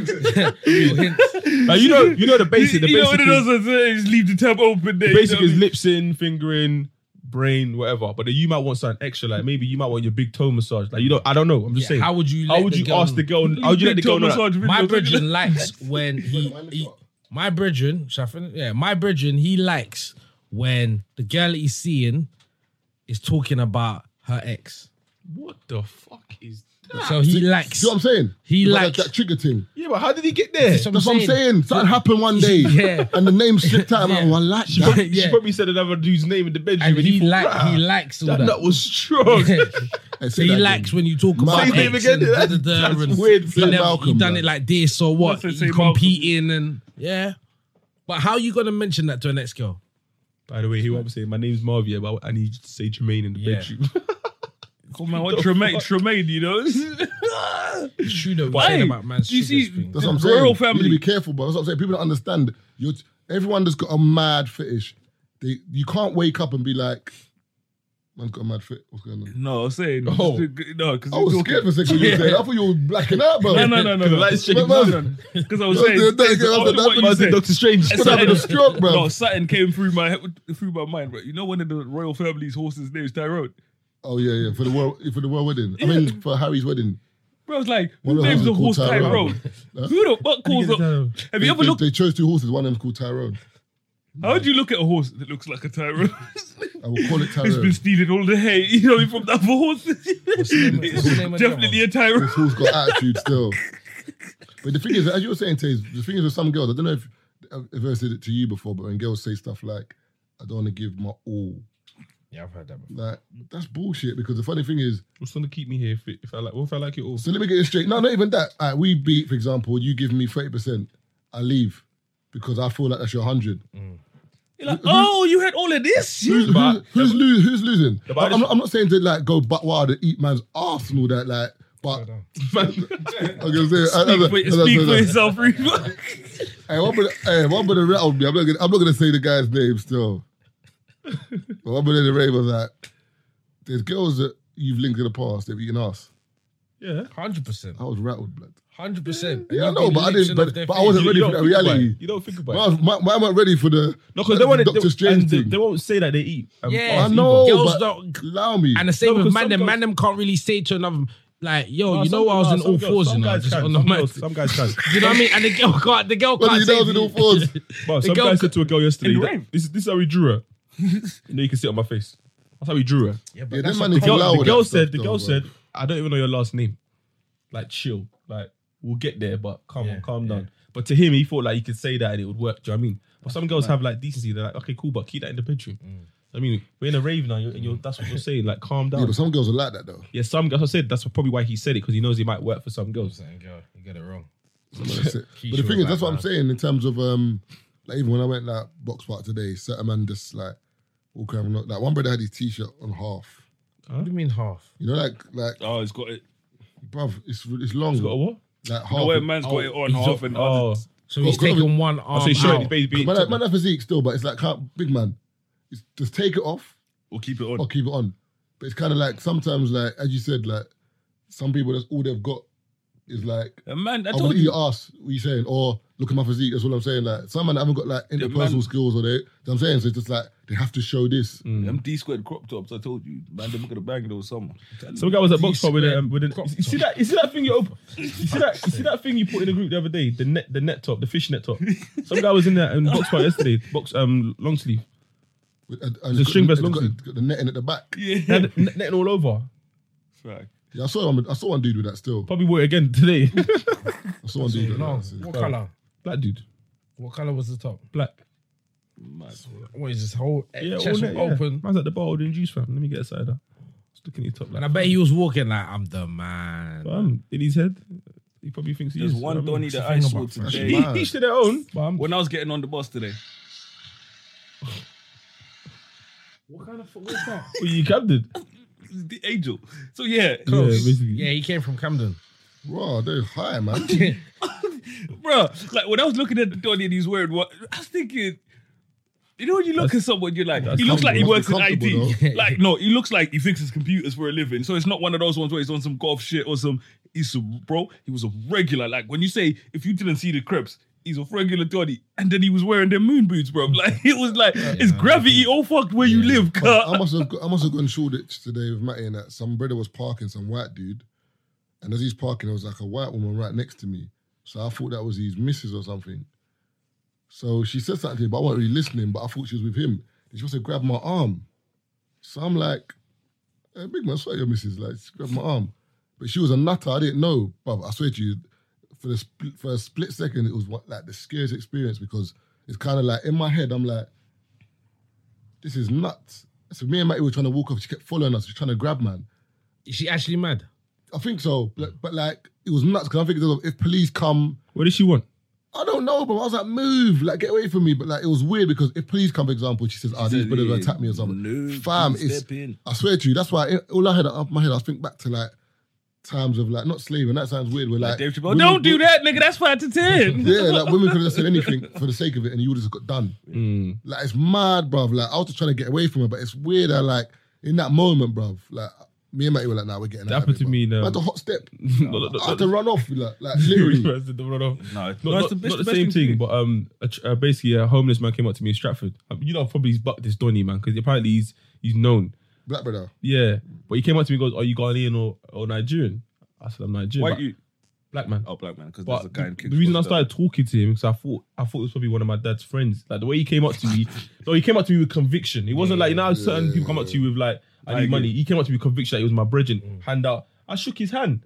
Little hints. Like you know, you know the basic. The you know basic, what it is, is? it's Just leave the tab open there. the you know basic what I is mean? lips in, finger in, brain, whatever. But then you might want something extra. Like maybe you might want your big toe massage. Like you don't. I don't know. I'm just Yeah, saying. how would you How let would the you girl- ask the girl? How would you let the Big toe girl know? that? massage videos, My look at brethren that. likes when he, he my brethren, shall I finish? Yeah, my brethren, he likes when the girl that he's seeing is talking about her ex. What the fuck is? So he likes. See what I'm saying? He Like likes- that trigger thing. Yeah, but how did he get there? So That's what I'm saying. Something happened one day. Yeah. And the name slipped out. I'm like, Yeah. oh, I like She that. probably, she Yeah. probably said another dude's name in the bedroom, And and, he thought, like "Rah, he likes all Ah, that, that. nut was strong. Hey, say So he that likes again. when you talk about Say his name ex again, and that's- da-da-da that's and weird, He, Say never- he Malcolm, done man. it like this or That's what? what I He say, Malcolm. competing and yeah. But how you gonna mention that to an ex girl? By the way, he won't say my name's Marvia, but I need you to say Jermaine in the Yeah. bedroom. Come on, what Tremaine, Tremaine, you know? It's true though. Why? Saying about man's Do you sugar see- spring. That's what I'm The saying. royal You need family. to be careful, bro. That's what I'm saying. People don't understand. You're, everyone that's got a mad fetish, they you can't wake up and be like, man's got a mad fit. What's going on? no, I'm saying. Oh. No, because I was scared for a second. You were saying. I thought you were blacking out, bro. No, no, no, no. The no. lights shaking. Man, down. man, Because I was Don't saying, do it, don't it's do it, after what don't do it, you don't do said. it. Doctor Strange. It's having something- a stroke, bro. No, something came through my head- through my mind, bro. You know, one of the royal family's horses' names, Tyrone. Oh yeah, yeah. For the world, for the world wedding. I mean, for Harry's wedding. Bro, I was like, One who of names them's the called horse Tyrone? Tyrone. Huh? Who the fuck calls get Tyrone? up? Have They, you ever they- looked? they chose two horses. One of them's called Tyrone. How would you look at a horse that looks like a Tyrone? I will call it it's Tyrone. been stealing all the hay, you know, from the other horses. the name- what's the name of the other Definitely a Tyrone. This horse got attitude still. But the thing is, as you were saying, Taze, the thing is with some girls, I don't know if if I said it to you before, but when girls say stuff like, "I don't want to give my all," Yeah, I've heard that before. like that's bullshit. Because the funny thing is, What's gonna keep me here if, it, if I like? What if I like it all? so let me get this straight. No, not even that. All right, we beat, for example, you give me thirty percent, I leave because I feel like that's your hundred. You're like, oh, you had all of this? Who's, But- who's, who's, lo- who's losing? The I'm, baddest- I'm not- I'm not saying to like go butt wild and eat man's ass and all that, like. But I'm gonna say, I- I- Speak I- I- for, I- speak I- for I- yourself, Reba. Hey, one brother, hey, one brother rattled me. I'm not gonna, I'm not gonna say the guy's name still. but one brother in the rave was like, "There's girls that you've linked in the past. They've eaten us." Yeah. Hundred percent. I was rattled, blood. Hundred percent. Yeah, I know, but I didn't. But, but I wasn't You- ready you for that don't think about reality. it. You don't think about Man, it. I was- man, man, I'm not ready for the No, because they want Doctor they, Strange and they, thing. they won't say that they eat. Um, Yeah. I know, Girls but don't- allow me. And the same No, with because man, some them, girls- man, them can't really say to another, like, yo, Nah, you know, some- I was nah, in some all girls- fours, you some know, guys just can, on the some mic. girls- Some guys can. You know what I mean? And the girl can't, the girl What can't did you say know in all to you- fours? Bro, some girl guy could- said to a girl yesterday, In the that- rave. this, this is how we drew her. you know, you can see it on my face. That's how we drew her. Yeah, but Yeah, that's them man a is The girl, allow the that girl stuff said, the though, girl bro. said, I don't even know your last name. Like, chill. Like, we'll get there, but calm on, calm down. But to him, he thought like he could say that and it would work. Do you know what I mean? But some girls have like decency. They're like, okay, cool, but keep that in the bedroom. Mm. I mean, we're in a rave now, you're, and you're, that's what you're saying. Like, calm Yeah, down. but some girls are like that though. Yeah, some girls. I said that's probably why he said it because he knows he might work for some girls. Certain girl, you get it wrong. Some of us say- but Keisha the was thing is, like, that's what I'm "Nah." saying in terms of um, like even when I went like box park today, certain man just like walk around. Not, like one brother had his t-shirt on half. What do you mean half? You know, like like Oh, it's got it. bruv, it's it's long. He's got a what? Like half. The way a man's got it on half and Oh, others. So he's Well, taking one oh arm so he's showing out. baby. man, man, that physique still, but it's like can't, big man. It's, just take it off Or keep it or on. keep it on. But it's kind of like sometimes, like as you said, like some people that's all they've got is like A man, I I want told to eat you. your ass. What you saying? Or look at my physique. That's what I'm saying. Like some man haven't got like interpersonal man- Mm. skills, or they. You know what I'm saying so. It's just like they have to show this. Them D squared crop tops, I told you. Man, them gonna bang those summer. Some guy was at box pub with a, um, with a, you see that you see that thing you open, you see that you see that thing you put in the group the other day the net the net top the fish net top. Some guy was in that in box pub yesterday box um long sleeve With- And, and The it's got- string vest it's got- looks- it's got the netting at the back. Yeah. He had net netting all over. Fuck. Yeah, I saw one. I saw one dude with that still. Probably wore it again today. I saw one dude. with No. that. What color? Black dude, What color was the top? black. Mad. What is this whole Yeah, all chest net, yeah. open? Man's at the bar ordering juice fam. Let me get a cider. I was looking at his top like. And I bet he was walking like I'm the man. fam, in his head. He probably thinks he There's is. one Donny that I thing saw about French today. man. He, each to their own. But I'm, When I was getting on the bus today, What kind of foot was that? Well, you cabbed it. the angel. So yeah, Yeah, basically. Yeah, he came from Camden. Wow, they're high, man. bro. Like when I was looking at the Donny and he's wearing what, I was thinking. You know when you look at someone, you're like, he looks like he works comfortable. in Must be IT. like no, he looks like he fixes computers for a living. So it's not one of those ones where he's on some golf shit or some. He's a bro. He was a regular. Like when you say if you didn't see the Crips, he's a regular Donny, and then he was wearing their moon boots, bro. Like it was like it's gravity all fucked where you live, cut. I must have I must have gone Shoreditch today with Matty and that some brother was parking, some white dude, and as he's parking, there was like a white woman right next to me. So I thought that was his missus or something. So she said something, to me, but I wasn't really listening. But I thought she was with him. And she must have grabbed my arm. So I'm like, hey, big man, sorry, your missus. Like she grabbed my arm, but she was a nutter. I didn't know, but I swear to you, for the split, for a split second, it was what, like the scariest experience because it's kind of like in my head, I'm like this is nuts. So me and Matty were trying to walk off. She kept following us. She was trying to grab man. Is she actually mad? I think so, Hmm. but, but like it was nuts because I think if police come, What did she want? I don't know. But I was like, move, like get away from me. But like it was weird because if police come, for example, she says, "Ah, these said, brothers "Yeah, attack me" or something. no, Fam, please it's step in. I swear to you, that's why it, all I had up my head. I think back to like times of like not slaving. That sounds weird. We're like, Dave Chappelle, women- don't do that, nigga. That's five to ten. Yeah, like women could have just said anything for the sake of it, and you would have just got done. Mm. Like it's mad, bruv. Like I was just trying to get away from her, but it's weird. that like in that moment, bruv. Like me and Matty were like, "Nah, we're getting." That out of happened here, to bruv." me, I no. had to hot step. No, no, no, I had no. to run off. Like, like literally. Requested the run off. No, not, it's- no, not, it's the- it's not the, the best same thing to thing, do. but um, a, ch- uh, basically a homeless man came up to me in Stratford. Um, you know, I've probably he's bucked this Donny man because apparently he's he's known. Black brother. Yeah, but he came up to me and goes, "Are you Ghanaian or, or Nigerian?" I said, "I'm Nigerian." White But- you? black man. Oh, black man, because there's a But guy the, in the reason I Kingsborough. started talking to him because I thought I thought it was probably one of my dad's friends. Like the way he came up to me, no, he came up to me with conviction. He wasn't like you know how certain people come up to you with like I need agree. money. He came up to me with conviction that he was my brethren. Mm. Hand out. I shook his hand.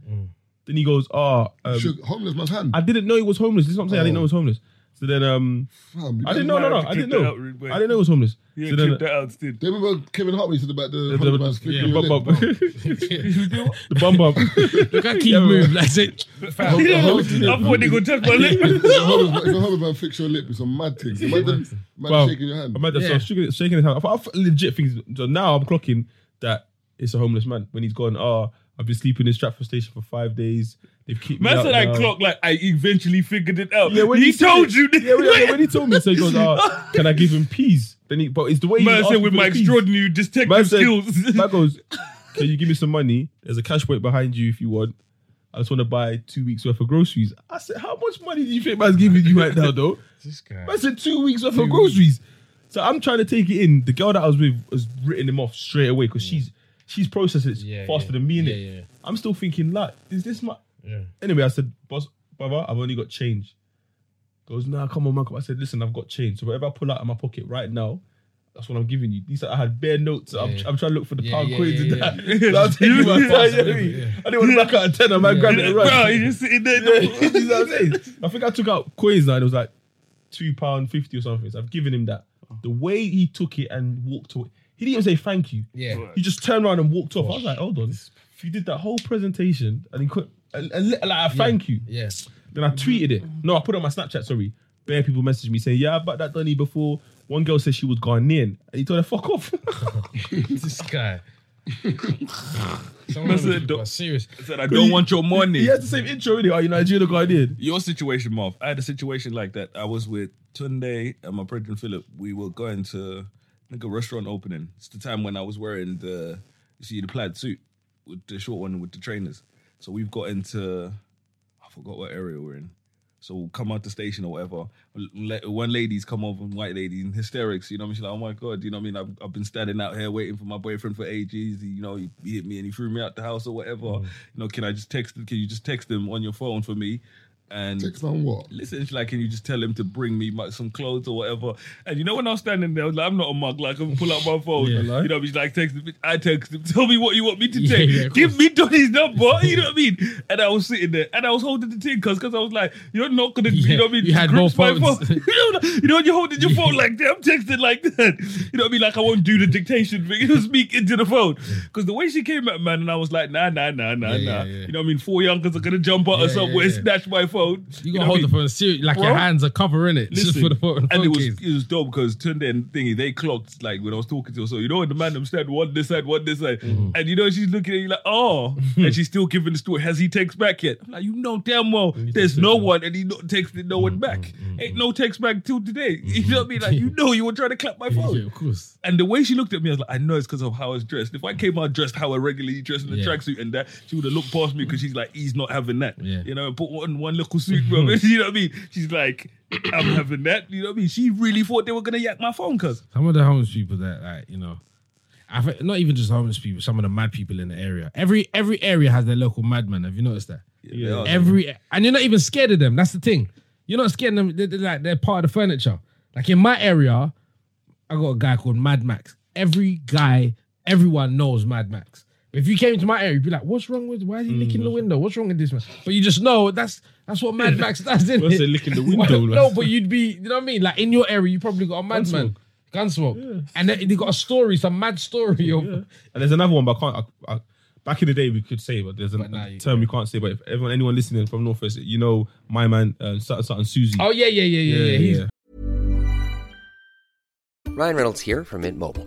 Then he goes, "Ah, um, Shook homeless man's hand. I didn't know he was homeless. This is what I'm saying. I didn't know he was homeless." So then, um, Fam, I didn't know. No, no, Clip I didn't that know. out, Rude boy. I didn't know he was homeless. Yeah, so then, clip that out, still. Do you remember Kevin Hart when he said about the, the, homeless the, man's flipping yeah, your bum lip, bum, bruv? the bum bum. Look at Keith move. That's it. If a homeless- I thought they gonna touch my if lip. a homeless man- if a homeless man flicks your lip, it's a mad thing. Imagine, imagine Wow. shaking your hand. I'm mad that- so I was shaking, shaking his hand. I thought, I legit things. So now I'm clocking that it's a homeless man when he's gone. Oh, I've been sleeping in Stratford Station for five days. They've kept me Man out said I now." clocked like I eventually figured it out. Yeah, when he, said told it- you. Yeah, when, yeah, when he told me, so he goes, oh, "Can I give him peas?" Then he, but it's the way he Man asked said me with for my the peas. extraordinary Man said, detective skills. man goes, "Can you give me some money? There's a cash weight behind you if you want." I just want to buy two weeks worth of groceries. I said, "How much money do you think man's giving you right now, though?" This guy. I said two weeks worth of groceries. So I'm trying to take it in. The girl that I was with has written him off straight away because she's she's processing it Yeah, faster yeah. than me. Yeah, innit? yeah. I'm still thinking, like, is this my? Yeah. Anyway, I said, boss, brother, I've only got change. Goes, nah, come on, man. come on." I said, listen, I've got change. So whatever I pull out of my pocket right now, that's what I'm giving you. These I had bare notes. I'm, yeah. I'm trying to look for the Yeah, pound yeah, coins yeah, and that. So I'm taking my time, you know what I mean? Yeah. I didn't want to back out a tenner, man. Grab it and run. Bro, he just sitting there. Yeah, you see what I'm saying? I think I took out coins now and it was like two pound fifty or something. So I've given him that. The way he took it and walked away, he didn't even say thank you. Yeah. He just turned around and walked off. I was like, hold on, if you did that whole presentation and he could, and, and like, I thank you. Yeah. Then I tweeted it. No, I put it on my Snapchat. Sorry, bare people messaged me saying, yeah, about that Donny before. One girl said she was Ghanaian, and he told her fuck off. This guy. Some of them people are serious. said I don't want your money. he has the same intro. innit? Are you Nigerian or Ghanaian? Your situation, Marv. I had a situation like that. I was with Tunde and my brother Philip. We were going to like a restaurant opening. It's the time when I was wearing the You see the plaid suit with the short one with the trainers. So we've got into I forgot what area we're in. So we'll come out the station or whatever. Let- One lady's come over, white lady in hysterics. You know what I mean? She's like, oh my God, you know what I mean? I've, I've been standing out here waiting for my boyfriend for ages. He, you know, he, he hit me and he threw me out the house or whatever. You know, can I just text, can you just text him on your phone for me? And Text on what? listen, she's like, can you just tell him to bring me my, some clothes or whatever? And you know, when I was standing there, I was like, I'm not a mug, like, I'm pull out my phone. Yeah. You know, he's like, text him, I text him, tell me what you want me to Yeah, take. yeah, of Give me Donny's number, you know what I mean? And I was sitting there and I was holding the thing because I was like, you're not going to, Yeah, you know what I mean? you had grip no my phone. phones. you, know, you know, when you're holding your phone like that, I'm texting like that. You know what I mean? Like, I won't do the dictation thing, just speak into the phone. Because the way she came at man, and I was like, nah, nah, nah, nah, yeah, nah. yeah. You know what I mean? Four youngers are going to jump out Yeah, or yeah, somewhere, yeah. snatch my phone. You know gotta what I hold mean? the phone serious. Like your Bro. hands are covering it just Listen, for the phone. and it phone was case. it was dope because Tunde and Thingy they clocked like when I was talking to her. So you know when the man them said one this side, one this side, Mm-hmm. and you know she's looking at you like oh, and she's still giving the story. Has he text back yet? I'm like you know damn well there's no one, and he not texted no Mm-hmm. one back. Ain't no text back till today. You know what I mean? Like you know you were trying to clap my phone. yeah, of course. And the way she looked at me, I was like, I know it's because of how I was dressed. If I came out dressed how I regularly dress in a Yeah. tracksuit and that, she would have looked past me because she's like, he's not having that. Yeah. You know, put on one little suit, bro. you know what I mean? She's like, I'm having that. You know what I mean? She really thought they were gonna yak my phone, cuz. Some of the homeless people that like, you know, I think not even just homeless people, some of the mad people in the area. Every every area has their local madman. Have you noticed that? They are. Every and you're not even scared of them. That's the thing. You're not scared of them. They're, they're like they're part of the furniture. Like in my area, I got a guy called Mad Max. Every guy, everyone knows Mad Max. If you came to my area, you'd be like, "What's wrong with? Why is he licking Mm. the window? What's wrong with this man?" But you just know that's that's what Mad Max does. Isn't What's it? it licking the window? no, but you'd be, you know what I mean? Like in your area, you probably got a madman, Gunsmoke, and they, they got a story, some mad story. Of, And there's another one, but I can't. I, I, back in the day, we could say, but there's a But now you term we can't say. But if everyone, anyone listening from Northwest, you know, my man, uh, Sutton, Sutton Susie. Oh yeah, yeah, yeah, yeah, yeah. He's Ryan Reynolds here from Mint Mobile.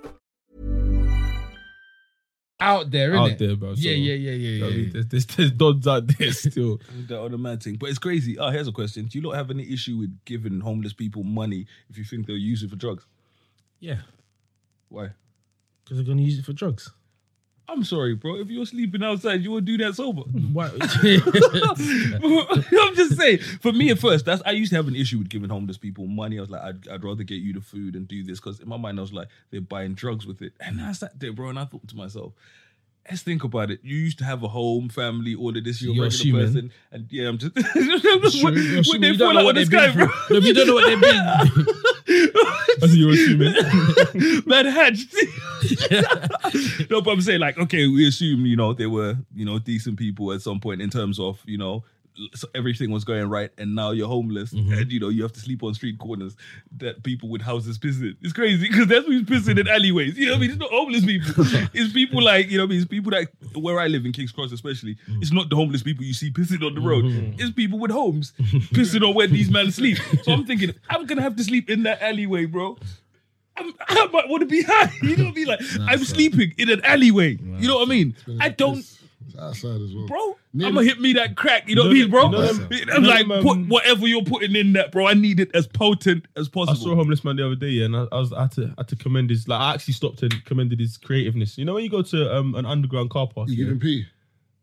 out there, isn't out it? there, bro. So, yeah, yeah, yeah, you know yeah, what I mean? yeah. There's, there's, there's dogs out there still. That on the mad thing. But it's crazy. Oh, here's a question. Do you not have any issue with giving homeless people money if you think they'll use it for drugs? Yeah, Why? because they're gonna use it for drugs. I'm sorry, bro. If you're sleeping outside, you will do that sober. Why? I'm just saying. For me, at first, that's I used to have an issue with giving homeless people money. I was like, I'd, I'd rather get you the food and do this because in my mind, I was like, they're buying drugs with it. And I sat there, bro, and I thought to myself, let's think about it. You used to have a home, family, all of this. You're, You're a regular person, assuming. and yeah, I'm just. Sure, when you're assuming they you don't fall know out what of the they've been sky, bro. through. No, you don't know what they've been. That's what you're assuming. man hatched. no, but I'm saying like, okay, we assume you know they were you know decent people at some point in terms of you know l- so everything was going right, and now you're homeless, and you know you have to sleep on street corners that people with houses piss in. It's crazy because that's who's pissing in alleyways. You know, what I mean, it's not homeless people. it's people like you know, what I mean, it's people that where I live in Kings Cross, especially. It's not the homeless people you see pissing on the road. It's people with homes pissing on where these men sleep. So I'm thinking, I'm gonna have to sleep in that alleyway, bro. I'm, I might want to be high. You know what I mean? Like I'm sleeping in an alleyway. you know what I mean? I don't, It's, it's outside as well. bro. Near- I'm gonna hit me that crack. You know what I You mean, bro? know them- I'm you know like them, put um, whatever you're putting in that, bro. I need it as potent as I saw a possible. homeless man the other day, yeah, and I, I was I had to I had to commend his like I actually stopped and commended his creativeness. You know when you go to um, an underground car park, You yeah, giving pee?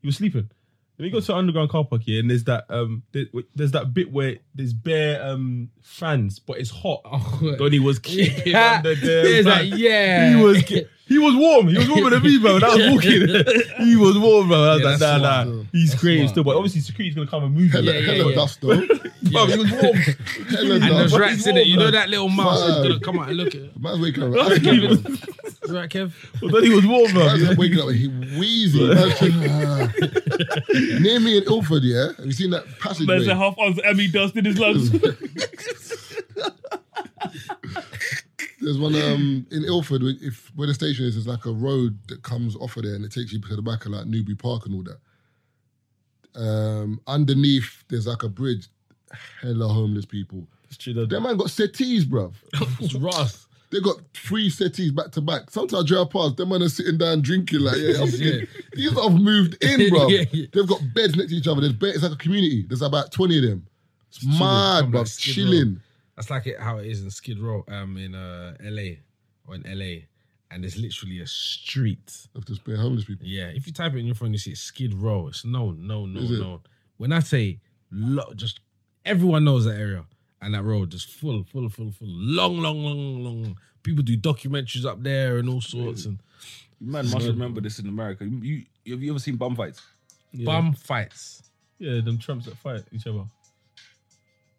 he was sleeping. Then we go to an underground car park here, and there's that um, there- there's that bit where there's bare um fans, but it's hot. Oh, Donny was kicking under there. There's that, yeah. He was ki- he was warm. He was warmer than me, bro. When I was walking, he was warm, bro. I was Yeah, like, nah, that's nah. smart, though. He's That's creative smart. still, but obviously security's gonna come and move him. Hella, yeah, hella yeah. dust though. Bro, he was warm. hella and dust. there's But rats he's in it. You warm, know man. that little mouse that's Fuck. gonna come out and look at it. Man's waking up. Man's waking up. You right, Kev? But he was warm, bro. Man's waking up. He wheezy. Man's thinking, ah. Near me in Ilford, yeah. Have you seen that There's a passageway? half ounce Emmy dust in his lungs. There's There's one um, in Ilford. when- If where the station is, there's like a road that comes off of there, and it takes you to the back of like Newbury Park and all that. Um, underneath, there's like a bridge. Hella homeless people. That man got settees, bruv. It's rough. They got three settees back to back. Sometimes I drive past, them man are sitting down drinking like, yeah, I'm Yeah. These lot have moved in, bro. Yeah, yeah. They've got beds next to each other. There's bed, it's like a community. There's about 20 of them. It's mad, Come bro. like Skid Row. Chilling. That's like it, how it is in Skid Row, um, in uh, LA or in LA, and there's literally a street. Of just being homeless people. Yeah, if you type it in your phone, you see Skid Row. It's known, known, known, Is it? known. When I say lo- just everyone knows that area and that road, just full, full, full, full, long, long, long, long. long. People do documentaries up there and all sorts and Man must remember this in America. You, you- have you ever seen bum fights? Yeah. bum fights. Yeah, them tramps that fight each other.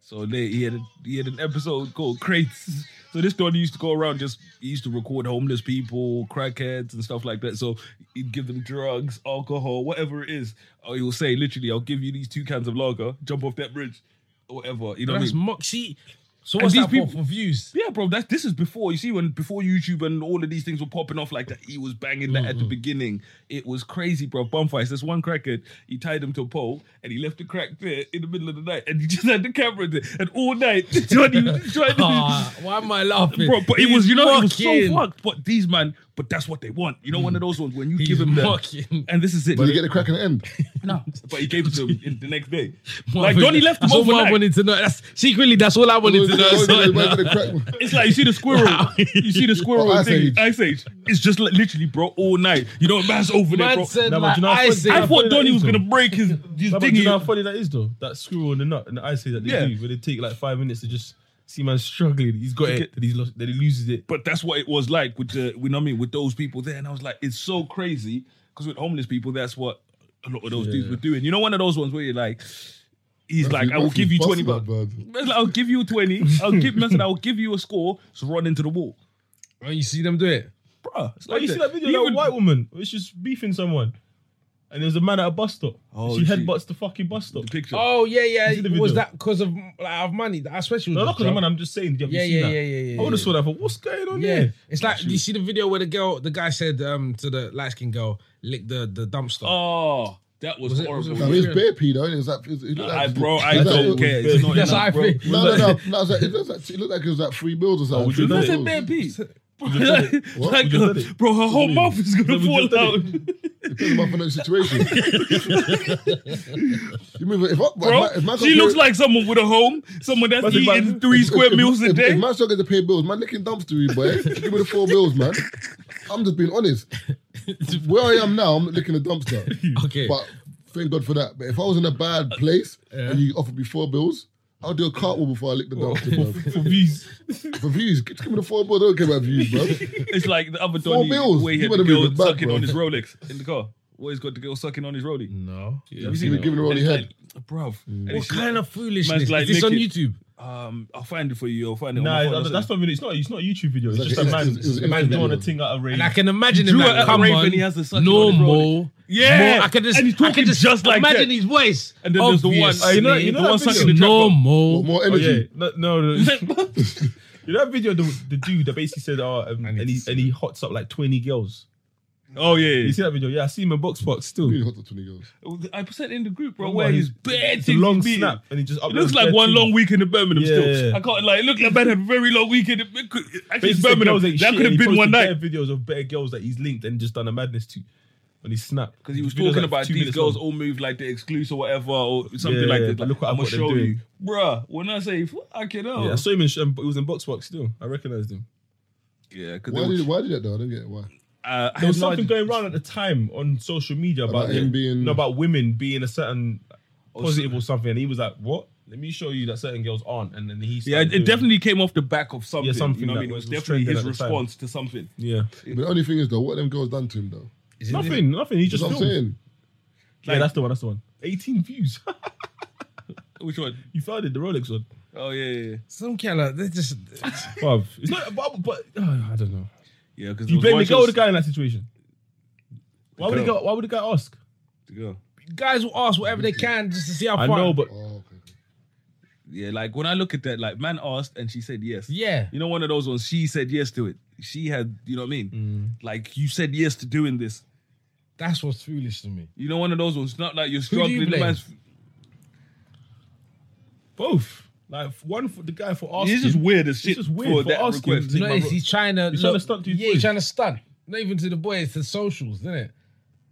So they, he had a, he had an episode called Crates. So this guy used to go around just he used to record homeless people, crackheads and stuff like that. So he'd give them drugs, alcohol, whatever it is. Or he will say, literally, I'll give you these two cans of lager, jump off that bridge, or whatever. You know what I That's mean? moxie. So And what's these that for- people- for views? Yeah, bro. That's this is before you see when before YouTube and all of these things were popping off like that. He was banging that at Mm-hmm. the beginning. It was crazy, bro. Bum fights. This one crackhead, he tied him to a pole and he left the crack there in the middle of the night, and he just had the camera there. And all night, Johnny was just trying to. Ah, why am I laughing? Bro, but it He's was you know it was so mocking. Mm. fucked. But these man, but that's what they want. You know, one of those ones when you He's give him mocking. the, and this is it. But you get the crack in the end. no, but he gave it to him in the next day. Like Marvin, Johnny left him That's all I overnight. wanted to know. That's secretly that's all I wanted to know. Everybody got the crack one. It's like you see the squirrel. You see the squirrel Oh, Ice Ice thing. Age. Age. Ice Age. It's just like literally, bro, all night. You know, man's over there, bro. Man said No, but like, you know how I funny- said- I thought that Donnie was is, though. gonna break his his No, but do thingy. you know how funny that is though? That squirrel and the nut and the ice that they Yeah. do, where they take like five minutes to just see man struggling. He's got it, that he's lost, that he loses it. But that's what it was like with the, you know what I mean, with those people there. And I was like, it's so crazy because with homeless people, that's what a lot of those dudes were doing. You know, one of those ones where you're like, he's like, I will give you twenty bucks. Man's like, I'll give you twenty. I'll give, man said, I'll give you a score. So run into the wall, Oh, you see them do it. bro. It's Oh, like you see that video? Even- that white woman, where she's beefing someone, and there's a man at a bus stop. Oh, she she- headbutts the fucking bus stop. the picture. Oh yeah, see the yeah. Was video? that because of like, of money? I swear she was. No, not because just the drunk. man. I'm just saying. Have Yeah, you seen yeah, that? yeah, yeah, yeah, I would have yeah. saw that. For what's going on? Yeah, here? it's like do you see the video where the girl, the guy said um, to the light skinned girl, lick the the dumpster. Oh, that was, Was it- was horrible. it- No, it was bare pee though. innit? It was like, it was- it looked I, like bro, I it was- don't care. It's not That's enough, how I bro. feel. No, no, no. no it, was like, it, looked like, it looked like it was like three bills or Oh, something. would you three know That's a bills. bad piece. What? Like, uh, You just said it. bro, her whole mouth is You gonna just fall said out. Depends on my financial situation. you mean, if, I, Bro, if my, if my she looks like someone with a home, someone that's What's it, eating man? three If- square if- meals a if- If day. my struggle to pay bills, my licking dumpster, you boy. Give me the four bills, man. I'm just being honest. Where I am now, I'm not licking a dumpster. Okay. But thank God for that. But if I was in a bad place and you offered me four bills, I'll do a cartwheel before I lick the dumpster, bro. For views. for views, just give me the four bills. I don't care about views, bro. It's like the other Four Donnie meals. where he You had better the be girl the back, sucking bro. on his Rolex in the car. Well, he's got the girl sucking on his Rolex. no. Have you Give seen me it? give me the rolly And- head. and- Bruv. And What it's kind like, of foolishness? Man's like is this on licking- YouTube? Um, I'll find it for you. I'll find it. Nah, on my phone. that's, that's not really. It's not. It's not a YouTube video. It's It's just a like- man. it's- it's- It's a it's man like- doing a thing at a rave. And I can imagine him Drew like, at a come rave on, and he has a sucking on his normal. Yeah. no, I can just, And he's I talking can just, just like imagine that. his voice. And then there's the one- Obviously, You know- you know the that one video? sucking the trap up. More, normal. more Oh, yeah. energy. No, no, no. you know that video, the, the dude that basically said, "Oh, um, I and need to he see and he hots up like twenty girls." oh yeah, You yeah. see that video? Yeah, I see him in box box still. Really hot to 20 girls. I sent it in the group, bro. Remember Where his- he's bad it's a long beating. snap, and he just It looks like one long weekend in Birmingham. Yeah. Still, I can't like. It looked like man had a very long weekend. in- Actually, Basically, Birmingham. That could have been one night. Videos of better girls that he's linked and just done a madness to on his snap Because he was Video's talking like about two these minutes girls long. all move like they're exclusive or whatever or something Yeah, like yeah, that. but Like, look what- I'm what gonna they're show you, doing. bruh. When I say fucking hell, Yeah, I saw him. In, sh- um, it was in box box still. I recognized him. yeah, because Why did, why did that though? I don't get it. Why? uh, I There was had no something idea. going around at the time on social media about, About him yeah, being- no, about women being a certain Or positive so- or something. And he was like, "What? Let me show you that certain girls aren't." And then he Yeah, started it doing- definitely came off the back of something. something you know what I that mean? It was, was definitely trending his at the time. response to something. yeah. But the only thing is though, what them girls done to him though? Nothing, nothing. He That's just what I'm filmed. saying. Yeah, that's the one. That's the one. 18 views. Which one? you found it, the Rolex one. Oh yeah, yeah, yeah. Some kind of they just. Bruv, it's not. But, but oh, I don't know. yeah because Do you blame the girl or the guy in that situation? Why would the girl. guy? Why would the guy ask? The girl. Guys will ask whatever they can just to see how I far. know, but Oh, okay. okay. Yeah, like when I look at that, like man asked and she said yes. Yeah. You know, one of those ones, she said yes to it. She had, you know what I mean? Mm. Like you said yes to doing this. That's what's foolish to me. You know, one of those ones, not like you're do you struggling. the blame? man's- Both. Like one for the guy for asking. It's just weird as shit It's just weird for for that asking. request. Take You know, my it's- bro- he's trying to. He's look- trying to stunt these Yeah, he's boys. trying to stunt. Not even to the boys, to socials, isn't it?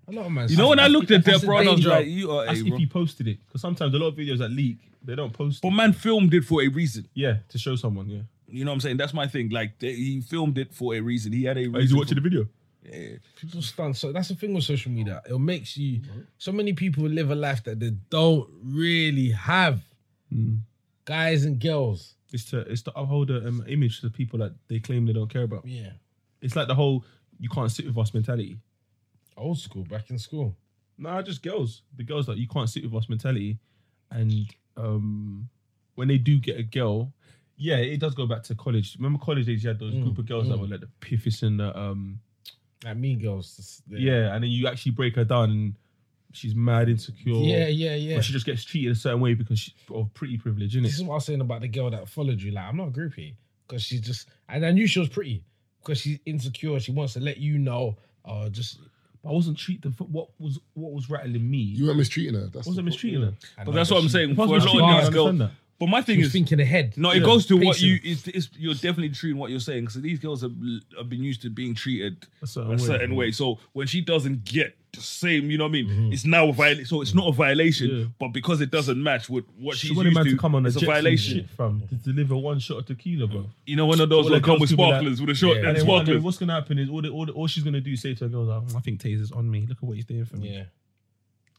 A lot of man. You know, when I looked at that, That's the bro, and I was danger. like, you are a That's if eh, bro. he posted it. Because sometimes a lot of videos that leak, they don't post. But man filmed it for a reason. Yeah, to show someone. Yeah. You know what I'm saying? That's my thing. Like they, he filmed it for a reason. He had a reason. Are you for- watching the video? people stunt. So that's the thing with social media. It makes you. So many people live a life that they don't really have. Hmm. Guys and girls. It's to it's to uphold an um, image to the people that they claim they don't care about. Yeah. It's like the whole you can't sit with us mentality. Old school, back in school. Nah, just girls. The girls like you can't sit with us mentality, and um, when they do get a girl, yeah, it does go back to college. Remember college days? You had those Mm, group of girls that were like the piffiest and the um, Like mean girls. yeah. and then you actually break her down. and She's mad insecure. Yeah, yeah, yeah. But she just gets treated a certain way because she, of pretty privilege, isn't it? This is what I was saying about the girl that followed you. Like, I'm not a groupie because she's just, and I knew she was pretty because she's insecure. She wants to let you know, uh, just But I wasn't treating the what was what was rattling me. You weren't mistreating her. That's I wasn't the- mistreating her. But that's what I'm saying. For a Plus, lot of it's hard, I these understand girls. that. But my thing she's is, thinking ahead. no, it Yeah. goes to what Patience. you. It's, it's, you're definitely true in what you're saying because these girls have, have been used to being treated A a certain certain, way. way. So when she doesn't get the same, you know what I mean? It's now a violation. So it's not a violation, Mm-hmm. Yeah. but because it doesn't match with what She she's wanted used man to, to come on a it's a jet violation. shit from to deliver one shot of tequila, bro. You know, one of those All the that come girls with could be like- sparklers with a short And and then, what- and then sparklers. what's gonna happen is all the, all, the, all she's gonna do is say to her girls, oh, "I think Taser's on me. Look at what he's doing for me." Yeah.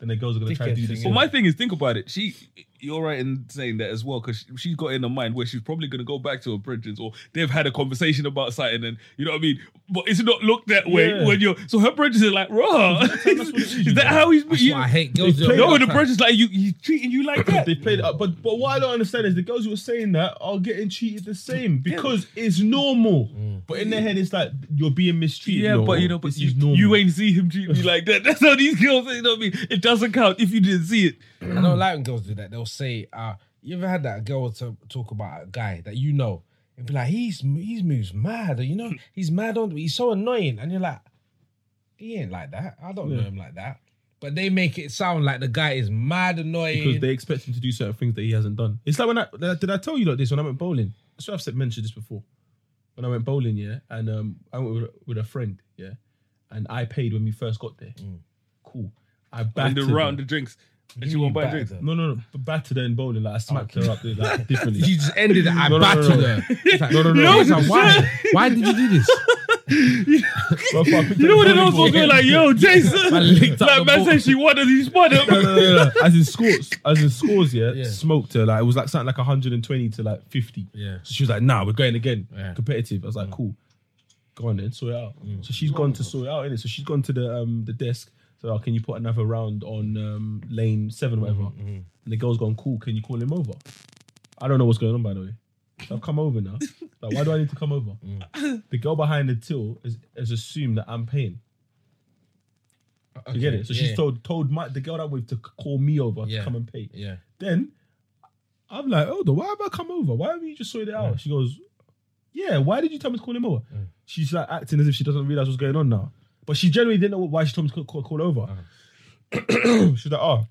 Then the girls are gonna try to Dickhead do thing, this. But my thing is, think about it. She, you're right in saying that as well, because she, has got in her mind where she's probably going to go back to her bridges, or they've had a conversation about something, and you know what I mean. But it's not looked that way Yeah. when you're. So her bridges are like, raw. is, that how he's? That's you- why I hate girls. they do it play all no, the the time. bridges like you. He's treating you like that. they played it up, but but what I don't understand is the girls who are saying that are getting treated the same because it's normal. But in their head, it's like you're being mistreated. Yeah, No, but you know, but this you, is normal. you ain't see him treat me like that. That's how these girls. You know what I mean? It doesn't count if you didn't see it. I don't like when girls do that. They'll say, uh, you ever had that girl to talk about a guy that you know and be like, he's he's moves mad, or you know, he's mad on he's so annoying. And you're like, he ain't like that. I don't know him like that. But they make it sound like the guy is mad annoying. because they expect him to do certain things that he hasn't done. It's like when I did I tell you like this when I went bowling. I swear I've said mentioned this before. When I went bowling, yeah, and um, I went with, with a friend, yeah, and I paid when we first got there. Cool. I And battered the her. Mm. round the drinks, and you You won't buy battered drinks. her. No, no, no. but Battered her in bowling. Like I smacked her up there, like differently. You just ended it. I No, no, no, battled no. her. It's like, No, no, no. it's like, why? Why did you do this? Bro, I picked up You know the what it bowling also ball. was like? Yo, Jason. I licked up the like man ball. said, she won and he spun it. No, no, no, no, no. As in scores, as in scores, yeah, Yeah. smoked her. Like it was like something like 120 to like 50. Yeah. So she was like, "Nah, we're going again, Yeah. Mm. competitive." I was like, "Cool, go on then, sort it out." So she's gone to sort it out, innit? So she's gone to the um the desk. So oh, can you put another round on um lane seven, or whatever? Mm-hmm, And the girl's gone, "Cool, can you call him over?" I don't know what's going on by the way. So I've come over now. Like, why do I need to come over? Mm. The girl behind the till has, has assumed that I'm paying. You get Okay, it? So yeah. she's told told my, the girl that with to c- call me over Yeah. to come and pay. Yeah. Then I'm like, oh, why have I come over? Why have you just sorted it out? She goes, yeah, why did you tell me to call him over? Mm. She's like acting as if she doesn't realize what's going on now. But she generally didn't know why she told me to call, call, call over. Uh-huh. She's like, oh,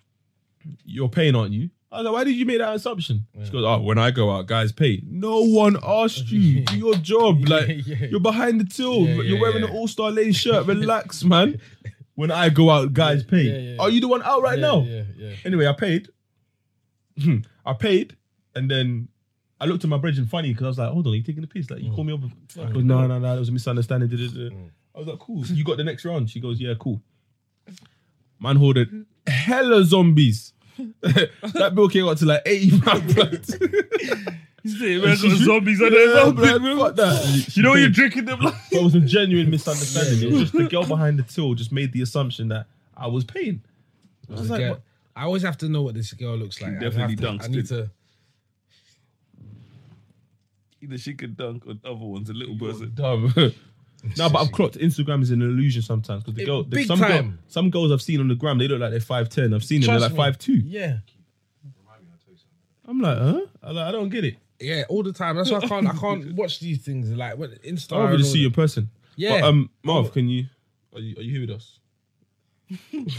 you're paying, aren't you? I was like, why did you make that assumption? She goes, oh, when I go out, guys pay. No one asked you. Do your job. Like, yeah. you're behind the till. Yeah, you're yeah, wearing yeah. an all-star lane shirt. Relax, man. When I go out, guys pay. yeah, yeah. Are you the one out right Yeah, now? Yeah, yeah. Anyway, I paid. Hmm. I paid, and then I looked at my bridge and funny because I was like, "Hold on, are you taking the piss? Like, Hmm. you call me up?" I goes, "No, no, no, it was a misunderstanding." da, da, da." I was like, "Cool, you got the next round." She goes, "Yeah, cool." Man hoarded hella zombies. that bill came up to like eighty pounds. Yeah, man, got zombies on their zombies, man. Fuck that. You know you're drinking them like But it was a genuine misunderstanding. It was just the girl behind the till just made the assumption that I was paying. I was like, Girl- "What?" I always have to know what this girl looks like. I definitely have dunks, to- I need dude. to. either she could dunk or the other one's a little person. dumb. no, but I've clocked Instagram is an illusion sometimes because the It- girl, the, big some girl- time. some girls I've seen on the gram, they look like they're five ten. I've seen them, Trust they're like me. five two. Yeah. I'm like, huh? I, like, I don't get it. Yeah, all the time. That's why I can't. I can't watch these things like when I Insta. don't really see you in person. Yeah. But, um, Marv, can you are, you? are you here with us?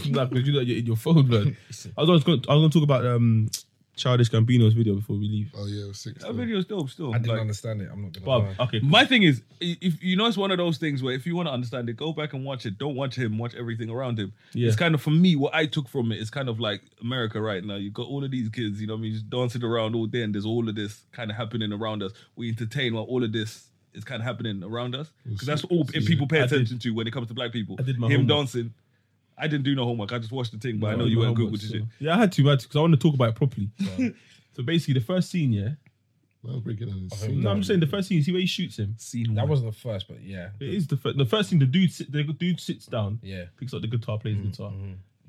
nah, because you know you're in your phone, man. I was going. I was going to talk about um, childish Gambino's video before we leave. Oh yeah, it was sick. That video's dope still. I didn't like- understand it. I'm not gonna. lie. But okay, My thing is, i- if you know, it's one of those things where if you want to understand it, go back and watch it. Don't watch him. Watch everything around him. Yeah. It's kind of for me what I took from it is kind of like America right now. You got all of these kids, you know, what I mean, just dancing around all day, and there's all of this kind of happening around us. We entertain while all of this is kind of happening around us because that's all p- people pay I did- attention to when it comes to black people. I did my him homework. dancing. I didn't do no homework. I just watched the thing, but I No, know you no, weren't good almost, with your yeah. shit. Yeah, I had to, I had to, because I want to talk about it properly. so basically, the first scene, yeah. That was breaking down. his No, I'm just saying the first scene. You see where he shoots him. Scene that one. wasn't the first, but yeah. It is the first. The first thing the dude sit, the dude sits down. Yeah. Mm-hmm. Picks up the guitar, plays guitar,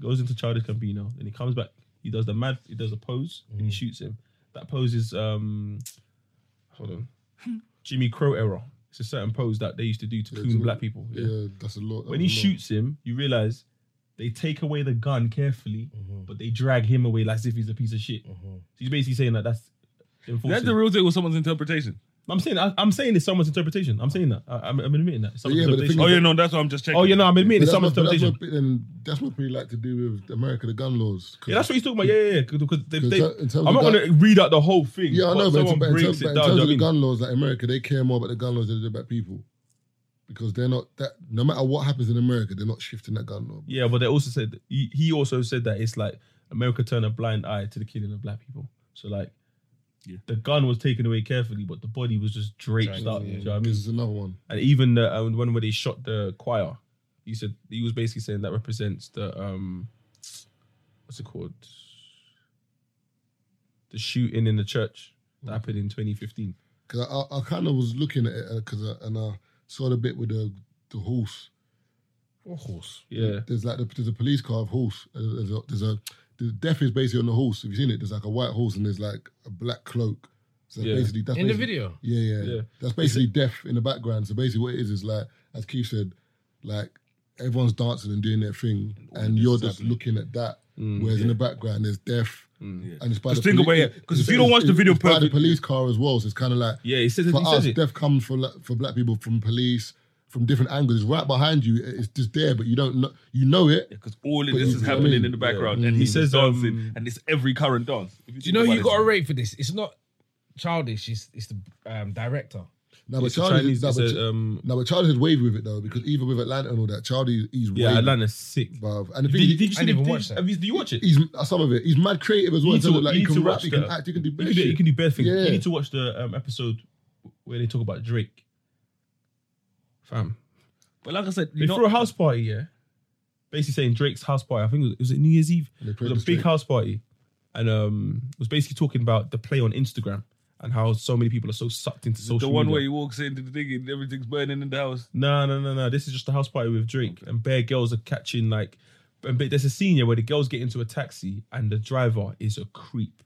goes into Childish Gambino, then he comes back. He does the mad. He does a pose and Mm. he shoots him. That pose is um, hold on, Jimmy Crow era. It's a certain pose that they used to do to coon Jimmy- black people. Yeah. Yeah. that's a lot. that When he was a lot. shoots him, you realize they take away the gun carefully, Mm-hmm. but they drag him away like as if he's a piece of shit. So he's basically saying that that's. That's enforcing- the real thing with someone's interpretation. I'm saying I, I'm saying it's someone's interpretation. I'm saying that. I, I'm, I'm admitting that. It's someone's Yeah, but the interpretation. thing Oh is- yeah, no, that's what I'm just checking. Oh yeah, no, I'm But admitting it's that's someone's what- that's interpretation. what- and that's what people like to do with America, the gun laws. 'Cause- Yeah, that's what he's talking about. Yeah, yeah, yeah. Because they, Because they, that- in terms I'm of not going to read out the whole thing. Yeah, I know, but, in- someone but in breaks terms, but it in down. do terms of you know what I the mean? gun laws, like America, they care more about the gun laws than they do about people. Because they're not that. No matter what happens in America, they're not shifting that gun law. Yeah, but they also said he, he also said that it's like America turned a blind eye to the killing of black people. So like, Yeah. the gun was taken away carefully, but the body was just draped out. Do you know what I mean? This is another one. And even the um, one where they shot the choir, he said he was basically saying that represents the um, what's it called? The shooting in the church that happened in 2015. Because I, I, I kind of was looking at it because I, and I saw the bit with the the horse. What horse? Yeah. There's like the, there's a police car of horse. uh, There's a, there's a the death is basically on the horse. Have you seen it? There's like a white horse and there's like a black cloak. So Yeah. basically, that's In the basically- video. Yeah, yeah, Yeah. That's basically death in the background. So basically, what it is is like, as Keith said, like everyone's dancing and doing their thing, and, you're just looking at that. Mm. whereas in the background, there's death, and it's by Just think about poli- it, 'cause if it's- you don't watch the it's- video it's by the perfect- police car as well. So it's kind of like Yeah, he says it. for He us, says it. death comes for like, for black people from police. From different angles, it's right behind you. It's just there, but you don't know. You know it. Because all of But this you- you know is what I happening mean? in the background, Yeah. and He he says says, um, dancing, and it's every current dance. If Do you know who think you about got it, to rate for this? It's not childish. It's it's the um, director. No, but It's a Charlie, Chinese- no, it's but, a, um, no, but Charlie is wavy with it though, because even with Atlanta and all that, Charlie, he's Yeah, wavy, Atlanta's sick. bruv. And the Did, thing, did you I see didn't the, even did, watch that. have you- did you watch it? he's uh, some of it. He's mad creative as well. You in need terms to- of, like, you he need to can rap, watch he can the- act, he can do You bare can do, shit. you can do bare things. Yeah. You need to watch the um, episode where they talk about Drake. Fam. But like I said, They you threw a know, house party, yeah? Basically saying Drake's house party. I think it was, was it New Year's Eve. they It played was a this big Drake. house party. And um, it was basically talking about the play on Instagram and how so many people are so sucked into social the one media. where he walks into the thing and everything's burning in the house. No, no, no, no. This is just a house party with Drake, and bare girls are catching like. And but there's a scene here where the girls get into a taxi, and the driver is a creep,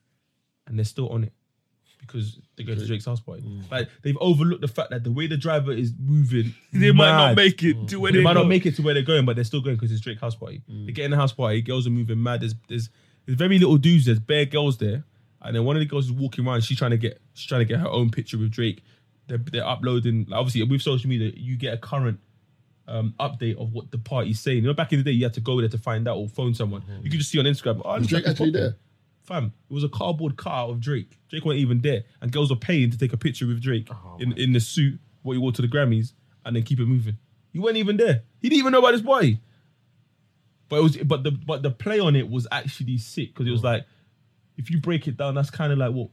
and they're still on it because they go to Drake's house party. Mm. Like they've overlooked the fact that the way the driver is moving, They might not mad. Mm. make it to where They they might go. Mm. not make it to where they're going, but they're still going because it's Drake house party. They get in the house party, girls are moving mad. There's there's there's very little dudes. There's bare girls there, and then one of the girls is walking around. She's trying to get she's trying to get her own picture with Drake. They're, they're uploading. Like obviously, with social media, you get a current um, update of what the party's saying. You know, back in the day, you had to go there to find out or phone someone. You could just see on Instagram. Oh, Was this Drake guy's actually popping." there? Fam, it was a cardboard cut out of Drake. Drake wasn't even there, and girls were paying to take a picture with Drake in, in the suit what he wore to the Grammys, and then keep it moving. He wasn't even there. He didn't even know about this party. But it was, but the but the play on it was actually sick because it was like, if you break it down, that's kind of like what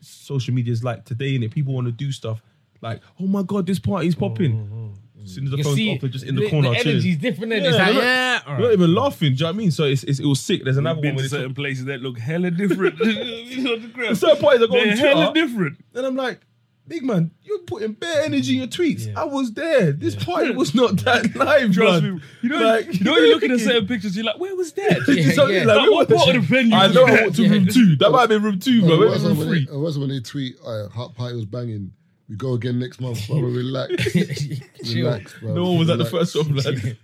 social media is like today, and people want to do stuff like, oh my god, this party's popping. Mm, As soon as the You phone's see, off, they're just in the, the- corner. the chilling. energy's different, innit? It's like, they're not- yeah, all they're not right. even laughing. Do you know what I mean? So it's, it's it was sick. There's another one Been where to they talk- certain places that look hella different. the certain parties that go on They're hella Twitter, different. and I'm like, big man, you're putting bare energy in your tweets. I was there. This party was not that live, blood. Trust me. You know, Like- you know, you're looking at certain pictures. You're like, where was that? Yeah, So, yeah. like, we What were- part of the venue I was know I that? walked to room two. That might have been room two, bro. It Maybe was room when three. they- it was when they tweet, uh, "Hot party was banging." We go again next month, but relax, relax, bro. No one was at the Relax. first one, lad.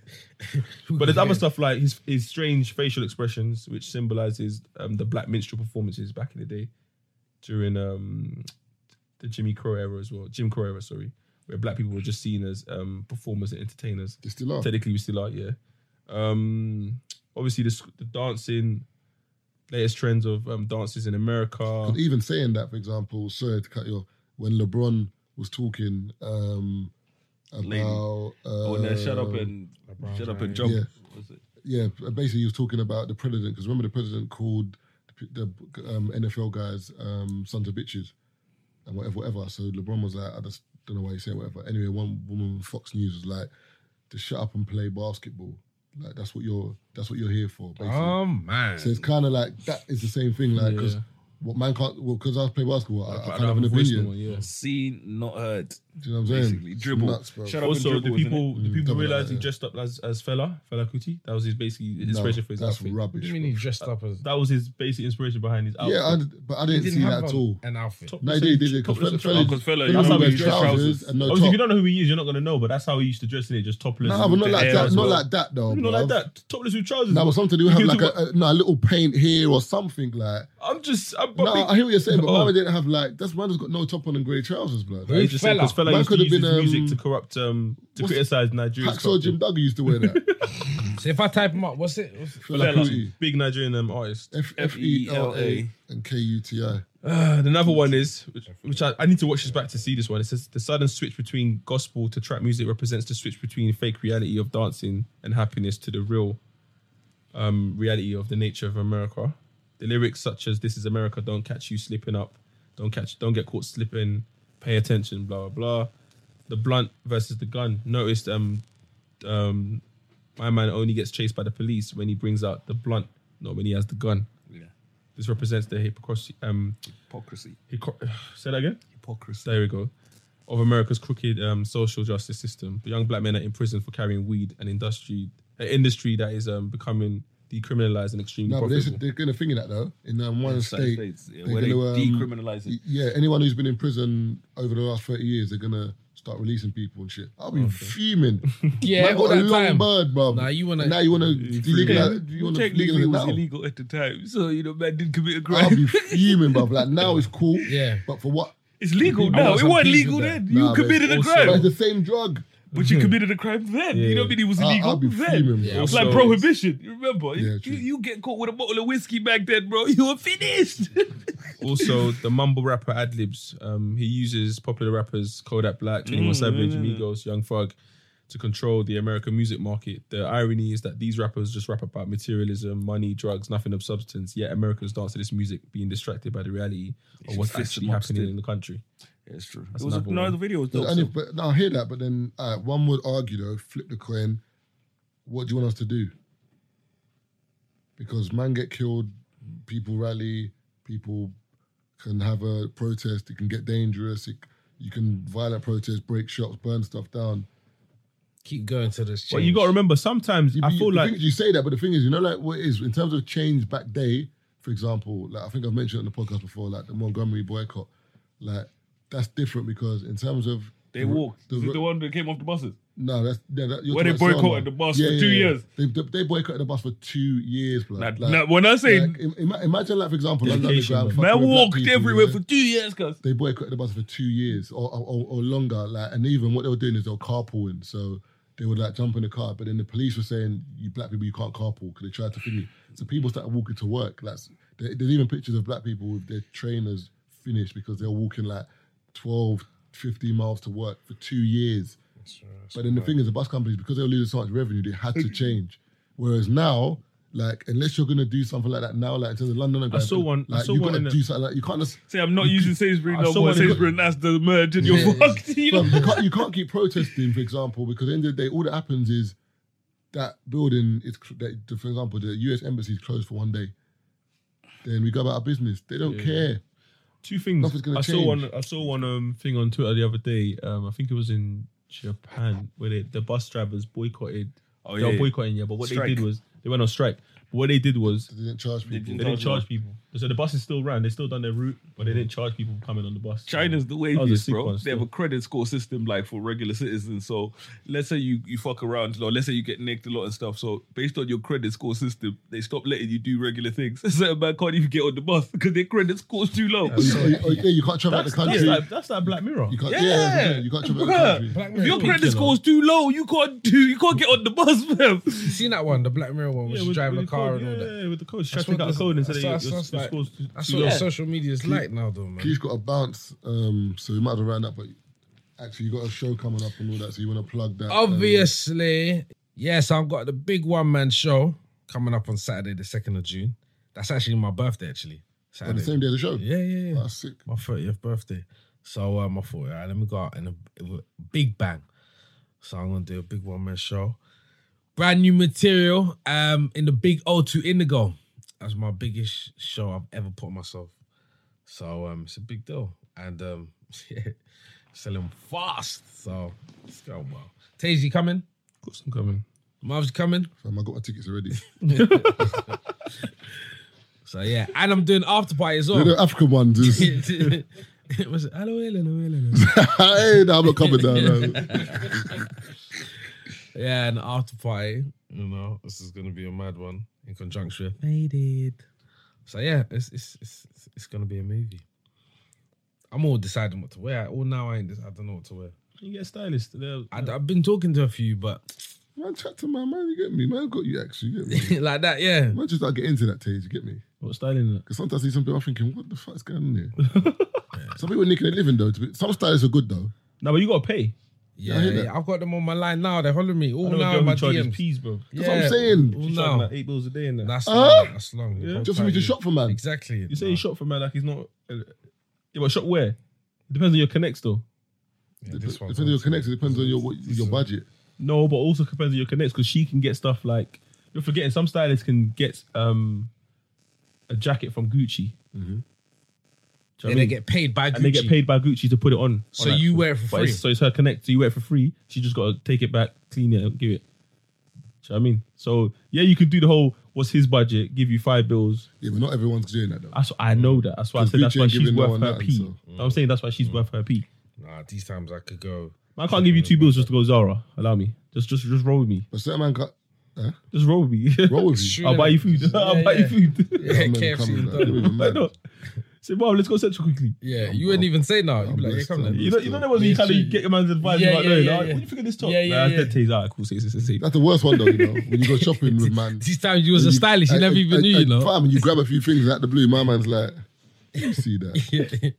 but there's other stuff like his his strange facial expressions, which symbolizes um, the black minstrel performances back in the day. during um, the Jimmy Crow era as well. Jim Crow era, sorry, where black people were just seen as um, performers and entertainers. They still are. Technically, we still are. Yeah. Um, obviously, the, sc- the dancing, latest trends of um, dances in America. And even saying that, for example, sorry to cut you off, when LeBron was talking um, Lady. about. Oh, no, shut up Uh, um, and shut up and jump. Yeah. Was it? Yeah, b- basically, he was talking about the president because remember the president called the, p- the um, NFL guys um, sons of bitches and whatever, whatever. So LeBron was like, I just don't know why he said whatever. Anyway, one woman on Fox News was like, to shut up and play basketball. Like that's what you're that's what you're here for. Basically. Oh man. So it's kind of like that is the same thing, like because Yeah. what man can't well because I play basketball, I, I can't Another have an voice opinion. one, Do yeah. Seen, not heard. you know what I'm saying? Basically, It's dribble. nuts, bro. Shut up and Also, dribble. the wasn't it? people Mm, the people something like realized he that. dressed up as as fella fella Kuti. That was his basically his No, inspiration for his that's outfit. What do rubbish. you mean he dressed up as? That was his basic inspiration behind his outfit. yeah, I, did- but I didn't, He see have that at a- all. An outfit. Top- No, they did it Topless because and fella, trousers. fella, fella Because fella, that's how wears he dressed. trousers and no Obviously, if Oh, you top. don't know who he is, you're not gonna know. But that's how he used to dress in it, just topless. Nah, with but not the like hair that. as Not well. like that though. What do you mean not like bruv. that. Topless with trousers. Nah, but something do You have give like to a, a, nah, a little paint here or something like. I'm just. I'm, No, I hear what you're saying, but Oh. Mama didn't have like that's man has got no top on and grey trousers, blood. Who He's just saying fella? because fella Man used to could've use his been, um, music to corrupt, um, to what's- criticize Nigerian. Hacksaw Jim Duggar used to wear that. So if I type him up, what's it? What's it? Fela Kuti. big Nigerian um, artist. F F E L A and K U T I. Uh, another one is, which, which I, I need to watch this back to see this one. It says the sudden switch between gospel to trap music represents the switch between fake reality of dancing and happiness to the real um, reality of the nature of America. The lyrics such as "This is America," "Don't catch you slipping up," "Don't catch, don't get caught slipping," "Pay attention," blah blah blah. The blunt versus the gun. Noticed, um, um, my man only gets chased by the police when he brings out the blunt, not when he has the gun. Yeah. This represents the hypocrisy. Um, Hypocrisy. Hypocr- Say that again. Hypocrisy. There we go. Of America's crooked um, social justice system, the young black men are in prison for carrying weed, an industry an industry that is um, becoming decriminalized and extremely No, but profitable. there's, they're going to think of that though. In um, one Certain state, states, yeah, they're where they gonna, um, decriminalise it. y- Yeah, anyone who's been in prison over the last thirty years, they're gonna start releasing people and shit. I'll be fuming. Yeah, Man all got a that long time. bird, bro. Nah, you wanna- now you wanna Yeah, legalize? You wanna technically legalize it it was now? illegal at the time, so you know, man didn't commit a I'll crime. be fuming, bruv. Like now it's cool. Yeah. But for what? It's legal I now. want It some wasn't peas with legal that. then. Nah, You but committed a also- crime, But it's the same drug. but you committed a crime then. You know what I mean? It was I'll- illegal I'll be then. fuming, Yeah, bro. It's Also- like prohibition. You remember? Yeah, you, true. you get caught with a bottle of whiskey back then, bro. You were finished. also, the mumble rapper Adlibs, um, he uses popular rappers Kodak Black, 21 Mm, Savage, Migos, Young Thug to control the American music market. The irony is that these rappers just rap about materialism, money, drugs, nothing of substance, yet Americans dance to this music being distracted by the reality of what's fist actually them up happening still. in the country. it's true. It was a, another no, one. the video was dope. And so- if, but no, I hear that, but then uh, one would argue though, flip the coin. What do you want us to do? Because man get killed, people rally, people can have a protest. It can get dangerous. It, you can violent protest, break shops, burn stuff down. Keep going to this. But you got to remember, sometimes You, I you- feel the like thing is, you say that, but the thing is, you know, like what it is in terms of change back day. For example, like I think I've mentioned it on the podcast before, like the Montgomery boycott, like that's different because in terms of they walked. the- Is it the one that came off the buses? No, that's yeah, that, you're Where they talking about Selma. boycotted the bus for two years. They, they, they boycotted the bus for two years, blood. Nah, Like- nah, when I say like, im- ima- imagine, like for example, London Dedication, Underground. man. fucking with man black walked people, everywhere yeah. for two years, cuz. They boycotted the bus for two years or, or, or- or longer, like, and even what they were doing is they were carpooling. So they would like jump in the car, but then the police were saying, "You black people, you can't carpool," because they tried to finish. So people started walking to work. Like, there, there's even pictures of black people with their trainers finished because they're walking like 12, 15 miles to work for two years. But then the thing is, the bus companies, because they were losing so much revenue, they had to change. Whereas now, like, unless you're gonna do something like that now, like in terms of London, Underground, saw one- I Like, saw you one gotta in the- do something. Like, you can't just Say I'm not using Sainsbury I no saw more. one in- Sainsbury and that's the merge and you're fucked. You know? Bruv, you, can't, you can't keep protesting, for example, because at the end of the day, all that happens is that building is, cl- that, the- for example, the US embassy is closed for one day. Then we go about our business. They don't care. two things. Nothing's gonna I saw change. one. I saw one um, thing on Twitter the other day. Um, I think it was in Japan where they, the bus drivers boycotted. Oh, they yeah, were yeah. boycotting, Oh, yeah. But what they Strike. did was they went on strike. What they did was They didn't charge people. they didn't charge people. So the buses still ran. They still done their route, but they didn't charge people coming on the bus. China's the way That was a this, sick bro. one They have a credit score system like for regular citizens. So let's say you, you fuck around, or let's say you get nicked a lot and stuff. So based on your credit score system, they stop letting you do regular things. A certain man can't even get on the bus because their credit score's too low. Or you, or you- or oh, yeah, you can't travel out the That's, country. that's, like, that's like Black Mirror. you can't, yeah, Yeah. that's what I'm saying, you can't travel Bruh. out the country. If your credit score's too low, you can't do you can't get on the bus, fam. You seen that one, the Black Mirror one, where Yeah, she's with- driving a with car code, and all yeah, that. Yeah, with the code. She's trying That's to take what- out a code and say that's- that your, your, that's- that's your like- score's too That's too what low. social media is like now, though, man. Keith's got a bounce, um, so we might have ran that, but actually you got a show coming up and all that, so you want to plug that. um, Obviously, yes, I've got the big one man show coming up on Saturday, the 2nd of June. That's actually my birthday, actually. on Saturday. the same day of the show. Yeah, yeah, yeah. That's sick. My 30th birthday. So um, I thought, all right, let me go out in a, with a big bang. So I'm going to do a big one man show. Brand new material um, in the big O2 Indigo. That's my biggest show I've ever put on myself. So um, it's a big deal. And um, yeah, selling fast. So it's going well. Tazy coming? Of course I'm coming. Marv's coming. Fam, I got my tickets already. So yeah, and I'm doing after party as You well. know, African ones is. hey, it was hello, hello, hello, hello. nah, I'm not coming down. No. Yeah, an after party. You know, this is gonna be a mad one in conjunction with faded. So yeah, it's it's it's it's- it's gonna be a movie. I'm all deciding what to wear. All now I ain't. dec- I don't know what to wear. You get a stylist. They're- I, have been talking to a few, but Man, chat to my man, you get me? Man, I got you actually. You get me? like that, yeah. Man, just like get into that stage, you get me? What styling? is it? Because sometimes I see something, I'm thinking, what the fuck is going on here? some people are nicking a living though. to be- Some stylists are good though. No, but you gotta I pay. Yeah, hear that. yeah, I've got them on my line now. They're hollering me all I know now a in my girl who charges DMs. peas, bro. yeah, what I'm saying. All She's charging now. like eight bills a day in there. That's Huh? long. That's long. Yeah. Don't Just for me try to shop for, man. Exactly. You say you shop for man like he's not. uh, Yeah, but shop where? It depends on your connects though. Yeah, Dep- this one's depends on your connection, depends on your what, your budget. No, but also depends on your connects because she can get stuff like you're forgetting. Some stylists can get um a jacket from Gucci. Mm-hmm. Do you know what I And they mean? get paid by Gucci. and they get paid by Gucci to put it on. So on you that. wear it for But free. It's, so it's her connect. So you wear it for free. She just got to take it back, clean it, and give it. Do you know what I mean? So yeah, you could do the whole what's his budget, give you five bills. Yeah, but not everyone's doing that though. That's I know that. That's why I 'Cause said that's Gucci why ain't she's giving no worth one her nothing, P. so. Mm. I'm saying that's why she's worth her P. Nah, these times I could go. I can't give you two bills just to go Zara. Allow me. Just just just roll with me. But certain man got huh? Just roll with me. roll with It's you. true, I'll buy you innit? food. I'll Yeah, buy yeah. you food. Yeah, Some men KFC. coming, you like, they done. don't even Why mind. not? Say, Mom, let's go central quickly. Yeah, you wouldn't even say no. You'd be like, yeah, blessed, come I'm then. You know, you know that was Yeah, you kind true. of get a man's advice. Yeah, Yeah, like, yeah, no, yeah, like, yeah. What do you think of this top? Yeah, yeah, Nah, I yeah. said, "Taser, alright, cool, say, say, say, say." That's the worst one though, you know. When you go shopping with man. These times you was a And stylist, you and- never and- even and- knew, you and know. Fam, you grab a few things out the blue. My man's like, you see that. Yeah.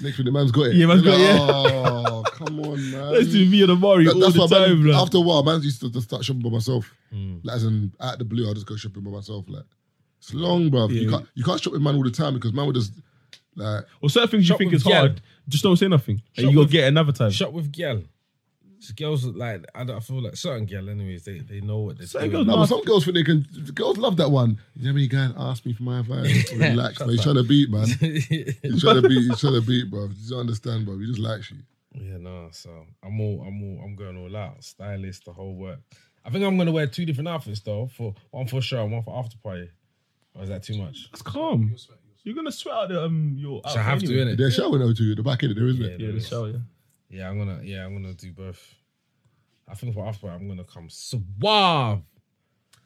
Next thing, the man's got it. Yeah, man's You're got it, like, Oh, come on, man. Let's do me and Amari That- all that's the why man- time, like. after a while, man used to just start shopping by myself. Like, as in, out the blue, I'll just go shopping by myself. Like, it's long, bro. You Yeah. can't you can't shop with man all the time because man would just like Or certain things you Shop think is with hard, Jan. just don't say nothing. and you go get it another time. Shop with girl. Just Girls look like I, don't, I feel like certain girl, anyways. They they know what they're Certain doing. girls- No, but some girls think they can. Girls love that one. You know, how many guys asked me for my advice. Relax, man. He's trying to beat, man. He's trying to beat. He's trying to beat, bro. You don't understand, bro. He just likes you. yeah, no. So I'm all I'm all I'm going all out. Stylist, the whole work. I think I'm gonna wear two different outfits though. For one for show and one for after party. Or is that too much? That's calm. You're gonna sweat out the, um, your. So I have to in it. They're showering though too. The back end, there isn't it? Yeah, the shower. Yeah. Yeah, I'm gonna yeah, I'm gonna do both. I think for after I'm gonna come suave.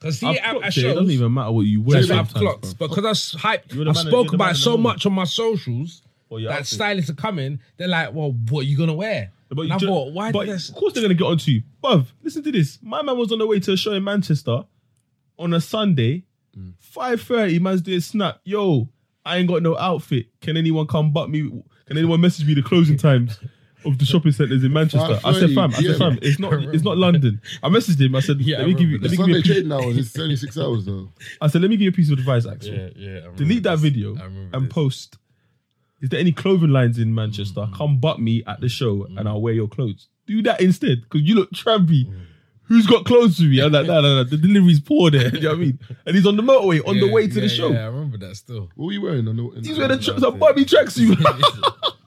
Cause see, I've at, clocked at it. It doesn't shows, even matter what you wear. that's what I've sometimes, clocked. bro. But because I've hyped, You're the man- you're I've spoke the about man it in so the room. much on my socials Or your that outfit. stylists are coming. They're like, "Well, what are you gonna wear?" But And you I ju- thought, "Why?" but did I s- of course they're gonna get onto you. Bruv, listen to this. My man was on the way to a show in Manchester on a Sunday, five thirty. Man's doing snap. Yo, I ain't got no outfit. Can anyone come but me? Can anyone message me the closing times? Of the shopping centres in Manchester, I said, 5:30, "Fam, I yeah. said, fam, it's not, it's not London." I messaged him. I said, Yeah, "Let I me give you, remember let The me give you." Sunday A piece, trading hours is only six hours though. I said, "Let me give you a piece of advice, Axel. yeah, yeah. I remember Delete that this. video I remember and this. post. Is there any clothing lines in Manchester? Come butt me at the show and I'll wear your clothes. Do that instead because you look trampy. Who's got clothes for me? I'm like, no, no, no. The delivery's poor there. Do you know what I mean? And he's on the motorway on the Yeah, way to yeah, the show. Yeah, I remember that still. What were you wearing on the? In He's wearing a, tr- a Barbie tracksuit.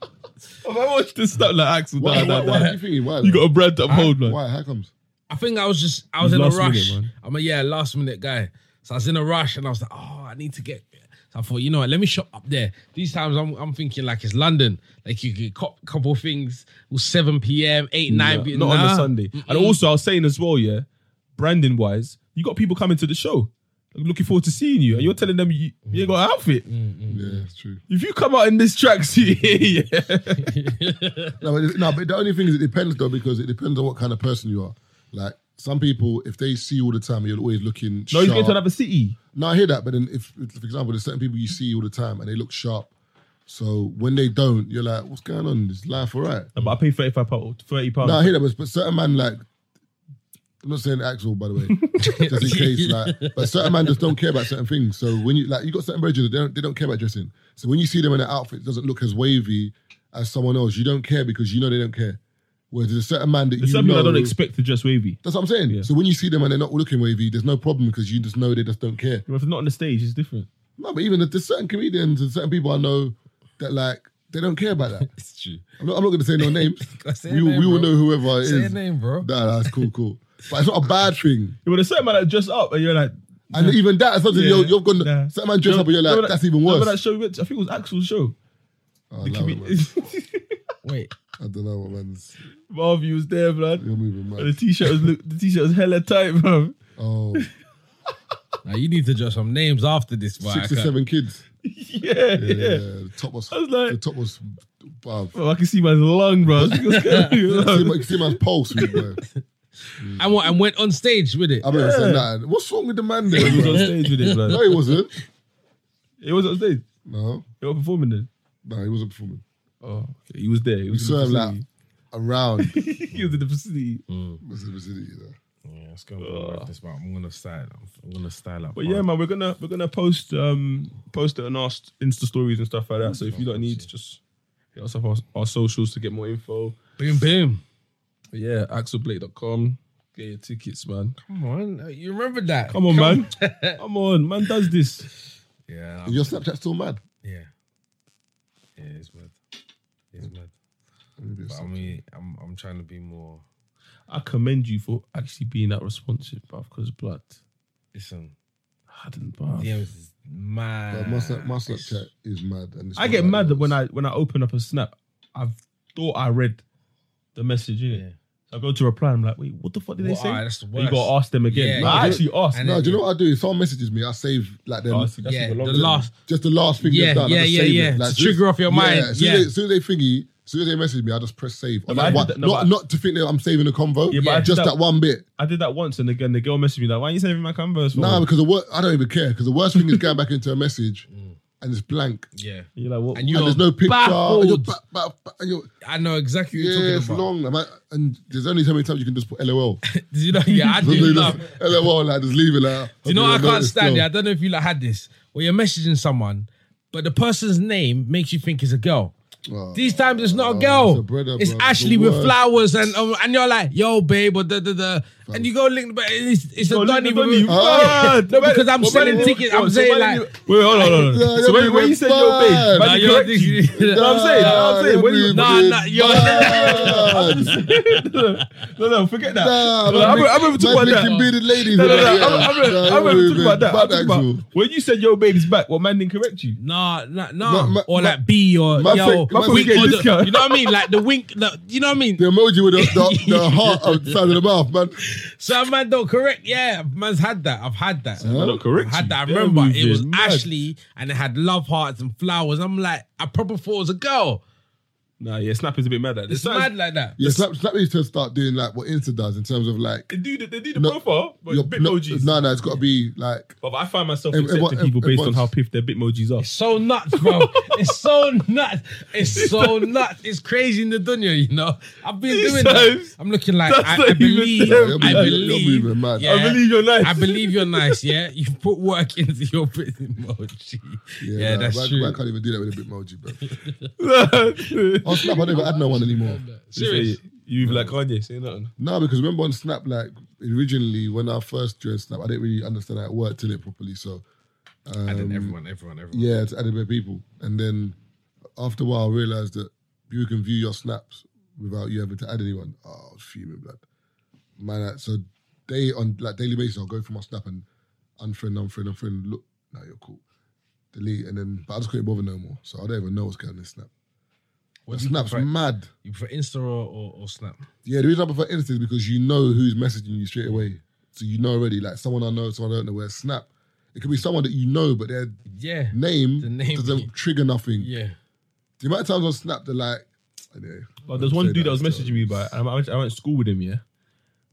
If I watched this stuff like Axel, Why? nah, nah, Why? Why? nah. Are you thinking why? You though? got a brand to uphold, man. Why? How comes? I think I was just I was He's in a last minute, rush. man. I'm a yeah last minute guy, So I was in a rush and I was like, oh, I need to get. So I thought, you know what? Let me shop up there. These times I'm, I'm thinking like it's London. Like you get a couple things, well, 7 p.m., 8, 9 Yeah, p.m. not on Nah. a Sunday. And also, I was saying as well, yeah, branding wise, you got people coming to the show, looking forward to seeing you, and you're telling them you, you ain't got an outfit. Yeah, it's true. If you come out in this tracksuit, yeah, no, but, it- no, but the only thing is it depends though because it depends on what kind of person you are. Like some people, if they see you all the time, you're always looking. no, sharp. he's going to another city. No, I hear that, but then if, if, for example, there's certain people you see all the time and they look sharp, so when they don't, you're like, what's going on? Is life all right? But I pay thirty five pounds, thirty pounds. No, I hear that, but, but certain man like. I'm not saying Axel, by the way, just in case. Like, but certain man just don't care about certain things. So when you like, you got certain bridges, they don't they don't care about dressing. So when you see them in an outfit, it doesn't look as wavy as someone else. You don't care because you know they don't care. Whereas there's a certain man that There's you some people know, I don't expect to dress wavy. That's what I'm saying. Yeah. So when you see them and they're not looking wavy, there's no problem because you just know they just don't care. You know, If it's not on the stage, it's different. No, but even the, there's certain comedians and certain people I know that like they don't care about that. It's true. I'm not, I'm not going to say no names. Say we your name, we will bro. know whoever it is. Say your name, bro. Nah, nah, it's cool, cool. But it's not a bad thing. Yeah, but there's certain man that dress up, and you're like, And even that is something Yeah, you're, you've gone. nah. Certain man dress up and you're like, Remember that- that's even remember worse. that show we went to? I think it was Axel's show. Oh, I The love it, man. commu- Wait. I don't know what man's. Marv, you was there, blood. You're moving And the mad. t-shirt was look, the t-shirt was hella tight, bro. Oh, Now you need to drop some names after this, but six I or can't- seven kids. Yeah, Yeah, yeah. yeah. The top was. I was like- the top was. Wow. Bro, I can see my lung, bro. see, my, see man's pulse. man. And, what, and went on stage with it. I remember saying that. What's wrong with the man there? He was on bro? stage with it, no, bro. he wasn't. He was on stage. No, He was performing then. no, he wasn't performing. Oh, okay. he was there. He We was, saw in him the like around. facility. he was in the facility. was in the city, you know. Yeah, let's go. with this, but I'm gonna style. I'm gonna style up. But yeah, man, we're gonna we're gonna post um post it on our st- Insta stories and stuff like that. So if you don't need, just hit us up our, our socials to get more info. boom, boom. But yeah, axelblake.com. Get your tickets, man. Come on, you remember that? Come on, man. Come on, man. Does this? Yeah, Is your Snapchat still mad? yeah, yeah. It's mad. It's mad. But I mean, I'm I'm trying to be more. I commend you for actually being that responsive, bruv. Because blood, Listen, I didn't. Bruv. DMs is mad. But my, Snap- my Snapchat is mad. And it's I not get like mad yours. when I when I open up a snap. I've thought I read the message. innit? Yeah. So I go to reply. I'm like, wait, what the fuck did Well, they say? ah, that's the But You worst. gotta ask them again. Yeah, No, yeah. I actually asked. And No, then- do you know what I do? If someone messages me, I save like them. Oh, I see, that's Yeah, even the longer. last. just the last thing Yeah, they've done. I yeah, just yeah, save it. yeah. To soon- trigger off your mind, As soon, yeah. As, they, soon as they thingy, as soon as they message me, I just press save. On but I that did one, that- no, not, but- not to think that I'm saving a convo. Yeah, but I did just that- that, one bit. I did that once, and again, the girl messaged me like, "Why are you saving my converse?" for?" Nah, because the wor- I don't even care. Because the worst thing is going back into a message and it's blank. Yeah, And you're like, "What?" and you and are there's no picture. And you're, baffled. ba- ba- ba- and you're, I know exactly what yeah, you're it's talking about. long. I'm like- and there's only so many times you can just put LOL. Did you know? Yeah, I So do they love. just- LOL, like just leave it. Like, Do you know hope what I don't can't notice stand it? still. I don't know if you like had this. Where you're messaging someone, but the person's name makes you think it's a girl. Oh, These times it's not a oh, girl. it's It's, a brother, bro. It's the Ashley with worst. flowers and um, and you're like, yo, babe, or da da da. And you go link, but it's, it's Oh, a look, Donny. the with- Donny, Oh, mad. no, because I'm Well, selling man, tickets. yo, I'm so saying man, like, you- wait, hold on, hold on. Yeah, so yeah, when, when you man, said your babe, mad. man, Nah, you correct you. You know what I'm saying? You know what I'm saying? When you, Nah, nah, yo. Bad. no, no, forget that. Nah, no, man, I remember- make- I remember talking man, about that. making bearded ladies. No, no, no. Yeah, I remember, I nah, remember we're talking about that. bad I'm talking Axel. about when you said your baby's back, what man didn't correct you? Nah, Ma- nah, nah. ma- or ma- like B or my yo, friend- my friend wink get or the- discount. you know what I mean? Like the wink, the, you know what I mean? The emoji with the, the, the heart outside of the mouth, man. So man don't correct. Yeah, man's had that. I've had that. Man don't correct I've had you. that. I They're remember it moving was mad. Ashley and it had love hearts and flowers. I'm like, I probably thought it was a girl. Nah, yeah, Snap is a bit mad at this. It's mad like that. Yeah, Snap, Snap needs to start doing like what Insta does in terms of like. They do the, they do the No, profile, but your- it's no, bitmojis. no, no, it's got to be like. But I find myself Ev- accepting everyone- people based on everyone's- how piff their bitmojis are. It's so nuts, bro. it's so nuts. It's so nuts. It's crazy in the dunya, you know. I've been These doing times, that. I'm looking like that's I, not I even believe. them, I man. You're believe. moving mad. I yeah, believe you're nice. I believe you're nice. Yeah, you put work into your emoji. Yeah, nah, that's why- true. why I can't even do that with a bit emoji, bro. Serious. On Snap, I don't even add no one anymore. Oh, Serious. You've like Kanye, say nothing. No, because remember on Snap, like originally when I first joined Snap, I didn't really understand how it worked till it properly. So and then everyone, everyone, um, everyone. yeah, it's added by people. And then after a while, I realized that you can view your snaps without you having to add anyone. Oh, fuming blood, man! I- So they on like daily basis, I'll go through my snap and unfriend, unfriend, unfriend. Look, now you're cool. Delete, and then but I just couldn't bother no more. So I don't even know what's going on in Snap. But Snap's mad. You prefer Insta or, or, or Snap? Yeah, the reason I prefer Insta is because you know who's messaging you straight away. So you know already, like someone I know, someone I don't know. Where Snap, it could be someone that you know, but their Yeah. name, The name- doesn't trigger nothing. Yeah. The amount of times on Snap they're like, anyway. Like, Oh, there's one dude that was messaging me, but I, I, went, I went to school with him, yeah.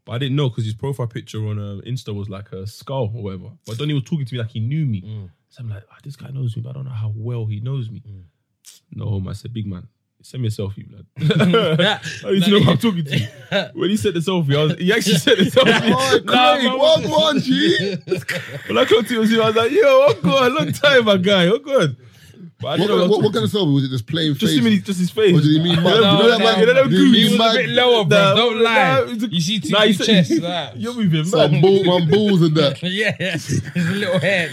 But I didn't know because his profile picture on uh, Insta was like a skull or whatever. But Donnie was talking to me like he knew me. Mm. So I'm like, "Ah, this guy knows me, but I don't know how well he knows me. No, homo. I said, big man, send me a selfie, blood. Oh, I need to know who I'm talking to. When he said the selfie, I was, he actually said the Oh, selfie. Nah, Craig, man. well done, G. when I come to him, I was like, yo, oh god, long time, my guy, oh god. But I What, didn't know who I what, was what, talking kind to. of selfie was it? Just plain Just face. him, in his- just his face. Or did he mean mad? You You know, know that no, man- you know that did goofy- mean he was mad? a bit lower, bro. Nah, Don't nah, lie. it's a- You see two Nah, he said- chests. that. You're moving Like, mad. ball, man, balls and that. Yeah, his little head.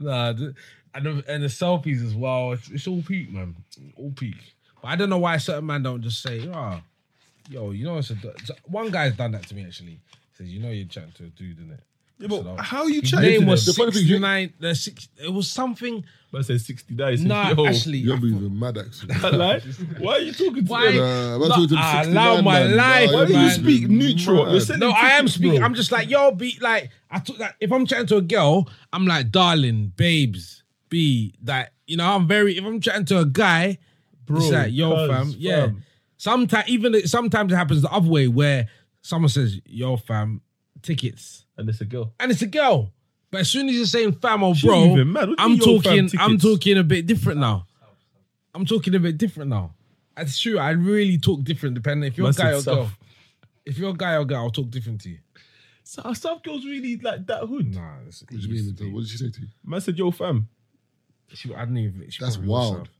nah, th- and the, and the selfies as well. It's, it's all peak, man. All peak. But I don't know why certain man don't just say, "Ah, yo, you know." It's a, d- it's a-" one guy's done that to me actually. He says, "You know, you're chatting to a dude, innit?" Yeah, But how are you His chatting name to was them? funny thing is you- sixty nine. Six, it was something. I said 60 days. Nah, Yo. actually, You're even mad, actually. I lied. Why are you talking to Why- them? Nah, man, talking to him Nah, 69, allow my man. life, Nah, Why do you man. speak neutral? You're sending No, I am pictures, speaking. bro. I'm just like, yo, be like, I took that. If I'm chatting to a girl, I'm like, darling, babes, be that. You know, I'm very. If I'm chatting to a guy, bro, it's like, yo, cuz, fam, yeah. fam. Sometimes, even sometimes it happens the other way where someone says, yo, fam, tickets, And it's a girl. and it's a girl. But as soon as you're saying fam or She's bro, even mad. What do you mean, I'm yo, talking, fam, I'm tickets? talking a bit different now. I'm talking a bit different now. It's true. I really talk different depending if you're a Must guy or have self. girl. If you're a guy or girl, I'll talk different to you. So are some girls really like that hood? Nah, that's What do you mean? What did she say to you? Man said, yo, fam. She, I didn't even. She That's probably wild. was, uh,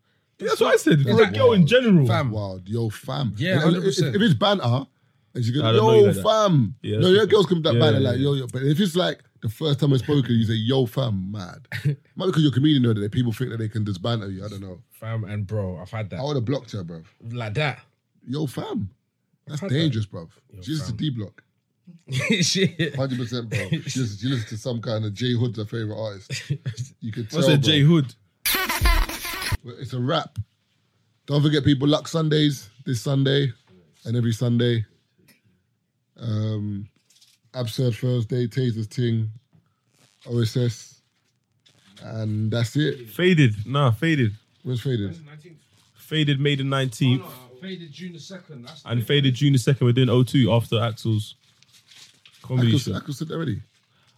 Yeah, That's what I said. It's a girl in general. Fam. Wild. Yo, fam. Yeah, And If, 100%. if it's banter, and she goes, I don't know you yo, like that. fam. no, Yeah, that's your different. girls come that Yeah, banter, yeah, like, yo, yo. But if it's like the first time I've spoken, you say, yo, fam, mad. Might because you're a comedian, though, that people think that they can just banter you. I don't know. Fam and bro, I've had that I would have blocked her, bruv. like that. Yo, fam. That's had dangerous, bruv. She's just a fam. D block. Shit. Hundred percent, bro. She listens, she listens to some kind of J Hood's her favorite artist. You could tell. I said, bro. J Hood. It's a rap. Don't forget, people. Luck Sundays this Sunday and every Sunday. Um, Absurd Thursday, Taser's Ting, OSS, and that's it. Faded. Nah, faded. Where's faded? Faded May the 19th Oh, Faded June the second. That's and Faded June the 2nd. We're doing 02 after Axel's comedy Michael show. Michael said that already.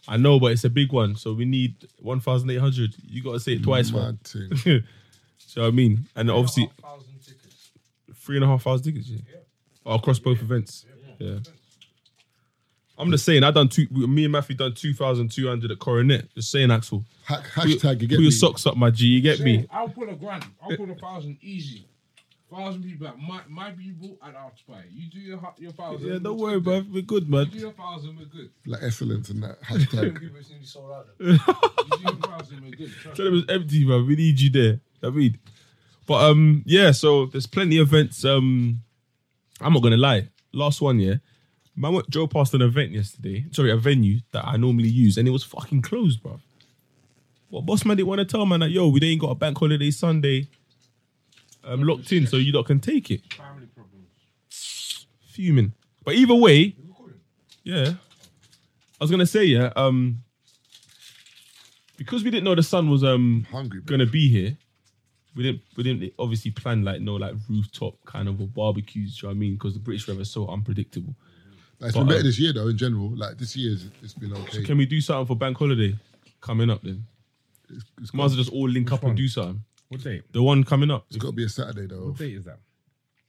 I know, but it's a big one. So we need 1,800. You got to say it twice, man. Mad thing. so I mean, and obviously, three and a half hours tickets. Yeah, Oh, across both events. Yeah. I'm just saying, I done two. Me and Matthew done two thousand two hundred at Coronet. Just saying, Axel. Ha- Put- hashtag you put get me. your socks up, my G. You get me? I'll put a grand. I'll put a thousand easy. Thousand people at my, my people and I'll spy. You do your, hu- your thousand. Yeah, we'll don't worry, split bro. it. We're good, You do man. your thousand, we're good. Like excellence and that hashtag. People seem to sold out. though. You do your thousand, we're good. Trust Tell them it's empty, bro. We need you there. I mean, but um, yeah. So there's plenty of events. Um, I'm not gonna lie. Last one, yeah. Man, went- Joe passed an event yesterday. Sorry, a venue that I normally use, and it was fucking closed, bro. Well, boss man didn't want to tell man that yo, we ain't got a bank holiday Sunday. Um, locked in, so you lot can take it. family problems. Fuming. But either way, yeah. I was gonna say yeah. Um, because we didn't know the sun was um Hungry, bro. gonna be here. We didn't we didn't obviously plan like no like rooftop kind of a barbecues. Do you know what I mean? Because the British weather is so unpredictable. Like, it's But, been better um, this year though. In general, like this year's, it's been okay. Can we do something for bank holiday coming up then? It's- it's Might as well just all link up one? and do something. what date? The one coming up, It's got to be a Saturday though. What date is that?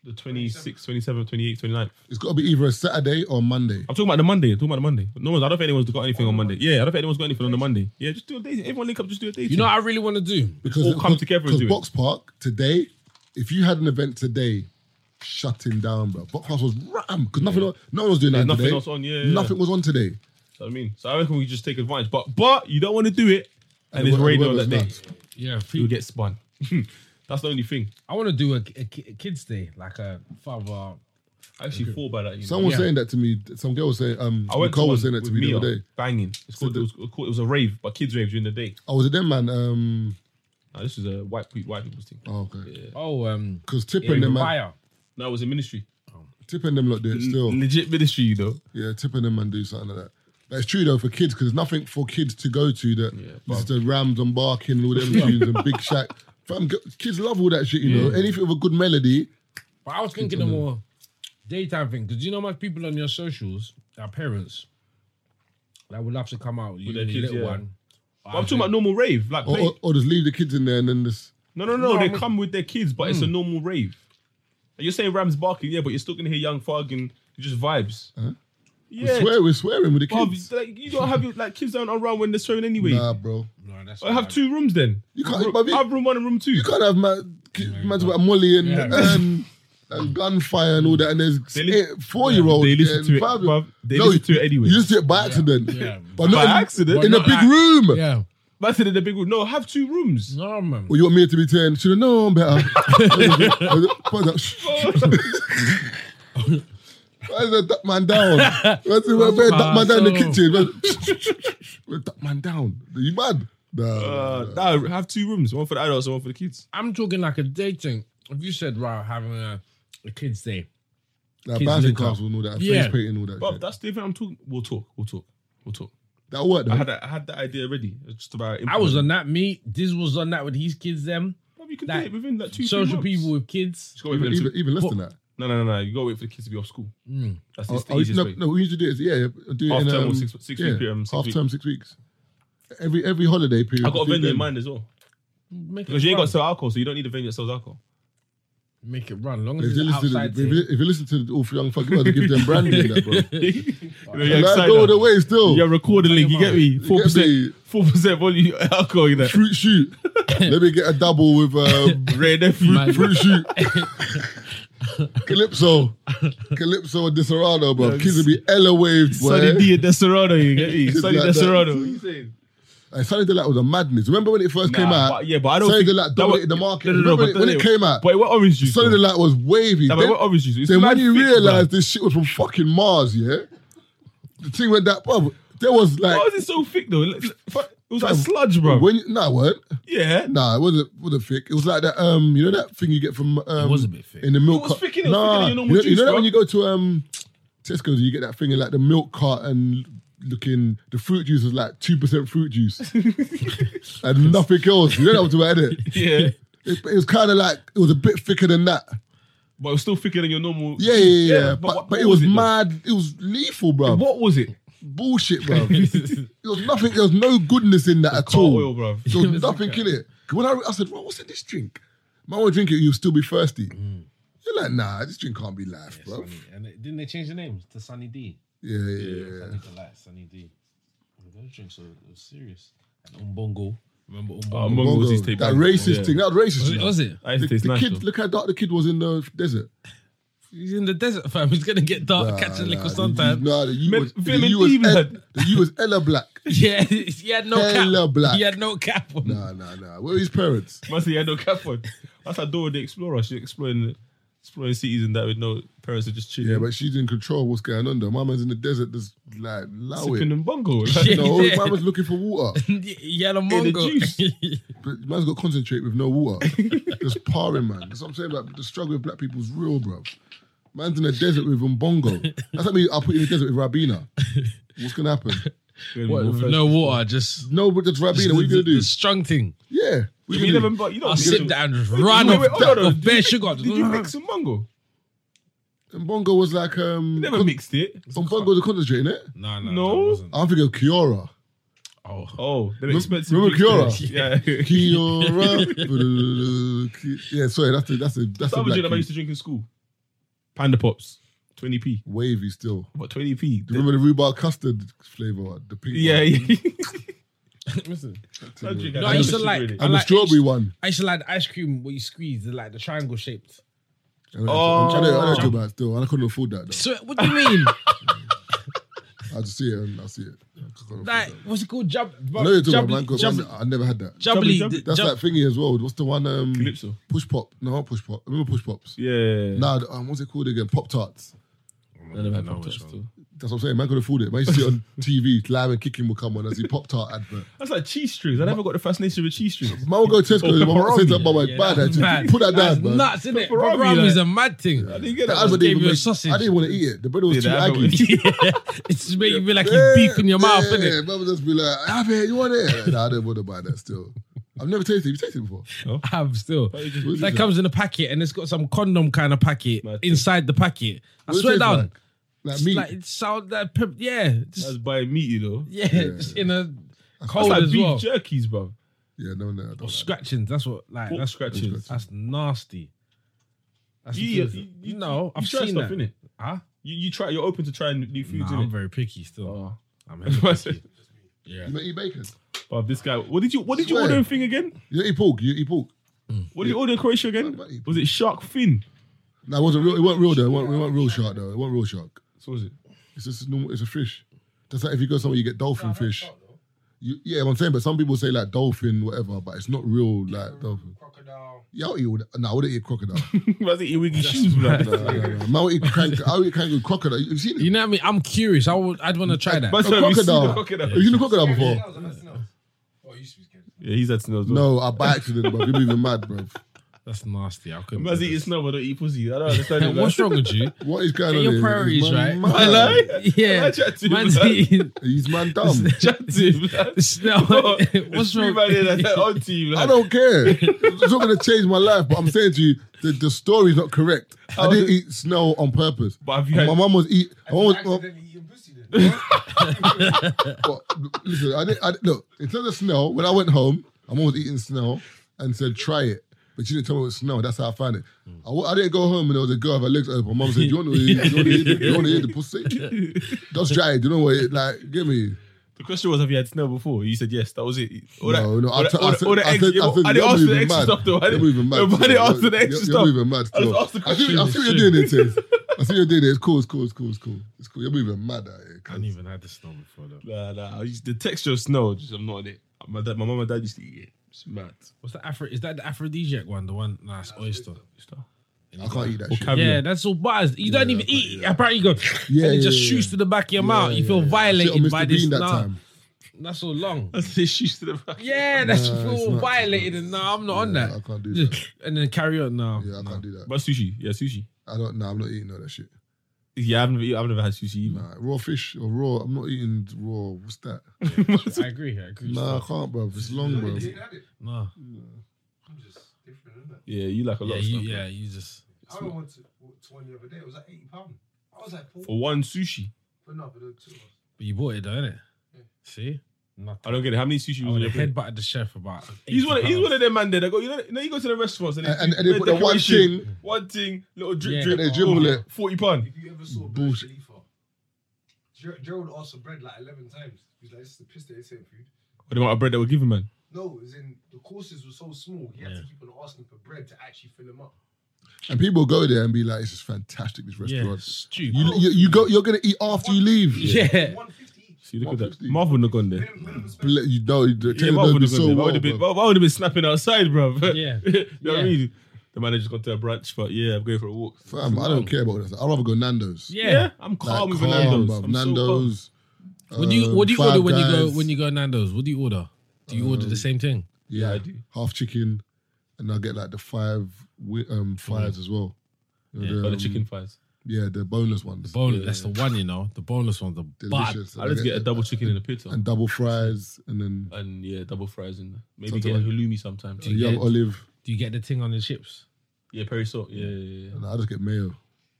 the 26th, 27th, 28th, 29th. It's got to be either a Saturday or Monday. I'm talking about the Monday. I'm talking about the Monday. No one's, I don't think anyone's got anything on Monday. Yeah, I don't think anyone's got anything on the Monday. Yeah, just do a day. Everyone link up, just do a day. You know what I really want to do? Because all come together and Because do it. Box Park today, if you had an event today, shutting down, bro. Box Park was ram because nothing, else- no one was doing that nothing today. else on, yeah, yeah, nothing yeah. was on today. So I mean, so I reckon we just take advantage. But but you don't want to do it and, the it's wea- radio weather's that day. nuts. Yeah, You'll get spun. That's the only thing. I want to do a, a ki- a kids' day, like a father I actually thought by that. You know? Someone was saying that to me. Some girl was saying, um, Nicole was saying that to with me the other Mia, day. Banging. It's called, it, was, called- it was a rave, but kids rave during the day. Oh, was it them, man? Um, Nah, this is a white pe- white people's thing. oh, okay. Oh, um, Because yeah, tipping them, man, fire. No, it was in ministry. tipping them, lot do it still. Legit ministry, you know. Yeah, tipping them and do something like that. That's true though for kids because there's nothing for kids to go to that listen to Rams and Barking and all them tunes and Big Shack. Fam, g- kids love all that shit, you know. Anything with a good melody. But I was thinking a more daytime thing because you know, much people on your socials, our parents, that would love to come out. You their know, the kids, little yeah. one. But I'm talking about normal rave. Like, Or, play- or, or just leave the kids in there and then just. no, no, no. they come with their kids, but Hmm. it's a normal rave. Like, you're saying Rams barking, yeah, but you're still gonna hear Young Thug and just vibes. we Yeah, swear, we're swearing with the bruv, kids. like you don't have your like kids don't around when they're swearing anyway. Nah, bro. No, that's I have two rooms then. You can't- Ro- but we- have room one and room two. You can't have man, kids, man's about Molly and, um, and gunfire and all that, and there's They lis- eight, four-year-olds. They listen and to it, five- bruv. They No, listen to it anyway. You just do it by accident. yeah. But not By in, accident? In But a not big like- room. Yeah. But I said in the big room. No, have two rooms. No, man. Well, you want me to be telling? Should have known better. Put that- shh. Why is that duck man down? Where's the where, where duck man down in the kitchen? Where's- Where duck man down? Are you mad? Nah, Uh, nah. nah, have two rooms. One for the adults, and one for the kids. I'm talking like a dating. If you said, right, having a, a kids' day. Like kids bouncing link up. castle and all that, Yeah. face painting and all that. But shit. that's the thing I'm talking. We'll talk. We'll talk. We'll talk. That worked though. I had that, I had that idea already. It's Just about I was on that meet. Diz was on that with his kids, them. You can that do it within that two. three Social months. people with kids. Just gotta wait for them to- even, even less than that. No, no, no, no. You gotta wait for the kids to be off school. That's the Oh, oh, easiest no, way. no, we used to do it. Yeah, yeah, do it Half in term or um, six- six yeah, week, um, six half week. term six weeks. Every every holiday period. I got a do it venue in then. mind as well Make because you ain't got run. to sell alcohol, so you don't need a venue that sells alcohol. Make it run. Long as If you, it's listen to, outside. if, you, if you listen to the All for Young Fucking, to give them brandy in that, bro. you're And I go all the way still. You're recording link. You get me? get Four me. percent. Four percent volume alcohol. You know. fruit shoot. Let me get a double with um, Red nephew. fruit, fruit shoot. Calypso. Calypso and Disorano, bro. Kids will be Ella waved, boy. Sonny D and Deserado. You get me? Kids Sonny like that. Deserado. What you saying? Like, Sunny Delight was a madness. Remember when it first came Nah, out? but- yeah, but I don't Sunny think Delight that dominated wa- the market. No, no, no, Remember but when then it came out? But it was orange juice. Sunny though. Delight was wavy. Nah, but then what orange juice? It's then when mad you thick, realised this shit was from fucking Mars, yeah? The thing went that, bro, there was like... Why was it so thick though? It was like sludge, bro. When, you- nah, it weren't. yeah. Nah, it wasn't, wasn't thick. It was like that, um, you know that thing you get from... Um, was a bit thick. In the milk It was cart- thick, innit? It was thicker than you your normal know, you juice, know that bro. when you go to um, Tesco's, you get that thing in like the milk carton looking, the fruit juice is like 2% fruit juice. and nothing else. You know that was about it. Yeah. It, it was kind of like, it was a bit thicker than that. But it was still thicker than your normal. Yeah, yeah, yeah. but, but, what- it what was, though? mad. It was lethal, bro. What was it? Bullshit, bro. there was nothing. There was no goodness in that at all. Oh, oil, bruv. There was nothing in it. 'Cause When I, I said, "Bro, what's in this drink?" Man would drink it, you'll still be thirsty. You're like, nah, this drink can't be life, bro. Sunny. And it- didn't they change the names to Sunny D? Yeah, yeah, yeah. Sunny Delight, Sunny D. Those drinks were were serious. And Umbongo. Remember Oh, Umbongo? Mongo was his Bongo, tape. that racist Yeah. thing. That was racist. was, you it, know. was it? I The, used to taste the nice. kid, though. look how dark the kid was in the desert. He's in the desert, fam. He's gonna get dark, catch a liquor sometime. No, the you Men- was, the women you was, even el- had- the you was Ella Black. Yeah, he had no Hella cap. black. He had no cap on. Nah, nah, nah. Where were his parents? Must say, I know Catford. That's how Dora the Explorer. She's exploring, exploring cities and that with no parents are just chilling. Yeah, but she's in control of what's going on though. Mama's in the desert, just like, low it. sipping and bungle. No, mama's looking for water. He had a the mongo. But man's got to concentrate with no water. Just parring, man. That's what I'm saying. Like, the struggle with black people's real, bro. Man's in the desert with Mbongo. That's like me. I'll put you in the desert with Rabina. What's gonna happen? What, with no water, just No, but that's Rabina. What are you gonna the, do? the strong thing. Yeah. What You you gonna never, do? but you I don't sit you- there and just run wait, off, wait, hold on, that, hold on. off Did bare you- sugar. Did you mix some bungle? Mbongo was like um. Never mixed it. Mbongo was concentrating it. No, no, No? it wasn't. I'm thinking of Kiora. Oh, they're expensive. remember mixed Kiora? it. Yeah. Kiora. yeah, sorry. That's the that's the that's the That was black drink I used kid. to drink in school. Panda Pops. 20p. wavy still. What, 20p? Do you remember the rhubarb custard flavor? one? The pink. Yeah, one? yeah. Listen, That drink No, had I used sugar to in like. it. I And the like strawberry one. I used to like the ice cream where you squeeze the like the triangle shaped. I don't know, I don't know about it still, and I couldn't afford that. Though. So what do you mean? I I just see it and I see it. Yeah, 'cause I don't Like, what's it called? Jub, I know you're talking jubbly- about Blanco, jubbly- but I never had that. jubbly- Jubbly- That's jub- that thingy as well. What's the one? Um, Calypso. Push pop. No, not push pop. Remember push pops? Yeah. Nah, um, what's it called again? Pop tarts. I never had Pop Tarts too. That's what I'm saying. Man could afford it. Man used to see it on TV. Lime and Kicking would come on as he Pop Tart advert. That's like cheese strings. I never got the fascination with cheese strings. Man would go to Tesco. Oh, his mum said to her, pepperoni. "Mum, it's Yeah, bad. that's actually. mad. Put that That's down, man. nuts, isn't it? Pepperoni, Pepperoni is like- a mad thing. I didn't get The that. advert didn't Gave even you a make- sausage. I didn't want to eat it. The bread was Yeah, too the advert aggy. yeah, it's just making you feel like you beef in your mouth, yeah, innit? Mum would just be like, have it, you want it? nah, I didn't want to buy that still. I've never tasted it. You've tasted it before? I have still. What That is comes in a packet and it's got some condom kind of packet Mad thing. inside the packet. I What does it swear taste down. Like, like It's meat. Like it sounds like pep- yeah, That's just, by meaty though. yeah, just in a That's cold like as beef well. jerkies, bro. yeah, no, no. I don't Or like scratchings. That's what like Pork that's scratchings. That's nasty. That's You- the you- thing. you- no, you I've try seen stuff, that. innit? Huh? You, you try. You're open to trying new foods. Nah, innit? I'm very picky still. Oh. I'm very picky. it. You don't eat bacon. Bruv, this guy. What did you? What did you Swear. order in thing again? You don't eat pork. You don't eat pork. What did you order in Croatia again? What about you? Was it shark fin? No, it wasn't real. It wasn't real though. It wasn't, it wasn't real shark though. It wasn't real shark. So was it? It's just normal. It's a fish. That's like if you go somewhere, you get dolphin fish. You, yeah, I'm saying, but some people say like dolphin, whatever, but it's not real like dolphin. Crocodile. Yeah, I'll eat. all that. No, I wouldn't eat crocodile. Was it your wiggy shoes, blood? no, no, no. Man, I'll eat crank. I'll eat crank with crocodile. You've seen it? You know what I mean? I'm curious. I would I'd want to try that. But- a Sorry, we've seen the crocodile. crocodile. Have you seen a crocodile before? Oh, you used to be scared. Yeah, he's had snails. No, I by accident, bro. You're even mad, bro. That's nasty. I couldn't. Must do eat this. snow, but don't eat pussy. I don't understand. it, man. What's wrong with you? What is going Get on? your here? priorities He's right. man- I lie. Yeah, I tried to, man's man. eating. He's man dumb. It's- no, what's wrong? on I don't care. It's not going to change my life, but I'm saying to you, the, the story's not correct. I didn't eat snow on purpose. Oh, But have you had- my mum was eat. My mum You was, accidentally eating pussy then. well, listen, I didn't, I didn't- look, in terms of snow, when I went home, my mum was eating snow and said, try it. But she didn't tell me it was snow. That's how I found it. Hmm. I wa- I, didn't go home and there was a girl with her legs open. My mum said, you want to eat, you want to eat, the- you want to eat the pussy? Just try it. You know what? It, like, give me. The question was, have you had snow before? You said yes. That was it. All that, No, no, all I that, t- all I that, said- all that I extra. said- I said I you're didn't ask the moving extra mad. stuff though. I You're didn't, moving mad I still. didn't ask the extra You're- You're stuff. moving mad I just still. asked the I see, I see question. what you're doing there, Tiz. I see what you're doing there. It's cool, it's cool, it's cool, it's cool. It's cool. You're moving mad out here. I cuz. haven't even had the snow before though. Nah, nah. I used- The texture of snow, just, I'm not on it. My, dad, my mum and dad used to eat it. It's mad. What's the Afro? Is that the aphrodisiac one? The one? Nah, it's oyster. I can't eat that Or shit. caviar. Yeah, that's all bars. You don't even eat. Apparently, you go. Yeah, and it yeah, just yeah, shoots yeah. to the back of your Yeah, mouth. You yeah, feel yeah. Shit on violated Mr. by this. Bean that nah, time. that's so long. That's the shoes to the back. Yeah, that's you it's feel not- violated, and nah, I'm not on Yeah, that. I can't do that. And then carry on now. Yeah, I can't do that. But sushi. Yeah, sushi. I don't. No, I'm not eating all that shit. Yeah, I've never, eat- I've never had sushi either. Nah, raw fish or raw. I'm not eating raw. What's that? I agree. I agree. Nah, I can't, bro. It's long, bro. You had it. Nah. I'm just different, isn't it? Yeah, you like a lot Yeah, of you, stuff. yeah, you just. I went on to, to one the other day. It was like eighty pound. I was like, For four. one sushi. But no, but the two of us. But you bought it, though, innit? See, nothing. I don't get it. How many sushi I was on would your have plate? headbutted the chef about. He's 80 one, of, he's pounds. one of them man there that go, you know, you know, you go to the restaurants and they, And- and they put the one decoration, thing- one thing, little drip, Yeah. drip, And they dribble oh, it. 40 pound. If you ever saw Burj Bullshit. Khalifa, Ger- Gerald asked for bread like 11 times. He's like, this is the piss that they sent food. What amount of bread they were giving, man? No, as in the courses were so small, he had to keep on asking for bread to actually fill them up. And people go there and be like, "This is fantastic. This Yeah, restaurant." stupid. You, you, you go. You're gonna eat after you leave. yeah. 150 each. See, look at that. 150. Marv wouldn't have gone there. Bl- You know, the Yeah, yeah, Marv would would be have so been, well, would have been, bro. Marv would've been snapping outside, bro. Yeah. you know what I Yeah. mean? The manager's gone to a brunch, but yeah, I'm going for a walk. Fam, I don't care about that. I'd rather go Nando's. Yeah. Yeah, I'm Like, calm with calm, Nando's. bruv. I'm so calm. Nando's. What do you um, What do you Five order when you go Guys. Um, when you go Nando's? What do you order? Do you order the same thing? Yeah, I do. half chicken, and I get like the five wi- um fries as well. You know, Yeah, Oh, the um, chicken fries. Yeah, the boneless ones. Boneless. Yeah. That's the one you know. The boneless one's the bad. Delicious. And I just get a double chicken and a pizza. and double fries, and then And yeah, double fries in there. Maybe Sometimes get I- a halloumi sometime. a too. young get- olive. Do you get the thing on the chips Yeah, peri salt. Yeah, yeah, yeah. And I just get mayo.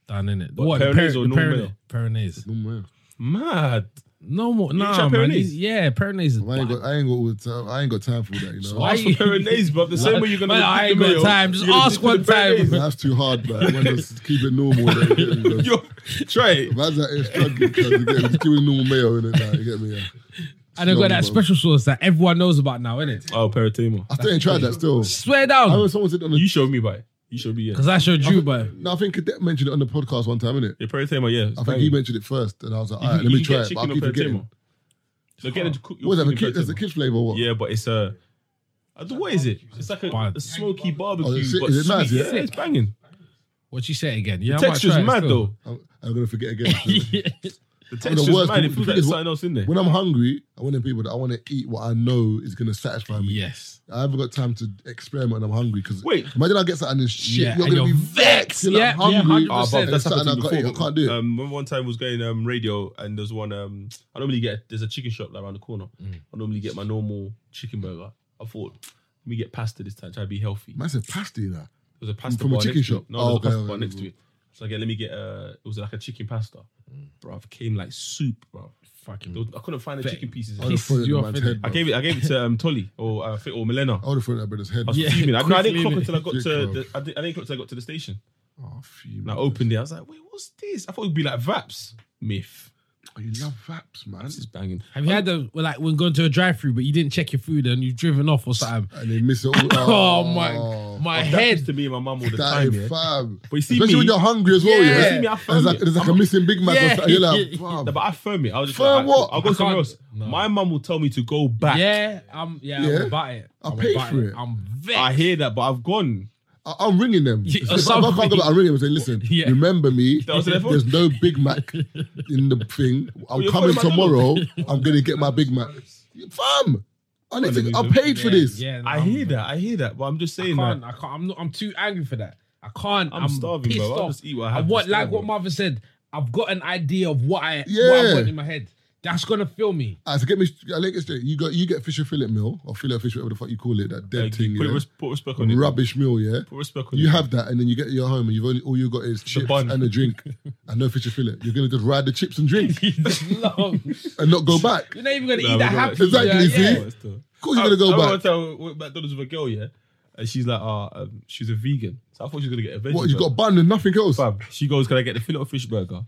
down in it? What, Peronaise or normal? Peronaise. No mayo. Mad. No more. Nah, try man. Peronaise? These- Yeah, Peronaise is I ain't bad. got. I ain't got. all the time- I ain't got time for that. You know. Why Ask for you- Peronaise, bro. The same way you're gonna. Man, dip I the ain't got mayo, time. Just you're gonna ask dip it one in Peronaise. time. That's too hard, man. Man, just keep it normal. Then, you get me, bro? Yo, try it. Man's out here struggling, cuz, you get me? Just keep it normal mayo in it. Now, you get me? Yeah. And they got that Slow, bro. special sauce that everyone knows about now, innit? Oh, Peratimo. I still ain't tried that. Still, Swear I down. remember someone said on the You showed me by. You should be. Yeah. Because I showed you, but No, I think Cadet mentioned it on the podcast one time, innit? Yeah, Peretema, yeah. I think he mentioned it first, and I was like, all right, let me try it. But I keep forgetting. So get it. What is that? A kid, that's a kid flavor or what? Yeah, but it's a. I don't- What is it? It's like a, a smoky barbecue. Oh, is it- but is it nice, sweet. yeah? it's banging. what you say again? Yeah, I might Texture's try it mad still. though. I'm, I'm gonna forget again. The I'm the texture's worst mad. It people- feels because like there's something else in there. when I'm hungry, I want them people that I want to eat what I know is gonna satisfy me. Yes. I haven't got time to experiment when I'm hungry because Wait. imagine I get something and shit, Yeah, you're and gonna you're be vexed. You're like, Yeah, yeah, hungry. 100%. and it's Ah, That's happened something to I me can't, before. eat, I can't do it. Um, remember one time I was going um, radio and there's one. Um, I normally get there's a chicken shop like, around the corner. I normally get my normal chicken burger. I thought let me get pasta this time. Try to be healthy. Man said pasty that. There's a pasta From a bar chicken next To shop? it. No, Oh, there's okay, a pasta okay, bar next to okay. it. So again, let me get. Uh, it was like a chicken pasta. Bro, it came like soup, bro. Fucking There was- I couldn't find the Fake. chicken pieces. I would have Piss thrown it you in off, man's innit? head. I bro. gave it. I gave it to um, Tolly or uh, Fit or Milena. I would have thrown it in that brother's head. I was bro. fuming. I, no, I quickly, didn't clock innit? until I got Dick, to. bro. The, I, didn't, I didn't clock until I got to the station. Oh, fuming. And I opened it. I was like, "Wait, what's this?" I thought it'd be like Vaps. Myth. Oh, you love vaps, man. This is banging. Have you had the well, like when going to a drive-through, but you didn't check your food and you've driven off or something? And they miss it all. Oh, my, my That happens head. to me and my mum all the That time. is Yeah. fab. But you see Especially me- when you're hungry as well, Yeah. yeah. You see me, I there's firm like, it. there's like a missing Big Mac Yeah. or something. You're like, Yeah. bruv. No, but I firm it. I was just Firm like, I- what? I'll go I somewhere can't- else. My mum will tell me to go back. Yeah, I'm. Yeah, Yeah. I'm about it. I'll I'm pay about for it. I'm vexed. I hear that, but I've gone. I- I'm ringing them. Yeah, if I if I can't go back, I'm ringing them and saying, listen, Yeah. remember me. was the phone. There's no Big Mac in the thing. I'm you're coming calling tomorrow. I'm going to get my Big Mac. Fam, I, need to, I paid for this. Yeah, I I'm- hear that. I hear that, but I'm just I saying can't. that. I can't. I'm not. I'm too angry for that. I can't. I'm I'm, starving, pissed bro. I'll Off. just eat what I have to want. Like starve, what bro. Marvin said. I've got an idea of what I what I Yeah. want in my head. That's gonna fill me. All right, so get me. I think it's straight. You got you get fish and fillet meal or fillet of fish, whatever the fuck you call it, that dead Like, thing, put, yeah? res- put respect on it. rubbish meal, yeah. Put respect on You it. have that, and then you get to your home, and you've only all you got is chips bun. and a drink, and no fish and fillet. You're gonna just ride the chips and drink No, and not go back. you're not even gonna Nah, eat that we're not- happy. Exactly, yeah, you see? yeah. Yeah, it's the- Of course, you're I gonna go remember back. one time we were at uh, McDonald's with a girl, yeah, and she's like, "Ah, um, she's a vegan." So I thought she was gonna get a veggie. What you got a burger. bun and nothing else? Fam, She goes, "Can I get the fillet of fish burger?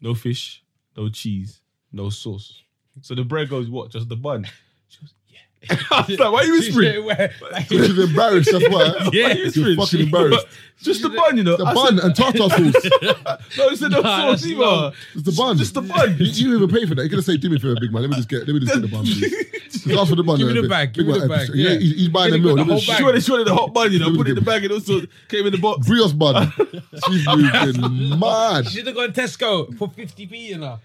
No fish, no cheese, no sauce." So the bread goes, "What? Just the bun?" She goes, "Yeah." I was like, "Why are you Yeah, whispering?" where- like, She's embarrassed. That's why. Why are you she's whispering? fucking embarrassed. Just the bun, you know. The I said, bun and tartar sauce. No, it's no Nah, sauce that's either. long. It's the bun. Just the bun. You, you even pay for that. You're gonna say, "Do me a favor, big man. Let me just get. Let me just get the bun. Please. Just ask for the bun. Give me uh, the bag, give me the uh, bag, Yeah, yeah. he's, he's buying Yeah, the give meal. me the Let me whole just- bag. She wanted, she wanted the hot bun, you know. Put it in the bag and also came in the box. Brioche bun. She's moving mad. Should have gone Tesco for 50p, you know.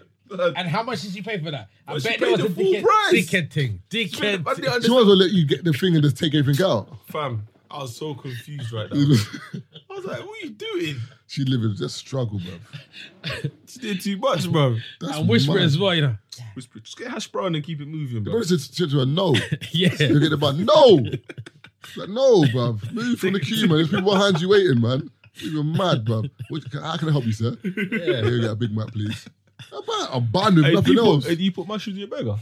And how much did she pay for that? I Well, she bet there paid was the a full dickhead, price. dickhead thing. Dickhead. I didn't She understand. might as well let you get the thing and just take everything out. Fam, I was so confused right now. I was like, what are you doing? she living just struggle, bruv. She did too much, bro. That's and whisper mad. as well, you know. Whisper, Just get hash brown and keep it moving, The bro. brother said to- to her, no. Yeah. You get the bun, no. It's like, no, bruv. Move from the queue, man. There's people behind you waiting, man. You're mad, bruv. What, how can I help you, sir? Yeah. Here, get a Big Mac, please. A bun, a bun with Hey, do, nothing you else. put, hey, do you put mushrooms in your burger?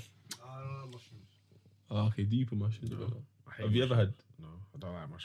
Oh, okay, do you put mushrooms in your burger? Have you ever had?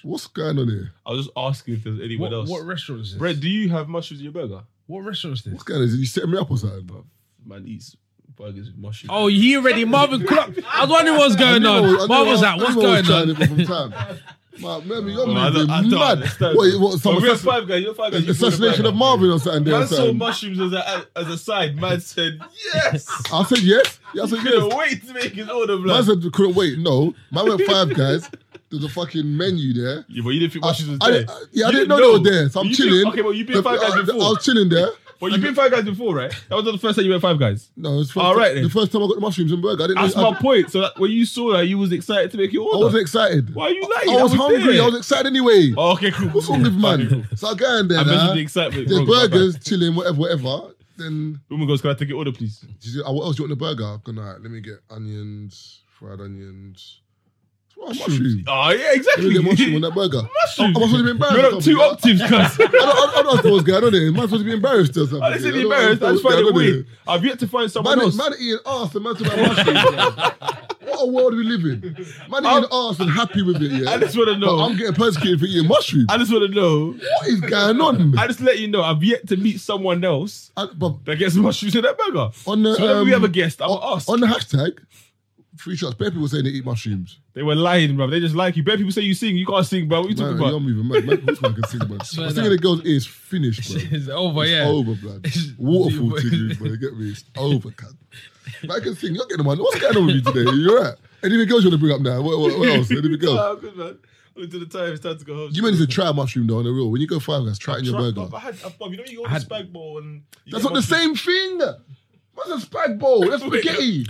What's going on here? I was just asking if there's anyone What, else. what restaurant is this? Brett, do you have mushrooms in your burger? What restaurant is this? What's going on? Is you setting me up or something? Bro, man eats burgers with mushrooms. Oh, he already Marvin clocked. I was wondering what's going I knew I on. Marvin was I like, knew I was what's going trying on? it from time. Man, maybe you're Bro, I moving don't- I don't mad. understand. What, what, Bro, some we have assassin- five guys. You're five guys. you put in a assassination burger. of Marvin or something there. or Man saw something. mushrooms as a as a side. Man said yes. I said yes. Yeah, I said yes. Couldn't wait to make his order, Man blood. said we couldn't wait. No, man went five guys. There's a fucking menu there. Yeah, but you didn't think I, mushrooms was I- Oh, there. I- yeah, I You didn't know they were there, so I'm You've been- chilling. okay, but you've been The- five guys I, before. I was chilling there. but you've been five guys before, right? That was not the first time you went five guys. No, it's first All right then. the first time I got the mushrooms and burger. I didn't. That's know, my I, point. So that when you saw that, you was excited to make your I order. wasn't excited. Why are you lying? I, That was was hungry. there. I was excited anyway. Oh, okay, cool. What's wrong with man? So I go in there. I measured nah. the excitement There's wrong, my bad. burgers, chilling, whatever, whatever. Then Woman goes, can I take your order, please? she said, oh, "What else do you want in the burger?" I'm gonna let me get onions, fried onions. What's wrong with mushrooms? Oh yeah, Let me exactly. get mushroom on that burger. Mushrooms. I must have been embarrassed. You're not two I- octaves, cuz. I don't, I don't understand what's going on here. Man's supposed to be embarrassed or something. I listen, don't embarrassed. I understand just find what's going it on weird. I've yet to find someone here. Man, else. man eating arse and man's about mushrooms. bro. what a world we live in. Man I'm- eating arse and happy with it, yeah. I just wanna know. But I'm getting persecuted for eating mushrooms. I just want to know. what is going on? I just let you know. I've yet to meet someone else I- but that gets mushrooms in their burger. on the, so whenever um, we have a guest, I'm on, asked. on the hashtag, free shots. Bare people saying they eat mushrooms. They were lying, bro. They just like you. Bare people say you sing. You can't sing, bro. What you Man, talking you're about? moving mad. Man, which man can sing, man? I'm Swear singing down. the girl's ear is finished, bro. It's over, It's yeah. over, blood. Waterfall tingling, bro. You get me? It's over, cunt. But I can sing. You're getting one. What's going on with you today? You're right. Anything else you want to bring up now? What, what, what else? Anything else? Oh, good, man. Look to the time. It's time to go home. You meant to try a mushroom though on the real. When you go five guys, try it in your Try- burger. but I had, I, you know, you go to spag bowl and you That's get not the mushroom- same thing. What's a spag bowl? That's spaghetti.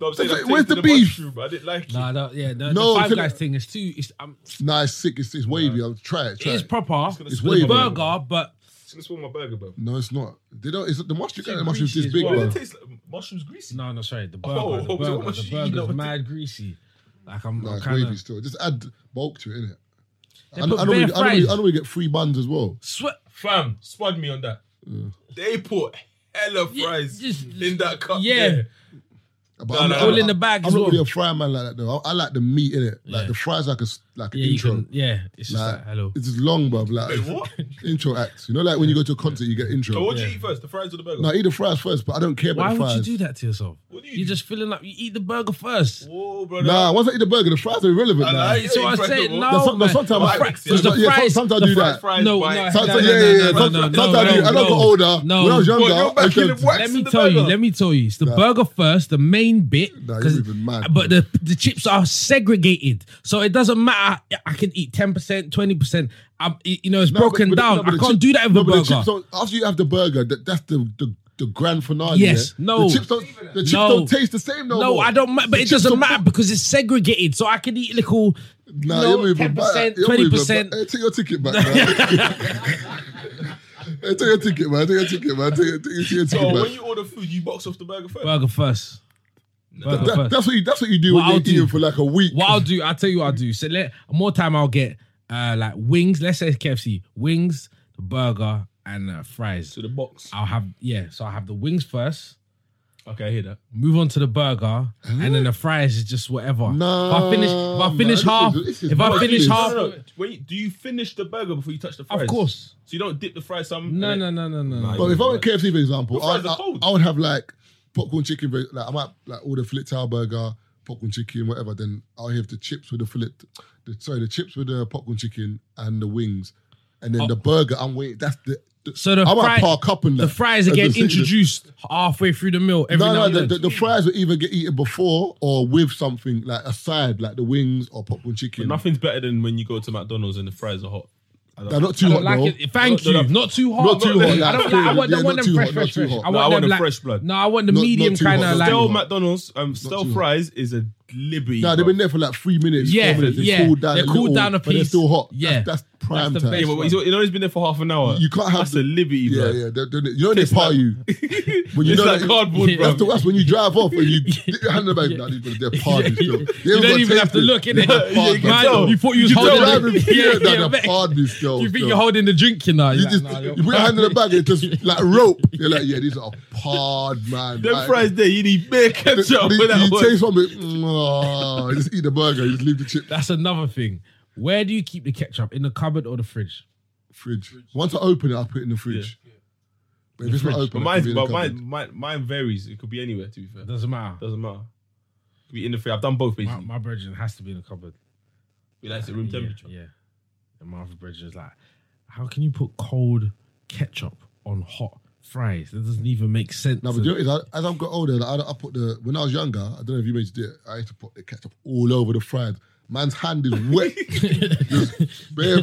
No, I'm saying That's I've it. Where's tasted the beef? mushroom, but I didn't like it. Nah, that, yeah, the, No, the five it's- guys thing is too. It's, um, nah, it's sick. It's, it's wavy. I'll try it. it Try is it. proper. It's It's way a burger, but It's gonna spoil my burger, bro. No, it's not. They don't. It's the mushroom. The mushroom's greasy this as big, well. bro. It tastes like mushrooms greasy. no, no, sorry, the burger, Oh, the so burger, much the you burger's know. mad greasy. Like I'm, Nah, I'm it's kind wavy of still. Just add bulk to it, innit? They I, I, put normally, I, bare normally, I fries. normally get free buns as well. sweat. Fam, spud me on that. They put hella fries just- in that cup. yeah. there. But No, no, no. All in the bag I'm as not well. really a fry man like that though. I, I like the meat in it. Like the fries, like a s- like an Yeah, you intro. can, yeah, it's just like, Like, hello. It's just long, bruv. Like what? intro acts. You know, like when you go to a concert, you get intro. So what do you eat first? The fries or the burger? No, I eat the fries first, but I don't care about Why the would fries. you do that to yourself? What do you You're do? just filling up. You eat the burger first. Whoa, bro. Nah, once I eat the burger, the fries are irrelevant. I now. like So I said incredible. no. Now, some- now man. sometimes I- Fri- Because yeah, because the yeah, some- fries- sometimes the I do fri- that. fries No, no, bite. no, Sometimes- no, no, yeah, no, yeah, yeah. no, no, Sometimes- no, sometimes I do. no, As I got no. older, No. when I was Well, younger, you're I back in used the to- wax. Let in me the tell you. burger. Let me tell you. It's the burger first, the main bit. Nah, you're 'cause- even mad. But the the chips are segregated, so it doesn't matter. I can eat ten percent, twenty percent. You know, it's No, but- broken but the- down. no, but I the can't chip- do that with no, a but the burger. chips don't- after you have the burger, that, that's the, the the grand finale. Yes, yeah? no. The chips don't. The chips No. don't taste the same no no, more. I don't. Ma- The but it chips doesn't don't- matter because it's segregated, so I can eat little. Nah, you you're know, moving ten percent, back. You're twenty moving percent. back. Hey, take your ticket back. man. Hey, take your ticket, man. Take your ticket, man. Take your, take your, take your So ticket when back. you order food, you box off the burger first. Burger first. Burger That, first. that's what you. That's what you do What I'll when do- you're eating for like a week. What I'll do, I'll tell you what I'll do. So let more time I'll get uh like wings, let's say it's KFC, wings, the burger, and uh, fries. the box. I'll have yeah, so I'll have the wings first, Okay, I hear that. move on to the burger, and then the fries is just whatever. Nah, if I finish if I man, finish this half is- this is if I mad. finish This is- half No, no, no. Wait, do you finish the burger before you touch the fries? Of course. So you don't dip the fries some. No, and no, then- no, no, no. no. But if I went KFC, for example, Your I, fries are I, cold. I would have like popcorn chicken. very- Like I might like order fillet tower burger, popcorn chicken, whatever. Then I'll have the chips with the fillet. The, sorry, the chips with the popcorn chicken and the wings, and then the burger. I'm waiting. That's the. the so Oh. the I might fries, park up and the that. fries And again just eat the- introduced halfway through the meal. Every No, now no, and the, then. the, the fries will either get eaten before or with something like a side, like the wings or popcorn chicken. Nothing's better than when you go to McDonald's and the fries are hot. They're not too I hot don't like though. it. Thank No, no, you. no. Not too hot. Not too hot. I don't like. I want, Yeah, I want not them too fresh, hot, not fresh, too fresh. hot. I want, No, I them want the like, fresh blood. No, I want the Not- not medium too kind hot, not of like. too Stale hot. McDonald's um, stale too hot. fries is a liberty. Nah, they've bro. been there for like three minutes. Yeah, four minutes. They yeah. cooled down. They're a cooled little, down a but they're piece. still hot. Yeah. that's, that's That's prime the time. best Yeah, but he's, you know he's been there for half an hour. You can't have that's the- a liberty, Yeah, bro. yeah. They're, they're, you know they par you. When you It's know like that- cardboard, That's, bro. the, that's when you drive off and you hand the bag. Nah, they're gonna- they're par you still. They You haven't got don't even have taste to look in it. Yeah, you can tell. You thought you was You can tell. holding. Yeah, yeah, yeah, mate. pardon me still, You still. think you're holding the drink, you know? You You're just like, nah, you you're- put your hand in the bag and it's just like rope. You're like, yeah, these are hard, man. Them Like, fries there, you need bare ketchup. You, for that you one. taste one bit. mm, ah, you just eat the burger. You just leave the chip. That's another thing. Where do you keep the ketchup? In the cupboard or the fridge? Fridge. Once I open it, I put it in the fridge. But if it's not But open, it can be mine's, in the but mine, cupboard. mine, mine varies. It could be anywhere. To be fair, It doesn't matter. doesn't matter. It could be in the fridge. I've done both My, basically. my brethren has to be in the cupboard. we like it room Yeah, temperature. Yeah. And my other brethren's like, how can you put cold ketchup on hot fries? That doesn't even make sense. No, but you know, what it is, I- as I've got older, like, I, I put the when I was younger, I don't know if you made it. I used to put the ketchup all over the fries. Man's hand is wet, just bare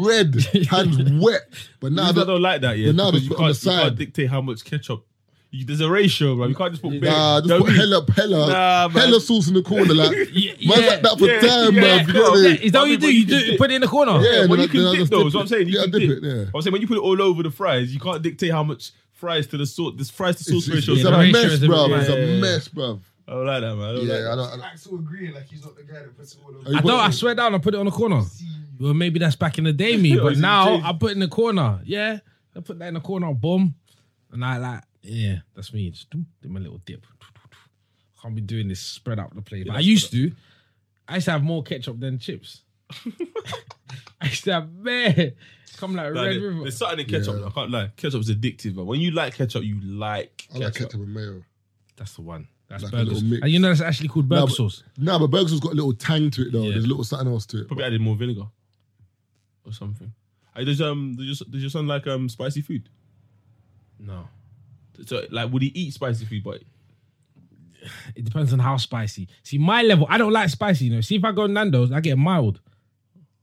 red. Hands wet, but now I the- don't, like that. Yeah, but now the- because on the you can't, you side. can't dictate how much ketchup. You, there's a ratio, bro. You can't just put bare. Nah, just Don't put be- hella, hella, Nah, man. hella sauce in the corner. Like, Yeah, man's yeah, like that for yeah, time, yeah, man. You know what I yeah. mean? is that what you But do? you You can do dip- put it in the corner. Yeah, then well, you I- then I can dip just though. dip Is what I'm it. saying. You Yeah, I can dip it, dip. yeah. I'm saying when you put it all over the fries, you can't dictate how much fries to the sauce. This fries to It's, sauce it's, ratio. it's is the a seven. mess, ratio is a- bruv. It's yeah, yeah, a yeah. mess, bruv. I don't like that, man. I don't like Yeah, I that. don't. I, Axel agreeing like he's not the guy that puts it all over. I put- don't. I swear down, I put it on the corner. Well, maybe that's back in the day, me. But It's now changed. I put it in the corner. Yeah, I put that in the corner. Boom, and I like. Yeah, that's me. Just do do my little dip. Can't be doing this spread out the plate. But I used to. I used to have more ketchup than chips. I used to have man. Come like Like, Red there- River. there's something in ketchup. I can't lie. Ketchup's addictive, but when you like ketchup, you like I like ketchup. ketchup and mayo. That's the one. That's Like a burgers. little mix. And you know that's actually called burger Nah, but- sauce. Nah, but burgers has got a little tang to it though. Yeah. There's a little something else to it. Probably added more vinegar or something. Hey, does um does your, does your son like um spicy food? No. So like, would he eat spicy food? But It depends on how spicy. See, my level, I don't like spicy, you know. See, if I go Nando's, I get mild.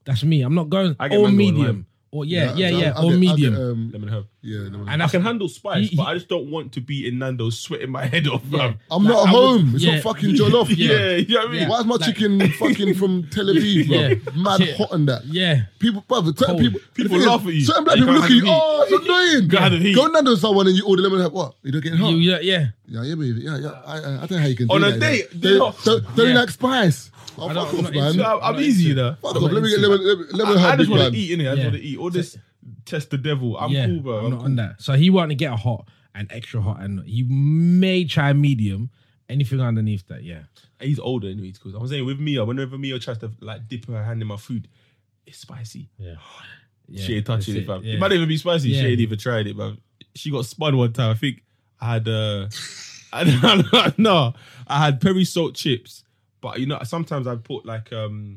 That's me. I'm not going I get mango or and medium. lime. Or yeah, yeah, I- I yeah, or get- I get, medium. um, lemon herb. yeah, no, no. and I can handle spice, He- but he- I just don't want to be in Nando's sweating my head off. Yeah. bruv. I'm like, not at I would- home. it's yeah. not fucking jollof. Yeah, yeah. you know what I mean? Yeah. Why is my Like- chicken fucking from Tel Aviv, bro? Yeah. Mad Yeah. hot and that. Yeah. People, brother, certain Cold. people, People the thing laugh at you. Certain black Like, people you look at you. can't Oh, it's annoying. Can't have heat. Go Nando's someone and you order lemon. Like, what? You don't get it hot. You- yeah, yeah. yeah, yeah, baby. Yeah, yeah. I, I, I don't know how you can On do a that, date, man. do Don't, not- don't, don't Yeah. like spice. Oh, I fuck don't- off, I'm not man. into- I'm, Fuck I'm not easy, you into know. off. Let me get lemon. Let me, let me I, I have just big want man. to eat in it. I just Yeah. want to eat. All this test the devil. I'm yeah, cool, bro. I'm, I'm not cool. on that. So he wanted to get a hot and extra hot, and he may try medium. Anything underneath that, yeah. He's older anyway. Because I'm saying with Mia, whenever Mia tries to like dip her hand in my food, it's spicy. Yeah. she ain't touching that's it, fam. yeah. It might even be spicy. Yeah. She ain't even tried it, man. She got spun one time. I think I had uh, I don't know, no, I had peri salt chips, but you know sometimes I put like um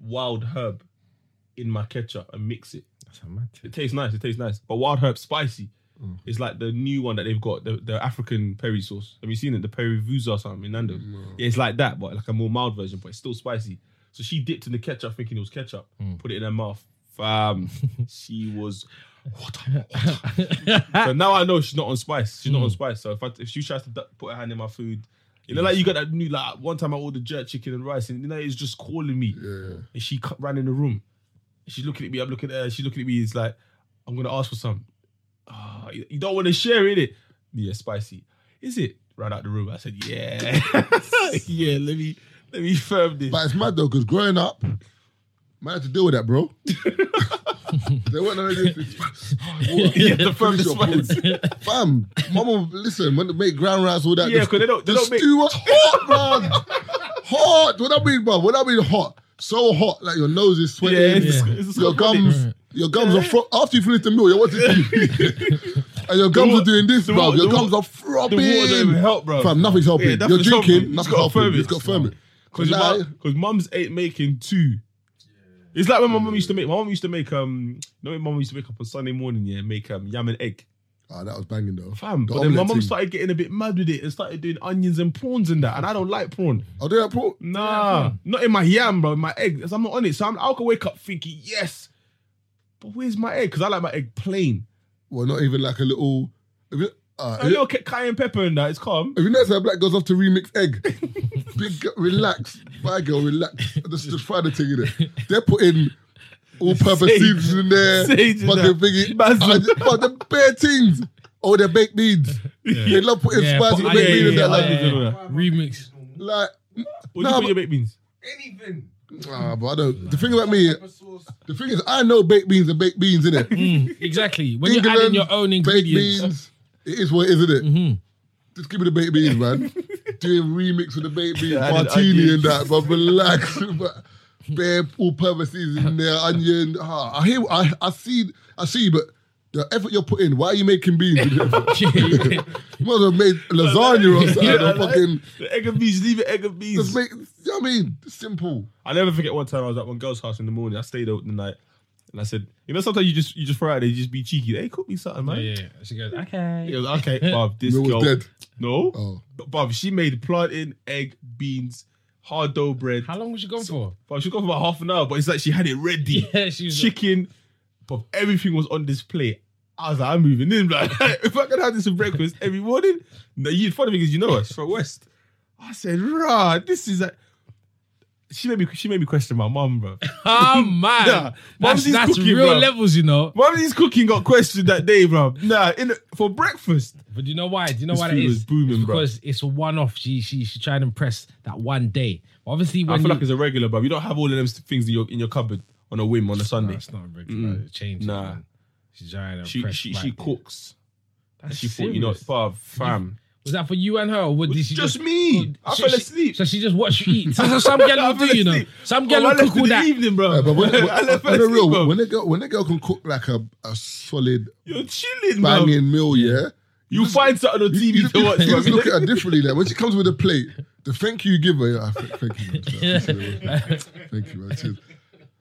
wild herb in my ketchup and mix it. That's a mad thing. It tastes nice. It tastes nice, but wild herb spicy. It's like the new one that they've got, the, the African peri sauce. Have you seen it? The peri vuza or something in Nando's. Mm. Yeah, it's like that, but like a more mild version, but it's still spicy. So she dipped in the ketchup thinking it was ketchup, put it in her mouth. Fam, she was. So now I know she's not on spice. She's not on spice. So if I, if she tries to du- put her hand in my food, you know, like you got that new like one time I ordered jerk chicken and rice, and you know it's just calling me. And she cu- ran in the room. She's looking at me. I'm looking at her. She's looking at me. It's like I'm gonna ask for some. Ah, you you don't want to share it, innit? Yeah, spicy. Is it? Ran out the room. I said, yeah, yeah. Let me let me firm this. But it's mad though, because growing up, man had to deal with that, bro. there weren't none of this. it's- oh, Yeah, the firm finish the your food. spice. Fam, mama, listen, when they make ground rice, all that. Yeah, the- 'cause they don't- they the don't make- stew was hot, man. Hot. What I mean, bro? What I mean, hot. So hot, like your nose is sweating. Yeah, it's- it's your Scotch bonnet. gums, your gums are fro- after you finish the meal. You're watching TV, and your gums wa- are doing this, the bro. wa- Your the wa- gums are the throbbing. water don't even help, bro. Fam, nothing's helping. Yeah, you're nothing's drinking, helping. nothing's It's gotta helping. firm it. It's got firm it. Because Nah. because mums ain't making two. It's like when my mum used to make. My mum used to make um. You know, when my mum used to wake up on Sunday morning, yeah, and make um yam and egg. Ah, that was banging though. Fam, The but then my omelette mum thing. started getting a bit mad with it and started doing onions and prawns and that, and I don't like prawn. Oh, did I put? Nah, not in my yam, bro. in My egg. 'cause I'm not on it, so I'm, I can wake up thinking yes, but where's my egg? Because I like my egg plain. Well, not even like a little. If you, uh, A if, you- little ca- cayenne pepper and that. It's calm. if you notice how black goes off to remix egg, big girl, relax, bad girl, relax. Just, just fry the thing in it. They're putting all-purpose Sage. seeds in there, Sage in fucking there. thingy, Basil. and- but the bare things. Oh, they're baked beans. They love putting Yeah, spice but- in baked yeah, beans yeah, and that. yeah, like, yeah. Remix. like, Nah, What do you put in but- your baked beans? Anything. ah, but I don't. The thing about me, Pepper sauce. the thing is, I know baked beans and baked beans in it. Mm, exactly. When you're adding your own Baked ingredients. Mm-hmm. beans. It is what it is, isn't it? Just give me the baked beans, man. Doing remix with the baked beans, added martini onion. and that, but relax. but bare all purposes in there, onion. Ah, I hear, I, I see, I see, but the effort you're putting, why are you making beans? with the effort? you might as well made lasagna or something. or fucking, The egg and beans. Leave it egg and beans. just make, you know what I mean? Simple. I never forget one time I was at one girl's house in the morning. I stayed out the night, and I said, you know, sometimes you just you just throw out there, you just be cheeky. Hey, cook me something, man. Yeah, yeah. She goes, okay. It was okay, Bob. This Meal was girl, dead. no, Oh. But, Bob. She made plantain, egg, beans, hard dough bread. How long was she gone for? Bob, she got for about half an hour, but it's like she had it ready. Yeah, she was. Chicken, Bob. Everything was on this plate. I was like, I'm moving in. Like, if I could have this for breakfast every morning, no, you. Funny thing is, you know us from West. I said, rah, this is like. She made me. She made me question my mum, bro. oh Yeah. man, that's, Mum's is that's cooking, real bro. levels, you know. Mum, these cooking got questioned that day, bro. Nah, in for breakfast. But do you know why? Do you know This why that food is? was booming, It's bro. because it's a one-off. She she she tried to impress that one day. Obviously, when I feel you, like it's a regular, bro. You don't have all of them things in your in your cupboard on a whim on a Nah, Sunday. it's not a big mm. change. Nah. man. she's trying to she impress. she right she there. cooks. That's she thought, you know, serious. fam, fam. Was that for you and her, or what, did It's she just me. I fell asleep. so she just watched you eat. That's what some girl I will fell do, you know. asleep. Some Oh, girl I will left cook in all the that. evening, bro. Yeah, but when, when, I left on for the sleep, real, bro. when a girl when a girl can cook like a, a solid You're chilling, bro. banging meal, yeah. You find something on You, TV you, to watch. you just man. look at her differently. Like when she comes with a plate, the thank you you give her, you're like, "Ah, thank you, man. thank you, man. Cheers.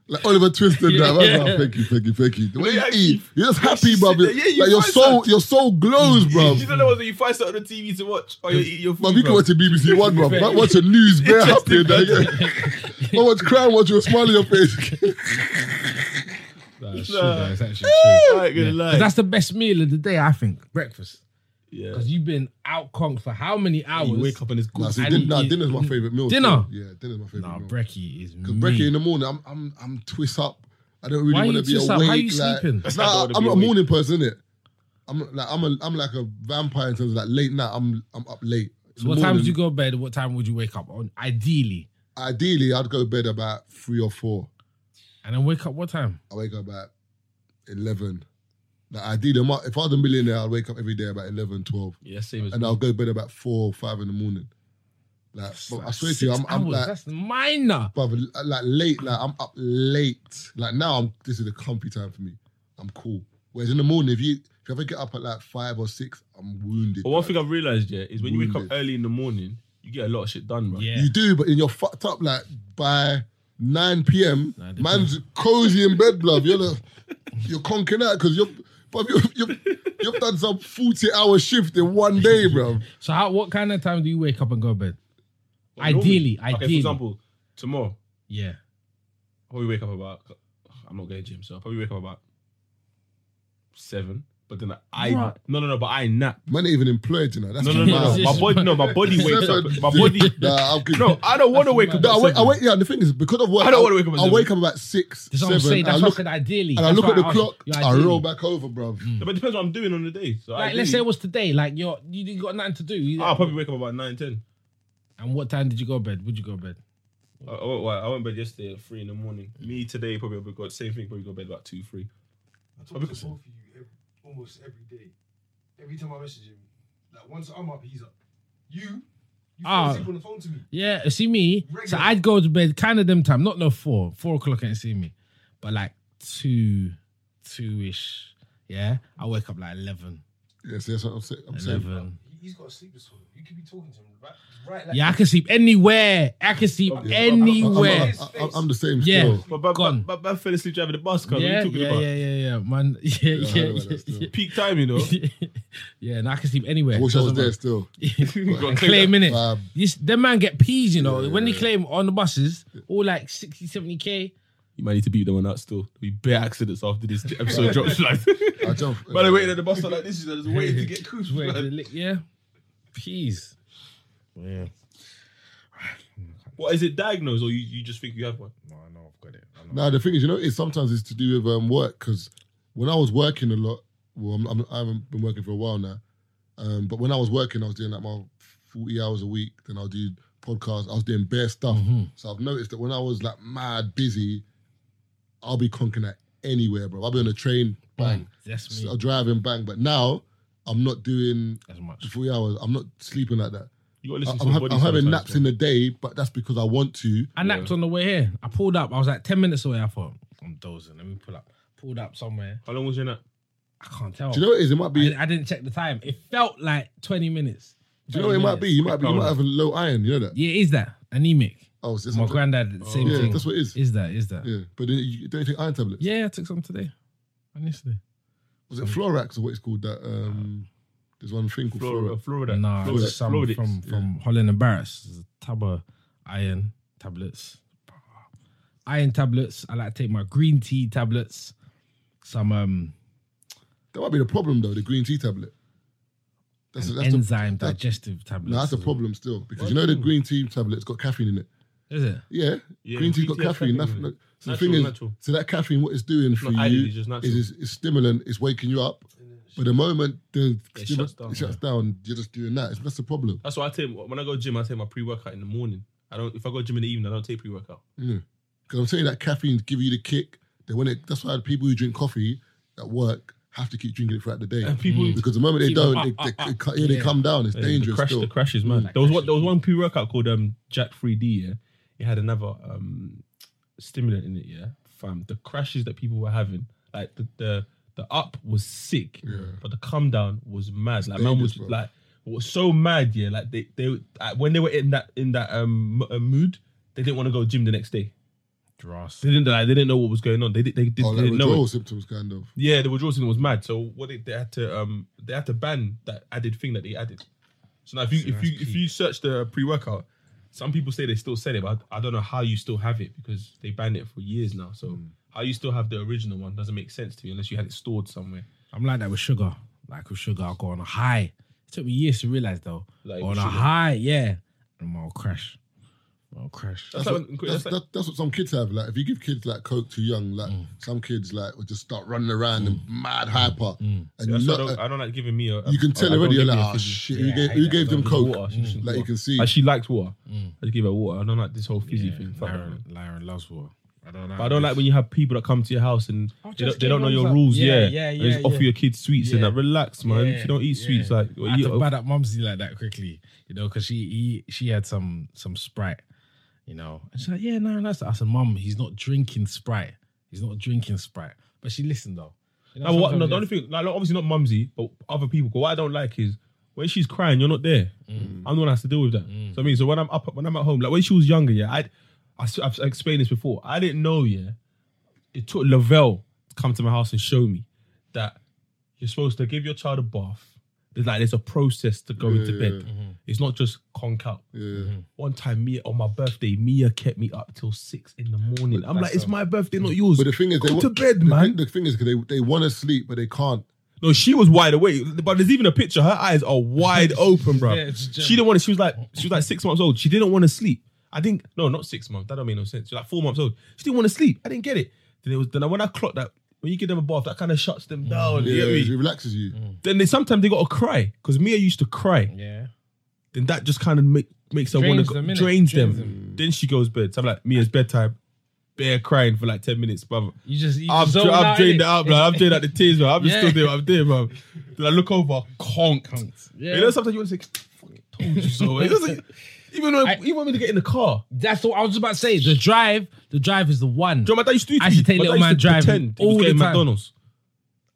Like Oliver Twist and that. man. Yeah. Oh, thank you, thank you, thank you. The way But you yeah, eat, you- you're just you happy, sit bro. there, yeah, you like your find soul, something. your soul glows, bro. You don't know what you find something on TV to watch. Or you eat your Man, food. we can bruv. watch the BBC One, bro. Man, watch the news, bare happy. and that, yeah. Man, watch crime, watch your smile on your face. That's true, though. uh, It's actually true. I ain't gonna lie. 'Cause That's the best meal of the day, I think. Breakfast. Yeah. Because you've been out conked for how many hours? You wake up and it's good. Nah, see, I din- didn't nah, eat- dinner's my favorite meal. Dinner? still. Yeah, dinner's my favorite Nah, meal. brekkie is Because me. brekkie in the morning, I'm I'm I'm twist up. I don't really Why want you to be twist awake. up? How you like, sleeping? Nah, I don't wanna I'm be not a awake. morning person, innit? I'm like I'm a I'm like a vampire in terms of like late night. I'm I'm up late. In So the what time morning, do you go to bed? What time would you wake up? On ideally, Ideally, I'd go to bed about three or four. and then wake up what time? I wake up at eleven. Like ideally, I'm up- if I was a millionaire, I'd wake up every day about 11, 12. Yeah, same as and I'll go to bed about four or five in the morning. Like, but I swear to you, I'm, I'm like, that's minor. brother, like late, like I'm up late. Like now, I'm this is the comfy time for me. I'm cool. Whereas in the morning, if you if you ever get up at like five or six, I'm wounded. But one thing I've realized, yeah, is when you wake up Wounded. early in the morning, you get a lot of shit done, bro. Yeah, you do, but then you're fucked up. Like by nine p.m., man's cozy in bed, love. You're like, you're conking out because you're. But you've, you've, you've done some 40 hour shift in one day, bro. So, how, what kind of time do you wake up and go to bed? Like, normally- Ideally, Okay, ideally. for example, tomorrow, Yeah. I probably wake up about. I'm not going to gym, so I probably wake up about seven. But then I no no no, but I nap. Man ain't even employed, you know. That's No no no, no. mad. my body no, my body wakes up. My body Nah, I'm good. no, I don't want to wake up. No, I at wake, I seven. wake. Yeah, the thing is, because of work, I don't wanna I'll- wake up at I'll seven. wake up about six, That's what seven. I'm saying. and I That's what I look said. Ideally, and I That's look why at the asked clock. you I roll ideally. back over, bruv. But it depends what I'm doing on the day. So Like, ideally, let's say it was today. Like, you're you you got nothing to do. You- Oh. I'll probably wake up about nine ten. and what time did you go to bed? Would you go to bed? I, I, went- well, I went to bed yesterday at three in the morning. Me today probably we got same thing. Probably go to bed about two three. I talk to both of you ev- almost every day. Every time I message him, like once I'm up, he's up. You, you fall Ah. asleep on the phone to me. Yeah, see me. So Regular. I'd go to bed kind of them time, not no four, four o'clock ain't see me, but like two, two ish. Yeah, I wake up like eleven, Yes, yes, I'm saying. I'm saying. eleven. He- He's got a sleep disorder. You could be talking to him right, right like Yeah, I can sleep anywhere. I can sleep I'm, I'm, anywhere. I'm- I'm the same Yeah. still. But but Gone. but, but, but I fell asleep driving the bus. Cause what are Yeah, you talking yeah, about? yeah, yeah, yeah, man. Yeah, I yeah, heard about yeah, that still. yeah. Peak time, you know. Yeah, and I can sleep anywhere. I wish I was Doesn't there matter. still. And claim in it. Fab. This them man get peas, you know. when they claim on the buses, all like 60, 70 k. You might need to beat them on that still. We bare accidents after this episode drops. Like, I jump. by the way, at the bus stop like this, you know, just waiting to get cooked. Wait, man. yeah, peas. Yeah. What is it diagnosed or you, you just think you have one? No, I know I've got it. Now the thing is, you know, it's sometimes it's to do with um, work because when I was working a lot, well, I'm, I'm, I haven't been working for a while now, um, but when I was working, I was doing like my 40 hours a week. Then I'll do podcasts. I was doing bare stuff. So I've noticed that when I was like mad busy, I'll be conking at anywhere, bro. I'll be on a train, bang, That's I'll me. driving, bang. But now I'm not doing As the much. 40 hours. I'm not sleeping like that. You gotta I- listen I'm, to hav- your body I'm having sometimes, naps man. in the day, but that's because I want to. I napped on the way here. I pulled up. I was like 10 minutes away. I thought, I'm dozing. Let me pull up. Pulled up somewhere. How long was your nap? I can't tell. Do you know what it is? It might be. Oh. I, I didn't check the time. It felt like 20 minutes. do you know what it 20 might be? minutes. You might be. You might have a low iron. You know that. Yeah, is that anemic? Oh, so My that's- granddad, same Oh, yeah, thing. that's what it is. Is that? Is that? Yeah, Yeah, but then you don't you take iron tablets. I took some today. Honestly. Was it Florax or what it's called? That um, there's one thing called Florida. Florax. uh, Florida. Nah, I Florida. took some Florida. from, from Holland and Barris. There's a Tab of iron tablets. Iron tablets. I like to take my green tea tablets. Some um That might be the problem though. The green tea tablet. That's that's the, enzyme that- digestive tablets. no, that's a as well. problem still because you know the green tea tablet's got caffeine in it. Is it? Yeah, Yeah, green tea's green got tea has caffeine. caffeine Nothing. in it. so Natural, the thing is, natural. so that caffeine, what it's doing for not you added, it's just natural. is it's, it's stimulant. It's waking you up. But the moment the It stimu- shuts down, it shuts down, you're just doing that. It's- That's the problem. That's what I take when I go gym. I take my pre workout in the morning. I don't. If I go gym in the evening, I don't take pre workout. Because Mm. I'm saying that caffeine give you the kick. Then when it, that's why the people who drink coffee at work have to keep drinking it throughout the day. because the moment they don't, they, they, they, yeah, they come down. It's Mm. dangerous. The crash, still. Mm. the crashes, man. there was one. There was one pre workout called um Jack 3D. Yeah, it had another um stimulant in it. Yeah, fam. The crashes that people were having, like the the, The up was sick, but the come down was mad. Like man dangerous, was bro. like was so mad, yeah. Like they they uh, when they were in that in that um m- uh, mood, they didn't want to go gym the next day. Dross. They didn't like, they didn't know what was going on. They did they, did, Oh, they like didn't know. withdrawal it. symptoms, kind of. Yeah, the withdrawal syndrome was mad. So what they, they had to um they had to ban that added thing that they added. So now if you if you if you search the pre workout, some people say they still sell it, but I, I don't know how you still have it because they banned it for years now. So Hmm. how you still have the original one doesn't make sense to me unless you had it stored somewhere. I'm like that with sugar. Like with sugar, I'll go on a high. It took me years to realize though. Like on with a sugar. high, yeah. And I'll crash. I'll crash. That's, like what, when- that's, that's like- that- that's what some kids have. Like, if you give kids like coke too young, like some kids like will just start running around and mad hyper, and That's why not- I, don't, I don't like giving me a. uh, you can tell I- I already. don't You're give like, me a oh fizzy. shit, Yeah, who I gave, hate who that. gave them Give coke? water. She just Like you water. can see. And she liked water. Mm. I just give her water. I don't like this whole fizzy Yeah, thing. Fuck that. Lauren, Lauren loves water. I don't know. But I don't like when you have people that come to your house and Oh, they don't, just they don't know give your us a- rules. Yeah, Yeah, yeah, They yeah, just offer yeah. your kids sweets and Yeah, that. Relax, man. if you don't eat yeah. sweets, like I had you, to bad at mumsy like that quickly, you know, because she he, she had some some sprite, you know, and she's like, yeah, no, that's. I said, mum, he's not drinking sprite. He's not drinking sprite. But she listened though. You know, No, what, no, sometimes the only thing, like, obviously not Mumsy, but other people. 'cause What I don't like is when she's crying, you're not there. I'm the one that has to deal with that. So I mean, so when I'm up, when I'm at home, like when she was younger, yeah, I, I, have explained this before. I didn't know, yeah, it took Lavelle to come to my house and show me that you're supposed to give your child a bath. There's like there's a process to going to bed. It's not just conk out. One time, Mia on my birthday, Mia kept me up till six in the morning. I'm like, it's my birthday, not yours. But the thing is, go they, wa- to bed, the man. thing- The thing is, 'cause they they want to sleep, but they can't. No, she was wide awake. But there's even a picture. Her eyes are wide open, bro. Yeah, it's just- she didn't want to. She was like, she was like six months old. She didn't want to sleep. I think no, not six months. That don't make no sense. She's like four months old. She didn't want to sleep. I didn't get it. Then it was then when I clocked that when you give them a bath, that kind of shuts them down. Yeah, you get me? Mm. it relaxes you. Then they sometimes they gotta cry because Mia used to cry. Yeah. Then that just kind of make, makes her want Drains to them, innit? drains, Drains them. Then she goes bed. So I'm like Mia's bedtime. Bear crying for like ten minutes, brother. You just you I've, just zone dra- I've out, drained innit? it out, man. I've drained out the tears, man. I'm just Yeah. still doing what I'm doing, man. Then I look over, conked. Yeah. You know, sometimes you want to say, fucking told you so. It doesn't- even when, I- even when we to get in the car. That's what I was about to say. The drive, the drive is the one. Do you know what my dad used to do to I used me? to take My dad little man used to driving pretend he was all the going time. McDonald's.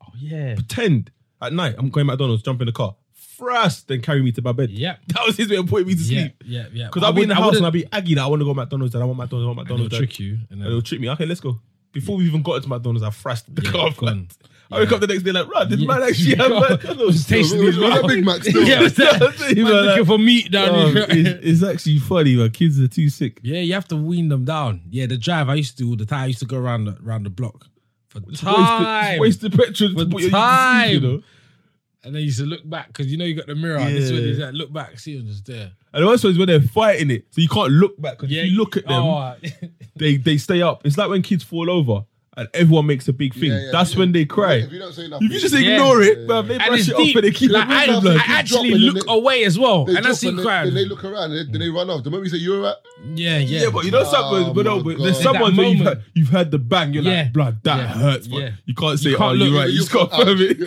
Oh, yeah. Pretend. At night, I'm going McDonald's, jump in the car. Thrust, then carry me to my bed. Yep. That was his way of putting me to Yeah, sleep. yeah, yeah. Because I I'll be in the wouldn't- I house and wouldn't- I'll be, Aggie, that I want to go McDonald's, and I want McDonald's, I want And they'll McDonald's. trick you. And And then, it'll trick me. Okay, let's go. Before we even got into McDonald's, I thrashed the Yeah, car. gone. Like, I wake Yeah. up the next day like, right, did Yeah. man actually have McDonald's? Just tasting We- these we- we got well. Big Mac still. yeah, Yeah, what's that? that's it, Man man. looking for meat down Um, here. it's, it's actually funny, man. Kids are too sick. Yeah, you have to wean them down. Yeah, the drive I used to do all the time. I used to go around the, around the block for time, Waste the petrol. For to put your- time. You know? and then you used to look back because you know you got the mirror. and This Yeah. way, you like, look back, see them just there. And the worst one is when they're fighting it, so you can't look back. Because if you look at them, oh, they, they stay up. It's like when kids fall over and everyone makes a big thing. Yeah, yeah. That's If you- when they cry. If you don't say nothing, If you just Yeah. ignore it, man, they and brush it's it off deep. and they keep Like, I, moving, I blood. actually dropping, look isn't it? away as well, they and I drop see and they- crowd. Then they look around. Then they, then they run off. The moment you say you're right, yeah, yeah, Yeah, but you know something, Oh but no, my but God. there's It's that someone where you've moment. had, you've had the bang, you're Yeah. like, blood, that Yeah. hurts, but Yeah. you can't say, can't oh, look- you're right, you you just got can't- firm it.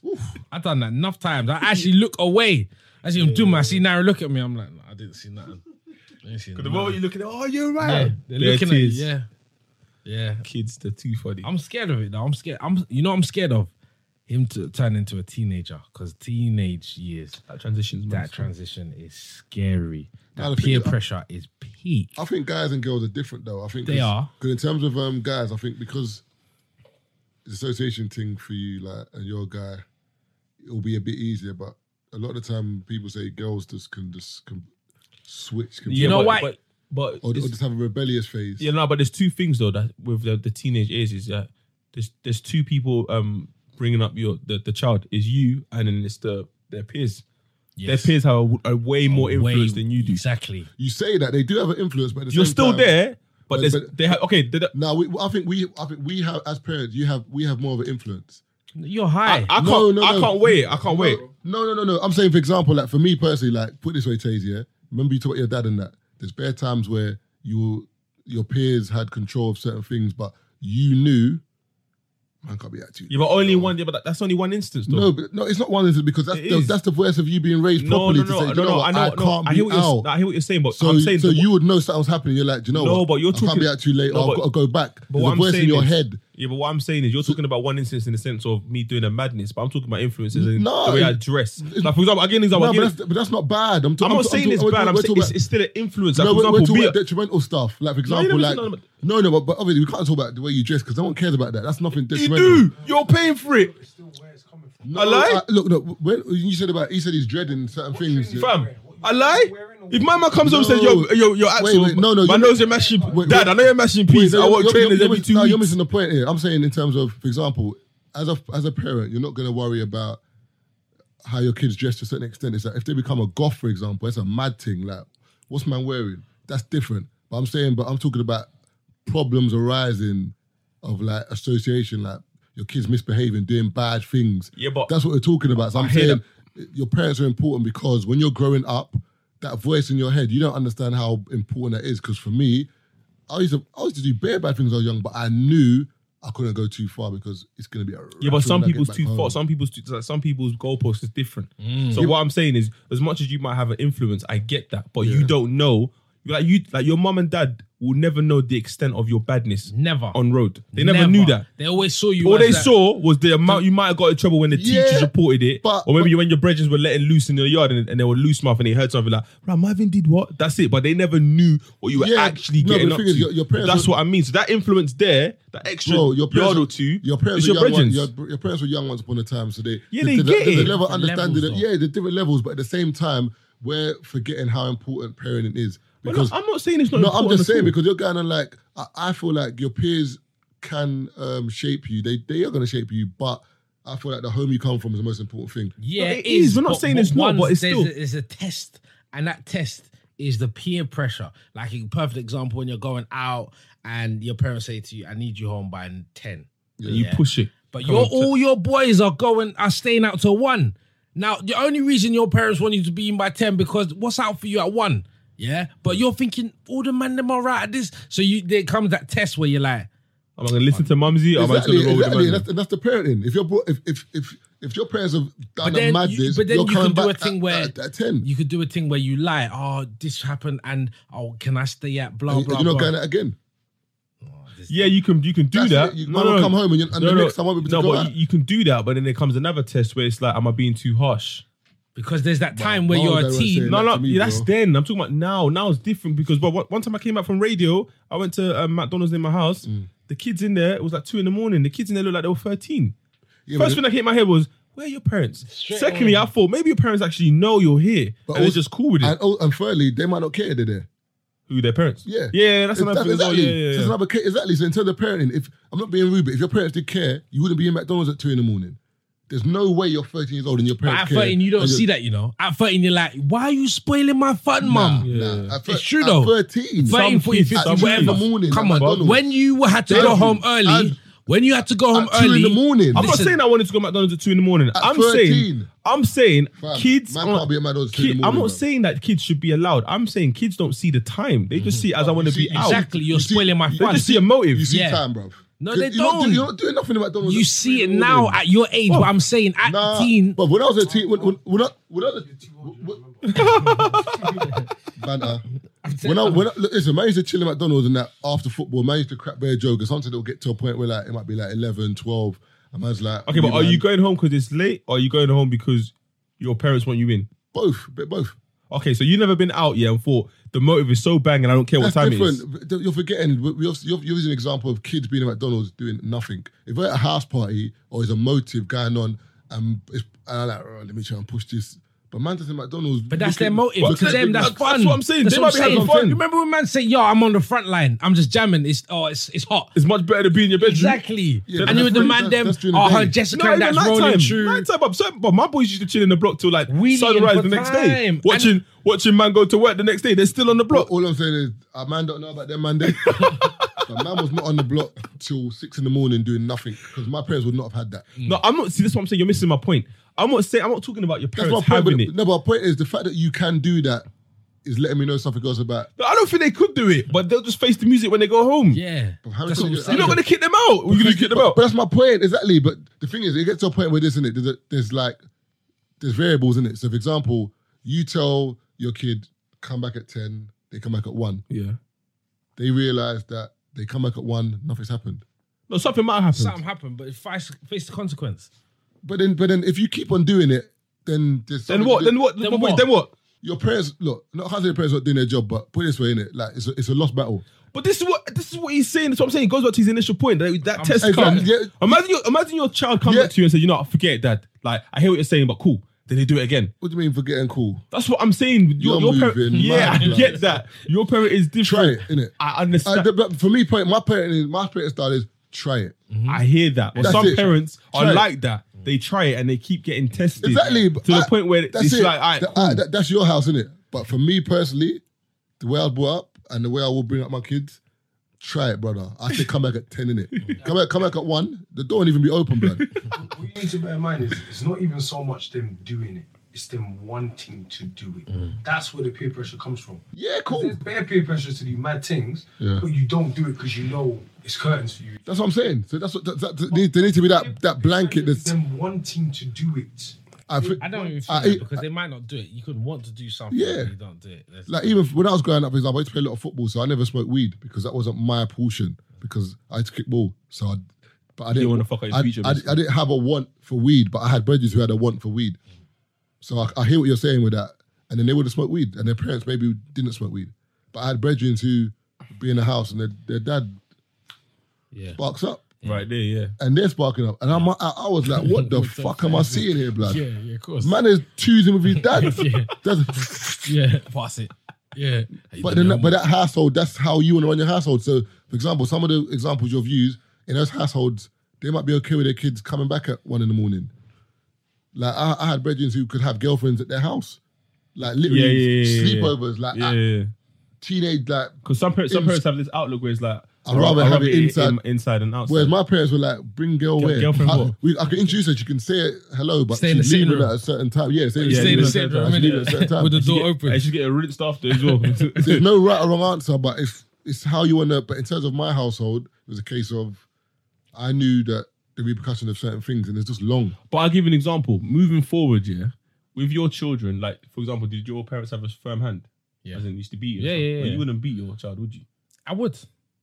yeah. I've done that enough times. I actually look away. I see them do my. I see Nara look at me. I'm like, nah, I didn't see nothing. I didn't see The nothing. moment you look at it, oh, you're yeah, right. they're There looking it at you. is. Yeah, yeah. Kids, they're too funny. I'm scared of it though. I'm scared. I'm you know what I'm scared of him to turn into a teenager because teenage years that transition's that transition is scary. I That don't think peer it's- pressure is peak. I think guys and girls are different though. I think They are. Because in terms of um, guys, I think because the association thing for you, like, and your guy, it'll be a bit easier. But a lot of the time, people say girls just can just can switch. Can You know but, why- But, but Or, or it's- just have a rebellious phase. yeah, no, but there's two things though that with the, the teenage age is that there's there's two people um bringing up your the, the child is you and then it's the their peers. Their peers have a, a way more Way- influence than you do. Exactly. You say that they do have an influence, but at the You're same still time- there, but, But- there's but- they have okay. they don't- No, we, I think we, I think we have as parents, you have, we have more of an influence. You're I, high. I can't. No, no, I no. can't wait. I can't wait. No, no, no, no. I'm saying, for example, like for me personally, like put it this way, Taze, yeah. Remember you talked about your dad and that. There's bare times where you your peers had control of certain things, but you knew man can't be that too. Yeah, but only one. Yeah, but that- that's only one instance though. No, but no, it's not one instance because that's It the, is. that's the voice of you being raised no, properly no, to say, "Do no, no, you no. what? I know. can't no, be I hear what you're out. s- I hear what you're saying, but so, I'm saying so the- you would know something's happening. You're like, do you know No, what? but you're I can't talking- be out too late. No, or I've but- got to go back. but There's what a I'm voice in saying your is- head Yeah, but what I'm saying is you're talking about one instance in the sense of me doing a madness, but I'm talking about influences and No, the way I it- dress. Like for example, again, No, example, but again, that's, but that's not bad. I'm, ta- I'm I'm not ta- saying it's we're- bad. I'm we're saying talking it's, about- it's still an influence. Like, no, for we're, we're example, talking be about detrimental stuff. Like, for No, you example, never like, said none no, no, but, but obviously we can't talk about the way you dress because no one cares about that. That's nothing you detrimental. do. You're paying for it. No, I lie? I- look, look, when you said about, he said he's dreading certain things. yeah. Fam, I lie. If my man comes home and says, No. yo, yo, yo, Wait, Axel, wait, no, no, my you- nose you're mashing, dad, I know you're mashing peas. no, I you're- work you're- trainers you're- every two no, weeks. You're missing the point here. I'm saying in terms of, for example, as a as a parent, you're not going to worry about how your kids dress to a certain extent. It's like if they become a goth, for example, it's a mad thing. Like, what's man wearing? That's different. But I'm saying, but I'm talking about problems arising of like association, like your kids misbehaving, doing bad things. Yeah, but- that's what we're talking about. So I'm I hear saying your parents are important because when you're growing up, that voice in your head, you don't understand how important that is. Because for me, I used to I used to do bare bad things when I was young, but I knew I couldn't go too far because it's gonna be a Yeah, but ratchet some when I get people's back too home. Mm. far. Some people's too, like, some people's goalpost is different. So Yeah. what I'm saying is, as much as you might have an influence, I get that, but Yeah. you don't know. Like you, like your mum and dad will never know the extent of your badness. Never. on road, they never, knew that. They always saw you. All as they that- saw was the amount you might have got in trouble when the Yeah, teachers reported it, but- or maybe when your brethren were letting loose in your yard and, and they were loose mouth and they heard something like, "Right, Marvin did what?" That's it. But they never knew what you were Yeah, actually no, but getting the up thing is, to. your- your parents That's were- what I mean. So that influence there, that extra Bro, your parents yard were- or two, Your parents, is were your young one, brethrens. your, your parents were young once upon a time, so they Yeah, they get the it. level of Different understanding. levels, yeah, the different levels, but at the same time, we're forgetting how important parenting is But no, because I'm not saying it's not. no, I'm important just at saying all. because you're going on like I, I feel like your peers can um, shape you. They they are going to shape you, but I feel like the home you come from is the most important thing. Yeah, No, it it is. is. We're not but- saying it's not, but once it's there's still- a, it's a test, and that test is the peer pressure. Like a perfect example when you're going out and your parents say to you, "I need you home by 10. And you push it. But Come your on, t- all your boys are going are staying out till one. Now the only reason your parents want you to be in by ten because what's out for you at one, yeah. But you're thinking all the man them are out at this, so you there comes that test where you're like, Am I going to listen to Mumsy? Am I just Exactly, going to roll exactly. with the That's, that's the parenting. If you're brought, if if if if your parents have done then a you- madness, but then you're you can coming do a back thing at, where- at, at ten. you could do a thing where you lie. Oh, this happened, and oh, can I stay at blah and blah? you're not blah. going out again. Yeah, you can you can do That's that. it. You might not come home and you- and the next time I won't be able to no, go but out. you, you can do that. But then there comes another test where it's like, am I being too harsh? because there's that time why where would you're a everyone say teen. that? No, no, to me, yeah, that's bro. then. I'm talking about now. Now it's different because, but one one time I came out from radio, I went to um, McDonald's in my house. Mm. The kids in there, it was like two in the morning. The kids in there looked like they were 13. Yeah, but First the- thing that hit my head was, where are your parents? Secondly, I thought maybe your parents actually know you're here, but and they're also- just cool with it. And, oh, and thirdly, they might not care they're there. Who their parents? Yeah, yeah, It's- that's another thing. as well. Exactly. oh, Yeah, yeah, So yeah. it's another ca- exactly. So in terms of parenting, if I'm not being rude, but if your parents did care, you wouldn't be in McDonald's at two in the morning. There's no way you're 13 years old and your But parents at care. 13, you don't And see you're- that, you know. At 13, you're like, why are you spoiling my fun, Nah, mum? nah. At It's thir- true at though. 13, 13, 40, kids 50, at two in whatever. the morning Come at on. McDonald's. When you had to At go two- home early, at- when you had to go home at two in early. the morning. I'm Listen, not saying I wanted to go to McDonald's at two in the morning. I'm 13. saying, I'm saying, Fam, kids. man aren't- can't be at McDonald's two in the kid- I'm morning, bro. not saying that kids should be allowed. I'm saying kids don't see the time. They just see it as I want to see- be out. Exactly, you're Mm. You see- spoiling my you They fun. just see a motive. You see Yeah. time, bruv. No, You're they not doing- don't. you're not doing nothing at McDonald's. you at see three it in the now morning. Oh, at your age, but I'm saying at Nah, 18, But when I was a teen, when, when, when I, when I, when, Banter. when I, when I, look, listen, man used to chill in McDonald's and that after football, man used to crack bear joke or something that'll get to a point where like, it might be like 11, 12. And man's like, Okay, but yeah, are man. you going home because it's late, or are you going home because your parents want you in? Both, bit both. Okay, so you've never been out yet and thought the motive is so bang and I don't care That's what time it is. different. You're forgetting. we- we obviously- You're, you're using an example of kids being at McDonald's doing nothing. If we're at a house party or there's a motive going on, and, it's, and I'm like, "Oh, let me try and push this. But man does in McDonald's. but that's their looking- motive. to them, that's, That's fun. what I'm saying. They what might be having saying. fun. You remember when man say, yo, I'm on the front line. I'm just jamming. It's oh, it's it's hot. It's much better to be in your bedroom. Exactly. Yeah, and that's you would during- demand that's- them, that's during the oh, her day. Jessica, No, even that's nighttime. rolling through. Nighttime, but, so- but my boys used to chill in the block till like Wheelie sunrise and the next day, time. watching And- watching man go to work the next day. They're still on the block. All I'm saying is, a man don't know about them man day. but man was not on the block till six in the morning doing nothing because my parents would not have had that. Mm. No, I'm not. See, this is what I'm saying. You're missing my point. I'm not saying. I'm not talking about your That's parents my point. having But, it. no, but my point is the fact that you can do that is letting me know something else about. No, I don't think they could do it, but they'll just face the music when they go home. Yeah. How That's can what I'm you- You're saying. not going to kick them out. You're going to kick them But, out. but that's my point exactly. But the thing is, it gets to a point where this, isn't it? There's, a, there's like there's variables in it. So, for example, you tell your kid come back at ten, they come back at one. Yeah. They realize that they come back at one, nothing's happened. No, something might happen. Something happened, but it face, face the consequence. But then, but then, if you keep on doing it, then there's Then something what? to do- Then what? Then Wait, what? then what? Your prayers, look, not how your prayers not doing their job, but put it this way, innit? Like it's a, it's a lost battle. But this is what this is what he's saying. That's what I'm saying. It goes back to his initial point. That, that test exactly, comes. yeah. Imagine your imagine your child comes up to you and says, "You know, what, forget it, dad. Like I hear what you're saying, but cool." Then they do it again. What do you mean forgetting cool? That's what I'm saying. Your, You're your parent, moving yeah, mad, I blood. get that. Your parent is Try different. it, innit? I understand. Uh, the- but for me, parent- my parenting, my parenting style is try it. I hear that. But That's some it. parents Try are it. like that. They try it and they keep getting tested. Exactly. To but the I- point where that's it's it. like, all right, Th- I- that- that's your house, isn't it? But for me personally, the way I was brought up and the way I will bring up my kids, try it, brother. I say come back at ten, innit? Come back, come back at one. The door won't even be open, blood. What you need to bear in mind is it's not even so much them doing it, it's them wanting to do it. Mm. That's where the peer pressure comes from. Yeah, cool. There's bare peer pressure to do mad things, Yeah. but you don't do it because you know it's curtains for you. That's what I'm saying. So that's what that, that, there needs- there needs to be that that blanket. It's That's them wanting to do it. I, think- I don't even feel I- that because they might not do it. You could want to do something, Uh, Yeah. but you don't do it. That's- like even when I was growing up, for example, I used to play a lot of football, so I never smoked weed because that wasn't my portion. Because I used to kick ball, so I, but I didn't. wanna fuck up his I, future, I, basically. I didn't have a want for weed, but I had brothers who had a want for weed. So I, I hear what you're saying with that, and then they would have smoked weed, and their parents maybe didn't smoke weed, but I had brethren who be in the house and their, their dad Yeah. sparks up. right there, yeah. And they're sparking up, and I'm, I, I was like, "What the fuck am I seeing here, blood? Yeah, yeah, of course. Man is choosing with his dad. That's- yeah, pass it. Yeah. But then, that- but that household, that's how you want to run your household. So, for example, some of the examples you've used in those households, they might be okay with their kids coming back at one in the morning. Like I, I had brethren who could have girlfriends at their house, like literally Yeah, yeah, yeah, yeah, sleepovers, like Yeah, at yeah. teenage, like. Because some parents, some Ah. Ins- parents have this outlook where it's like, I'd rather have it inside- in- inside and outside. Whereas my parents were like, "Bring girl Girl- away. girlfriend I, what? we, I could introduce her. She can say hello, but Stay in she's the same leaving room. at a certain time. Yeah, stay in the same Yeah, Stay in room. the yeah, same yeah, room yeah. Leave it at a certain innit? time. with the She door and open. she's getting rinsed after as well. there's no right or wrong answer, but it's it's how you wanna. But in terms of my household, it was a case of I knew that the repercussion of certain things, and it's just long. But I'll give you an example. Moving forward, yeah, with your children, like for example, did your parents have a firm hand? Yeah. As in, you used to beat you. Yeah, yeah, yeah. You wouldn't beat your child, would you? I would.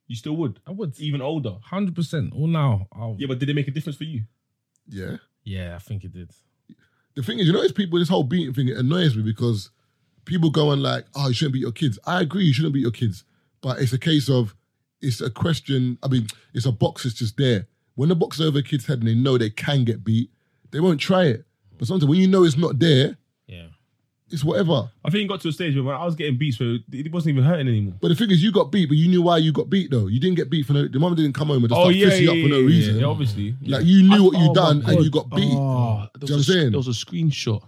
You still would, I would. even older. 100%. All now. I'll, Yeah, but did it make a difference for you? Yeah. yeah, I think it did. The thing is, you know, it's people. This whole beating thing it annoys me because people go on like, "Oh, you shouldn't beat your kids." I agree, you shouldn't beat your kids, but it's a case of it's a question. I mean, it's a box that's just there. When the box is over a kid's head and they know they can get beat, they won't try it. But sometimes when you know it's not there, Yeah. it's whatever. I think it got to a stage where when I was getting beats where it wasn't even hurting anymore. But the thing is, you got beat, but you knew why you got beat though. You didn't get beat for no. The mum didn't come home and just start fishing up for no reason. Oh, Yeah, obviously. Like you knew what you Oh had my done and God. you got beat. Oh, Do you know what there, was I'm a, saying? there was a screenshot.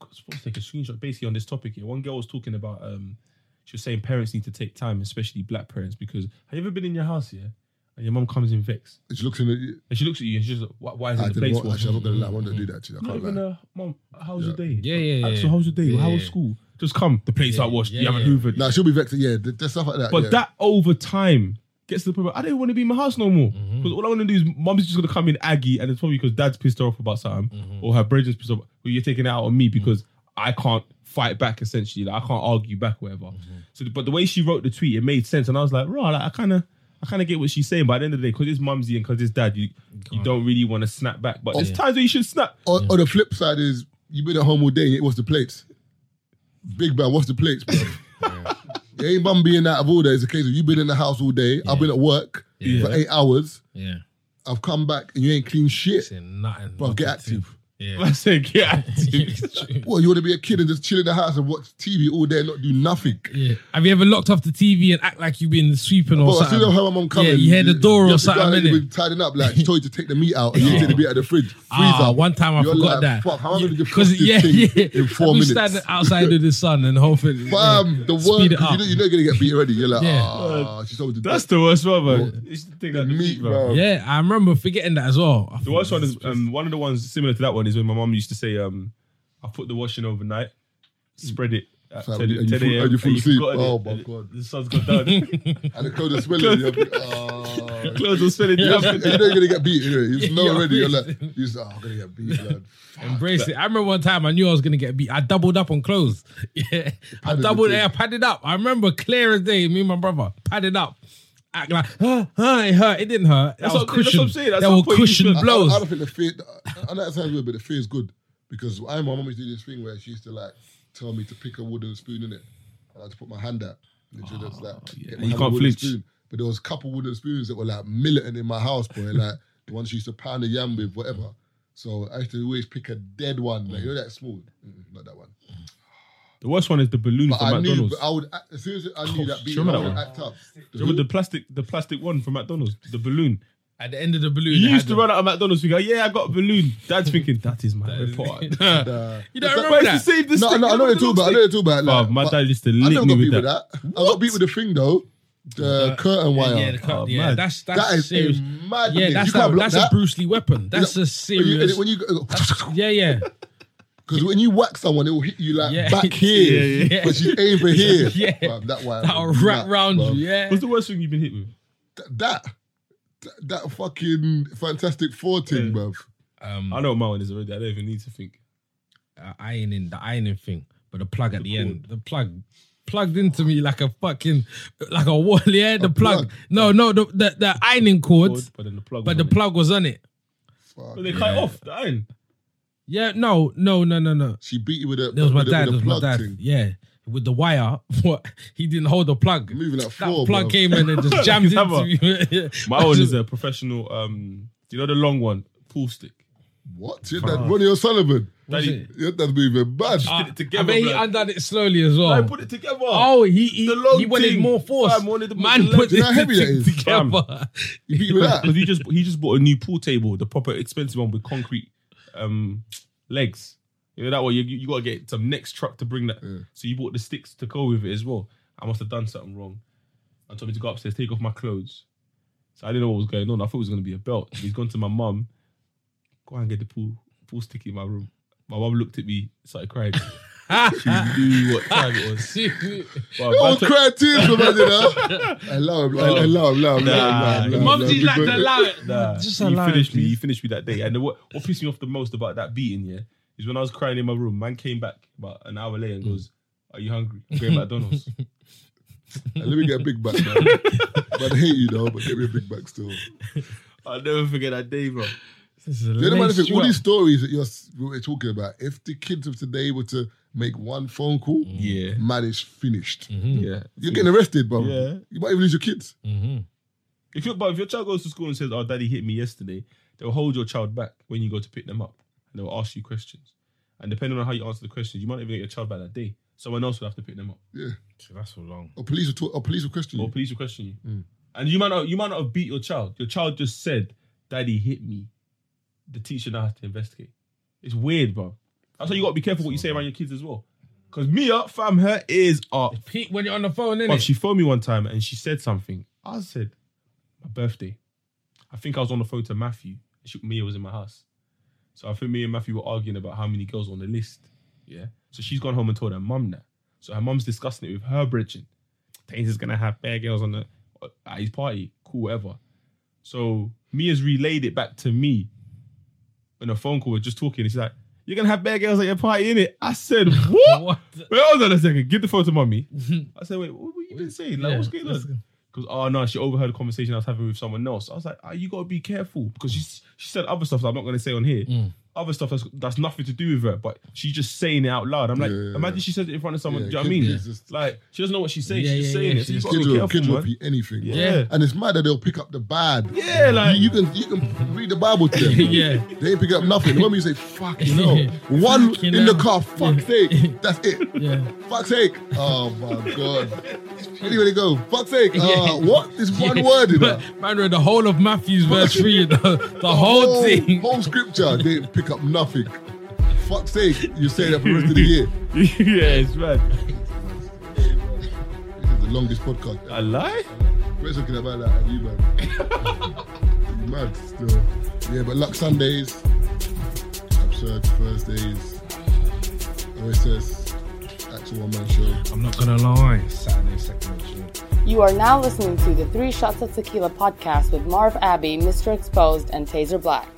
I was supposed to take a screenshot basically on this topic here. One girl was talking about, um, she was saying parents need to take time, especially black parents, because have you ever been in your house here and your mum comes in vexed And she looks in. The, and she looks at you and she's like, why, why is I it the didn't place want. washed? Actually, I'm not gonna lie. I wanted to do that. Actually, I Not can't even lie. a mom. How was Yeah. your day? Yeah, yeah, yeah, So how was your day? yeah, how was yeah. school? Just come. The place Yeah, I washed. yeah, you haven't yeah. hoovered. Nah, she'll be vexed. Yeah, th- there's stuff like that. But yeah. that over time gets to the point where I don't want to be in my house no more. Because Mm-hmm. all I want to do is mum's just going to come in aggy, and it's probably because dad's pissed her off about something, Mm-hmm. or her brethren's pissed off. Well, you're taking it out on me because I can't fight back, essentially. Like, I can't argue back, whatever. Mm-hmm. So, but the way she wrote the tweet, it made sense. And I was like, right, like, I kind of. I kind of get what she's saying, but at the end of the day, because it's mumsy and because it's dad, you you don't really want to snap back. But there's times where you should snap. Or, or the flip side is you've been at home all day and you ain't washed the plates. Big man, what's the plates, bro? It ain't bum being out of order. It's a case of you've been in the house all day. I've been at work Yeah. for eight hours. Yeah. I've come back and you ain't clean shit. Say nothing. Bro, get active. Yeah. I said, yeah, It's true. Well, you want to be a kid and just chill in the house and watch TV all day and not do nothing. Yeah. Have you ever locked off the TV and act like you've been sweeping or Bro, as something? soon as her mum coming, Yeah, you hear the door you or have to go out something, and you've innit? been tidying up. Like she told you to take the meat out, and you did the meat out of the fridge. Freezer. Ah, one time I You're forgot like, that. Fuck, how am I going to defrost Because this yeah, thing yeah. in four we minutes? standing outside in the sun and hoping. Bam, the word. Speed You it up. know, you're not going to get beat already. You're like, Yeah. ah, she told me to. do that's that." the worst one, man. It's the thing the that- meat, bro. Yeah, I remember forgetting that as well. I The thought, worst one is um, one of the ones similar to that one is when my mum used to say, um, "I put the washing overnight, spread it." At So 10, and you fall- 10 a.m., and you fall asleep. forgotten Oh it, my and God. The sun's gone down. And the clothes are smelling. You're like, ah. Clothes were smelling. You know, Yeah. you know you're going to get beat. Anyway. You just know Yeah, already. You're like, obviously. you just, oh, I'm going to get beat, blood. Embrace it. I remember one time I knew I was gonna get beat. I doubled up on clothes. Yeah, I Padded the doubled. thing. Yeah, I padded up. I remember clear as day. Me and my brother padded up, act like, huh, huh, it hurt. It didn't hurt. That That's was what- that's what I'm cushioned. saying. At That some were point you cushioned should- I- I- blows. I, don't think the fear. I know that sounds weird, but the fear is good because I my mum used to do this thing where she used to like tell me to pick a wooden spoon in it, and I just put my hand out. And she just like, get my Ah, You hand can't a wooden flinch. Spoon. But there was a couple wooden spoons that were like militant in my house, boy. Like the ones she used to pound the yam with, whatever. So I used to always pick a dead one, like you know that small, Mm, not that one. The worst one is the balloon But from I knew, McDonald's. but I would act, as soon as I knew Oh, that do beat, you I remember would that one? act up. Do you remember the plastic, the plastic one from McDonald's, the balloon. At the end of the balloon, You it used had to them. run out of McDonald's. You go, yeah, I got a balloon. Dad's thinking that is my report. Uh, You don't but- remember It's that? the same- the No, stick- no, I know they the talk long about. I stick. know they talk about. Like, Bruv, my but dad used to I lick never me got with beat that. with that. I got beat with the thing though, the curtain wire. Yeah, the cut, Oh, yeah mad. that's that's that is serious. a mad. Yeah, thing. that's you can't a, block that's that. a Bruce Lee weapon. That's a When you, serious. when you go, Yeah, yeah, because when you whack someone, it will hit you like Yeah. back here, Yeah, yeah. but you aim for here. Yeah. Bruv, that wire. that'll was wrap nuts, round bruv. you. Yeah, What's the worst thing you've been hit with? Th- That, that, that fucking Fantastic Four thing, bruv. um, I know what my one is already. I don't even need to think. uh, ironing the ironing thing, but the plug at the end, the plug plugged into me like a fucking like a wall. Yeah, the plug. plug? No, no, the the, the ironing cord, But then the plug. but was the on it. plug was on it. Fuck. But they cut it off the iron. Yeah, no, no, no, no, no. She beat you with a. That was my with a- dad. That With a was my plug dad. thing. Yeah. With the wire, what he didn't hold the plug. Moving like that four, plug bruv. came in and just jammed into Hammer. me. My one is a professional. Um, you know the long one, pool stick. What? Your dad, Ronnie O'Sullivan. Daddy, it? Your dad's moving bad. Ah. it together, I mean, he blood. undone it slowly as well. I put it together. Oh, he he, The long he wanted thing. more force. Fam, wanted more Man than put Do you know this how heavy that thing is? together. You beat you with that. because he just he just bought a new pool table, the proper expensive one with concrete um legs. You know that way you, you gotta get some next truck to bring that. So you bought the sticks to go with it as well. I must have done something wrong. I told me to go upstairs, take off my clothes. So I didn't know what was going on. I thought it was gonna be a belt. He's gone to my mum. Go and get the pool pool stick in my room. My mum looked at me, started crying. Ah. she knew what time it was. Well, I man was took- crying tears for man, you know. I love him, I I love him, I love him. Oh. Nah. Mum didn't like to allow it. Nah, Just he allow it, finished me. please. He finished me that day. And the- what, what pissed me off the most about that beating, yeah, is when I was crying in my room. Man came back about an hour later Mm. and goes, "Are you hungry? I'm going to McDonald's." Let me get a big back, man. but I hate you, though, but get me a big back still. I'll never forget that day, bro. The other man, all these stories that you're s- we're talking about, if the kids of today were to make one phone call, Mm. Yeah, man is finished. Mm. yeah. You're getting arrested, bro. Yeah. You might even lose your kids. If your but if your child goes to school and says, "Oh, daddy hit me yesterday," they'll hold your child back when you go to pick them up, and they'll ask you questions. And depending on how you answer the questions, you might not even get your child back that day. Someone else will have to pick them up, That's so long. Or police will, talk, or police will question or you. Mm. police will question you. And you might not, you might not have beat your child. Your child just said, "Daddy hit me." The teacher now has to investigate. It's weird, bro. That's why you gotta be careful what you say around your kids as well. Cause Mia, fam, her ears are. Pete, when you're on the phone, But innit? she phoned me one time and she said something. I said, "My birthday." I think I was on the phone to Matthew. She, Mia was in my house, so I think me and Matthew were arguing about how many girls on the list. Yeah. So she's gone home and told her mum that. So her mum's discussing it with her bridging. Tains is gonna have bare girls on the at his party. Cool, whatever. So Mia's relayed it back to me in a phone call. We're just talking. She's like, "You're gonna have bare girls at your party, innit?" I said, "What?" What? Wait, hold on a second. Give the phone to mummy. I said, "Wait, what were you been saying? Like, Yeah, what's going let's go. on?" Because oh no, she overheard a conversation I was having with someone else. I was like, oh, "You gotta be careful," because she she said other stuff that I'm not gonna say on here. Mm. Other stuff that's that's nothing to do with her, but she's just saying it out loud. I'm like, Yeah. imagine she said it in front of someone. Yeah, do you know kids what I mean? is just- like she doesn't know what she's saying. Yeah, she's just yeah, saying yeah, it. So you she's- gotta Kids be will, careful, kids will man. be anything. bro. Yeah. And it's mad that they'll pick up the bad. Yeah, like You, you can you can read the Bible to them. Yeah. They ain't pick up nothing. When you say fucking no. Yeah. One Fucking in the car, hell. fuck's sake. That's it. Yeah. Fuck's sake. Oh my god. Anyway, they go. Fuck's sake. Yeah. Uh, what? This one Yeah. word in Man- that. Man read the whole of Matthew's verse three, you know, the whole thing. Whole scripture. They didn't pick up nothing. Fuck's sake. You say that for the rest of the year. yes, man. This is the longest podcast. A lie? We're talking about that and you man. You mad still. Yeah, but luck Sundays, absurd Thursdays, OSS, actual one man show. I'm not gonna lie. Saturday, second of June. You are now listening to the Three Shots of Tequila podcast with Marv Abbey, Mr. Exposed, and Taser Black.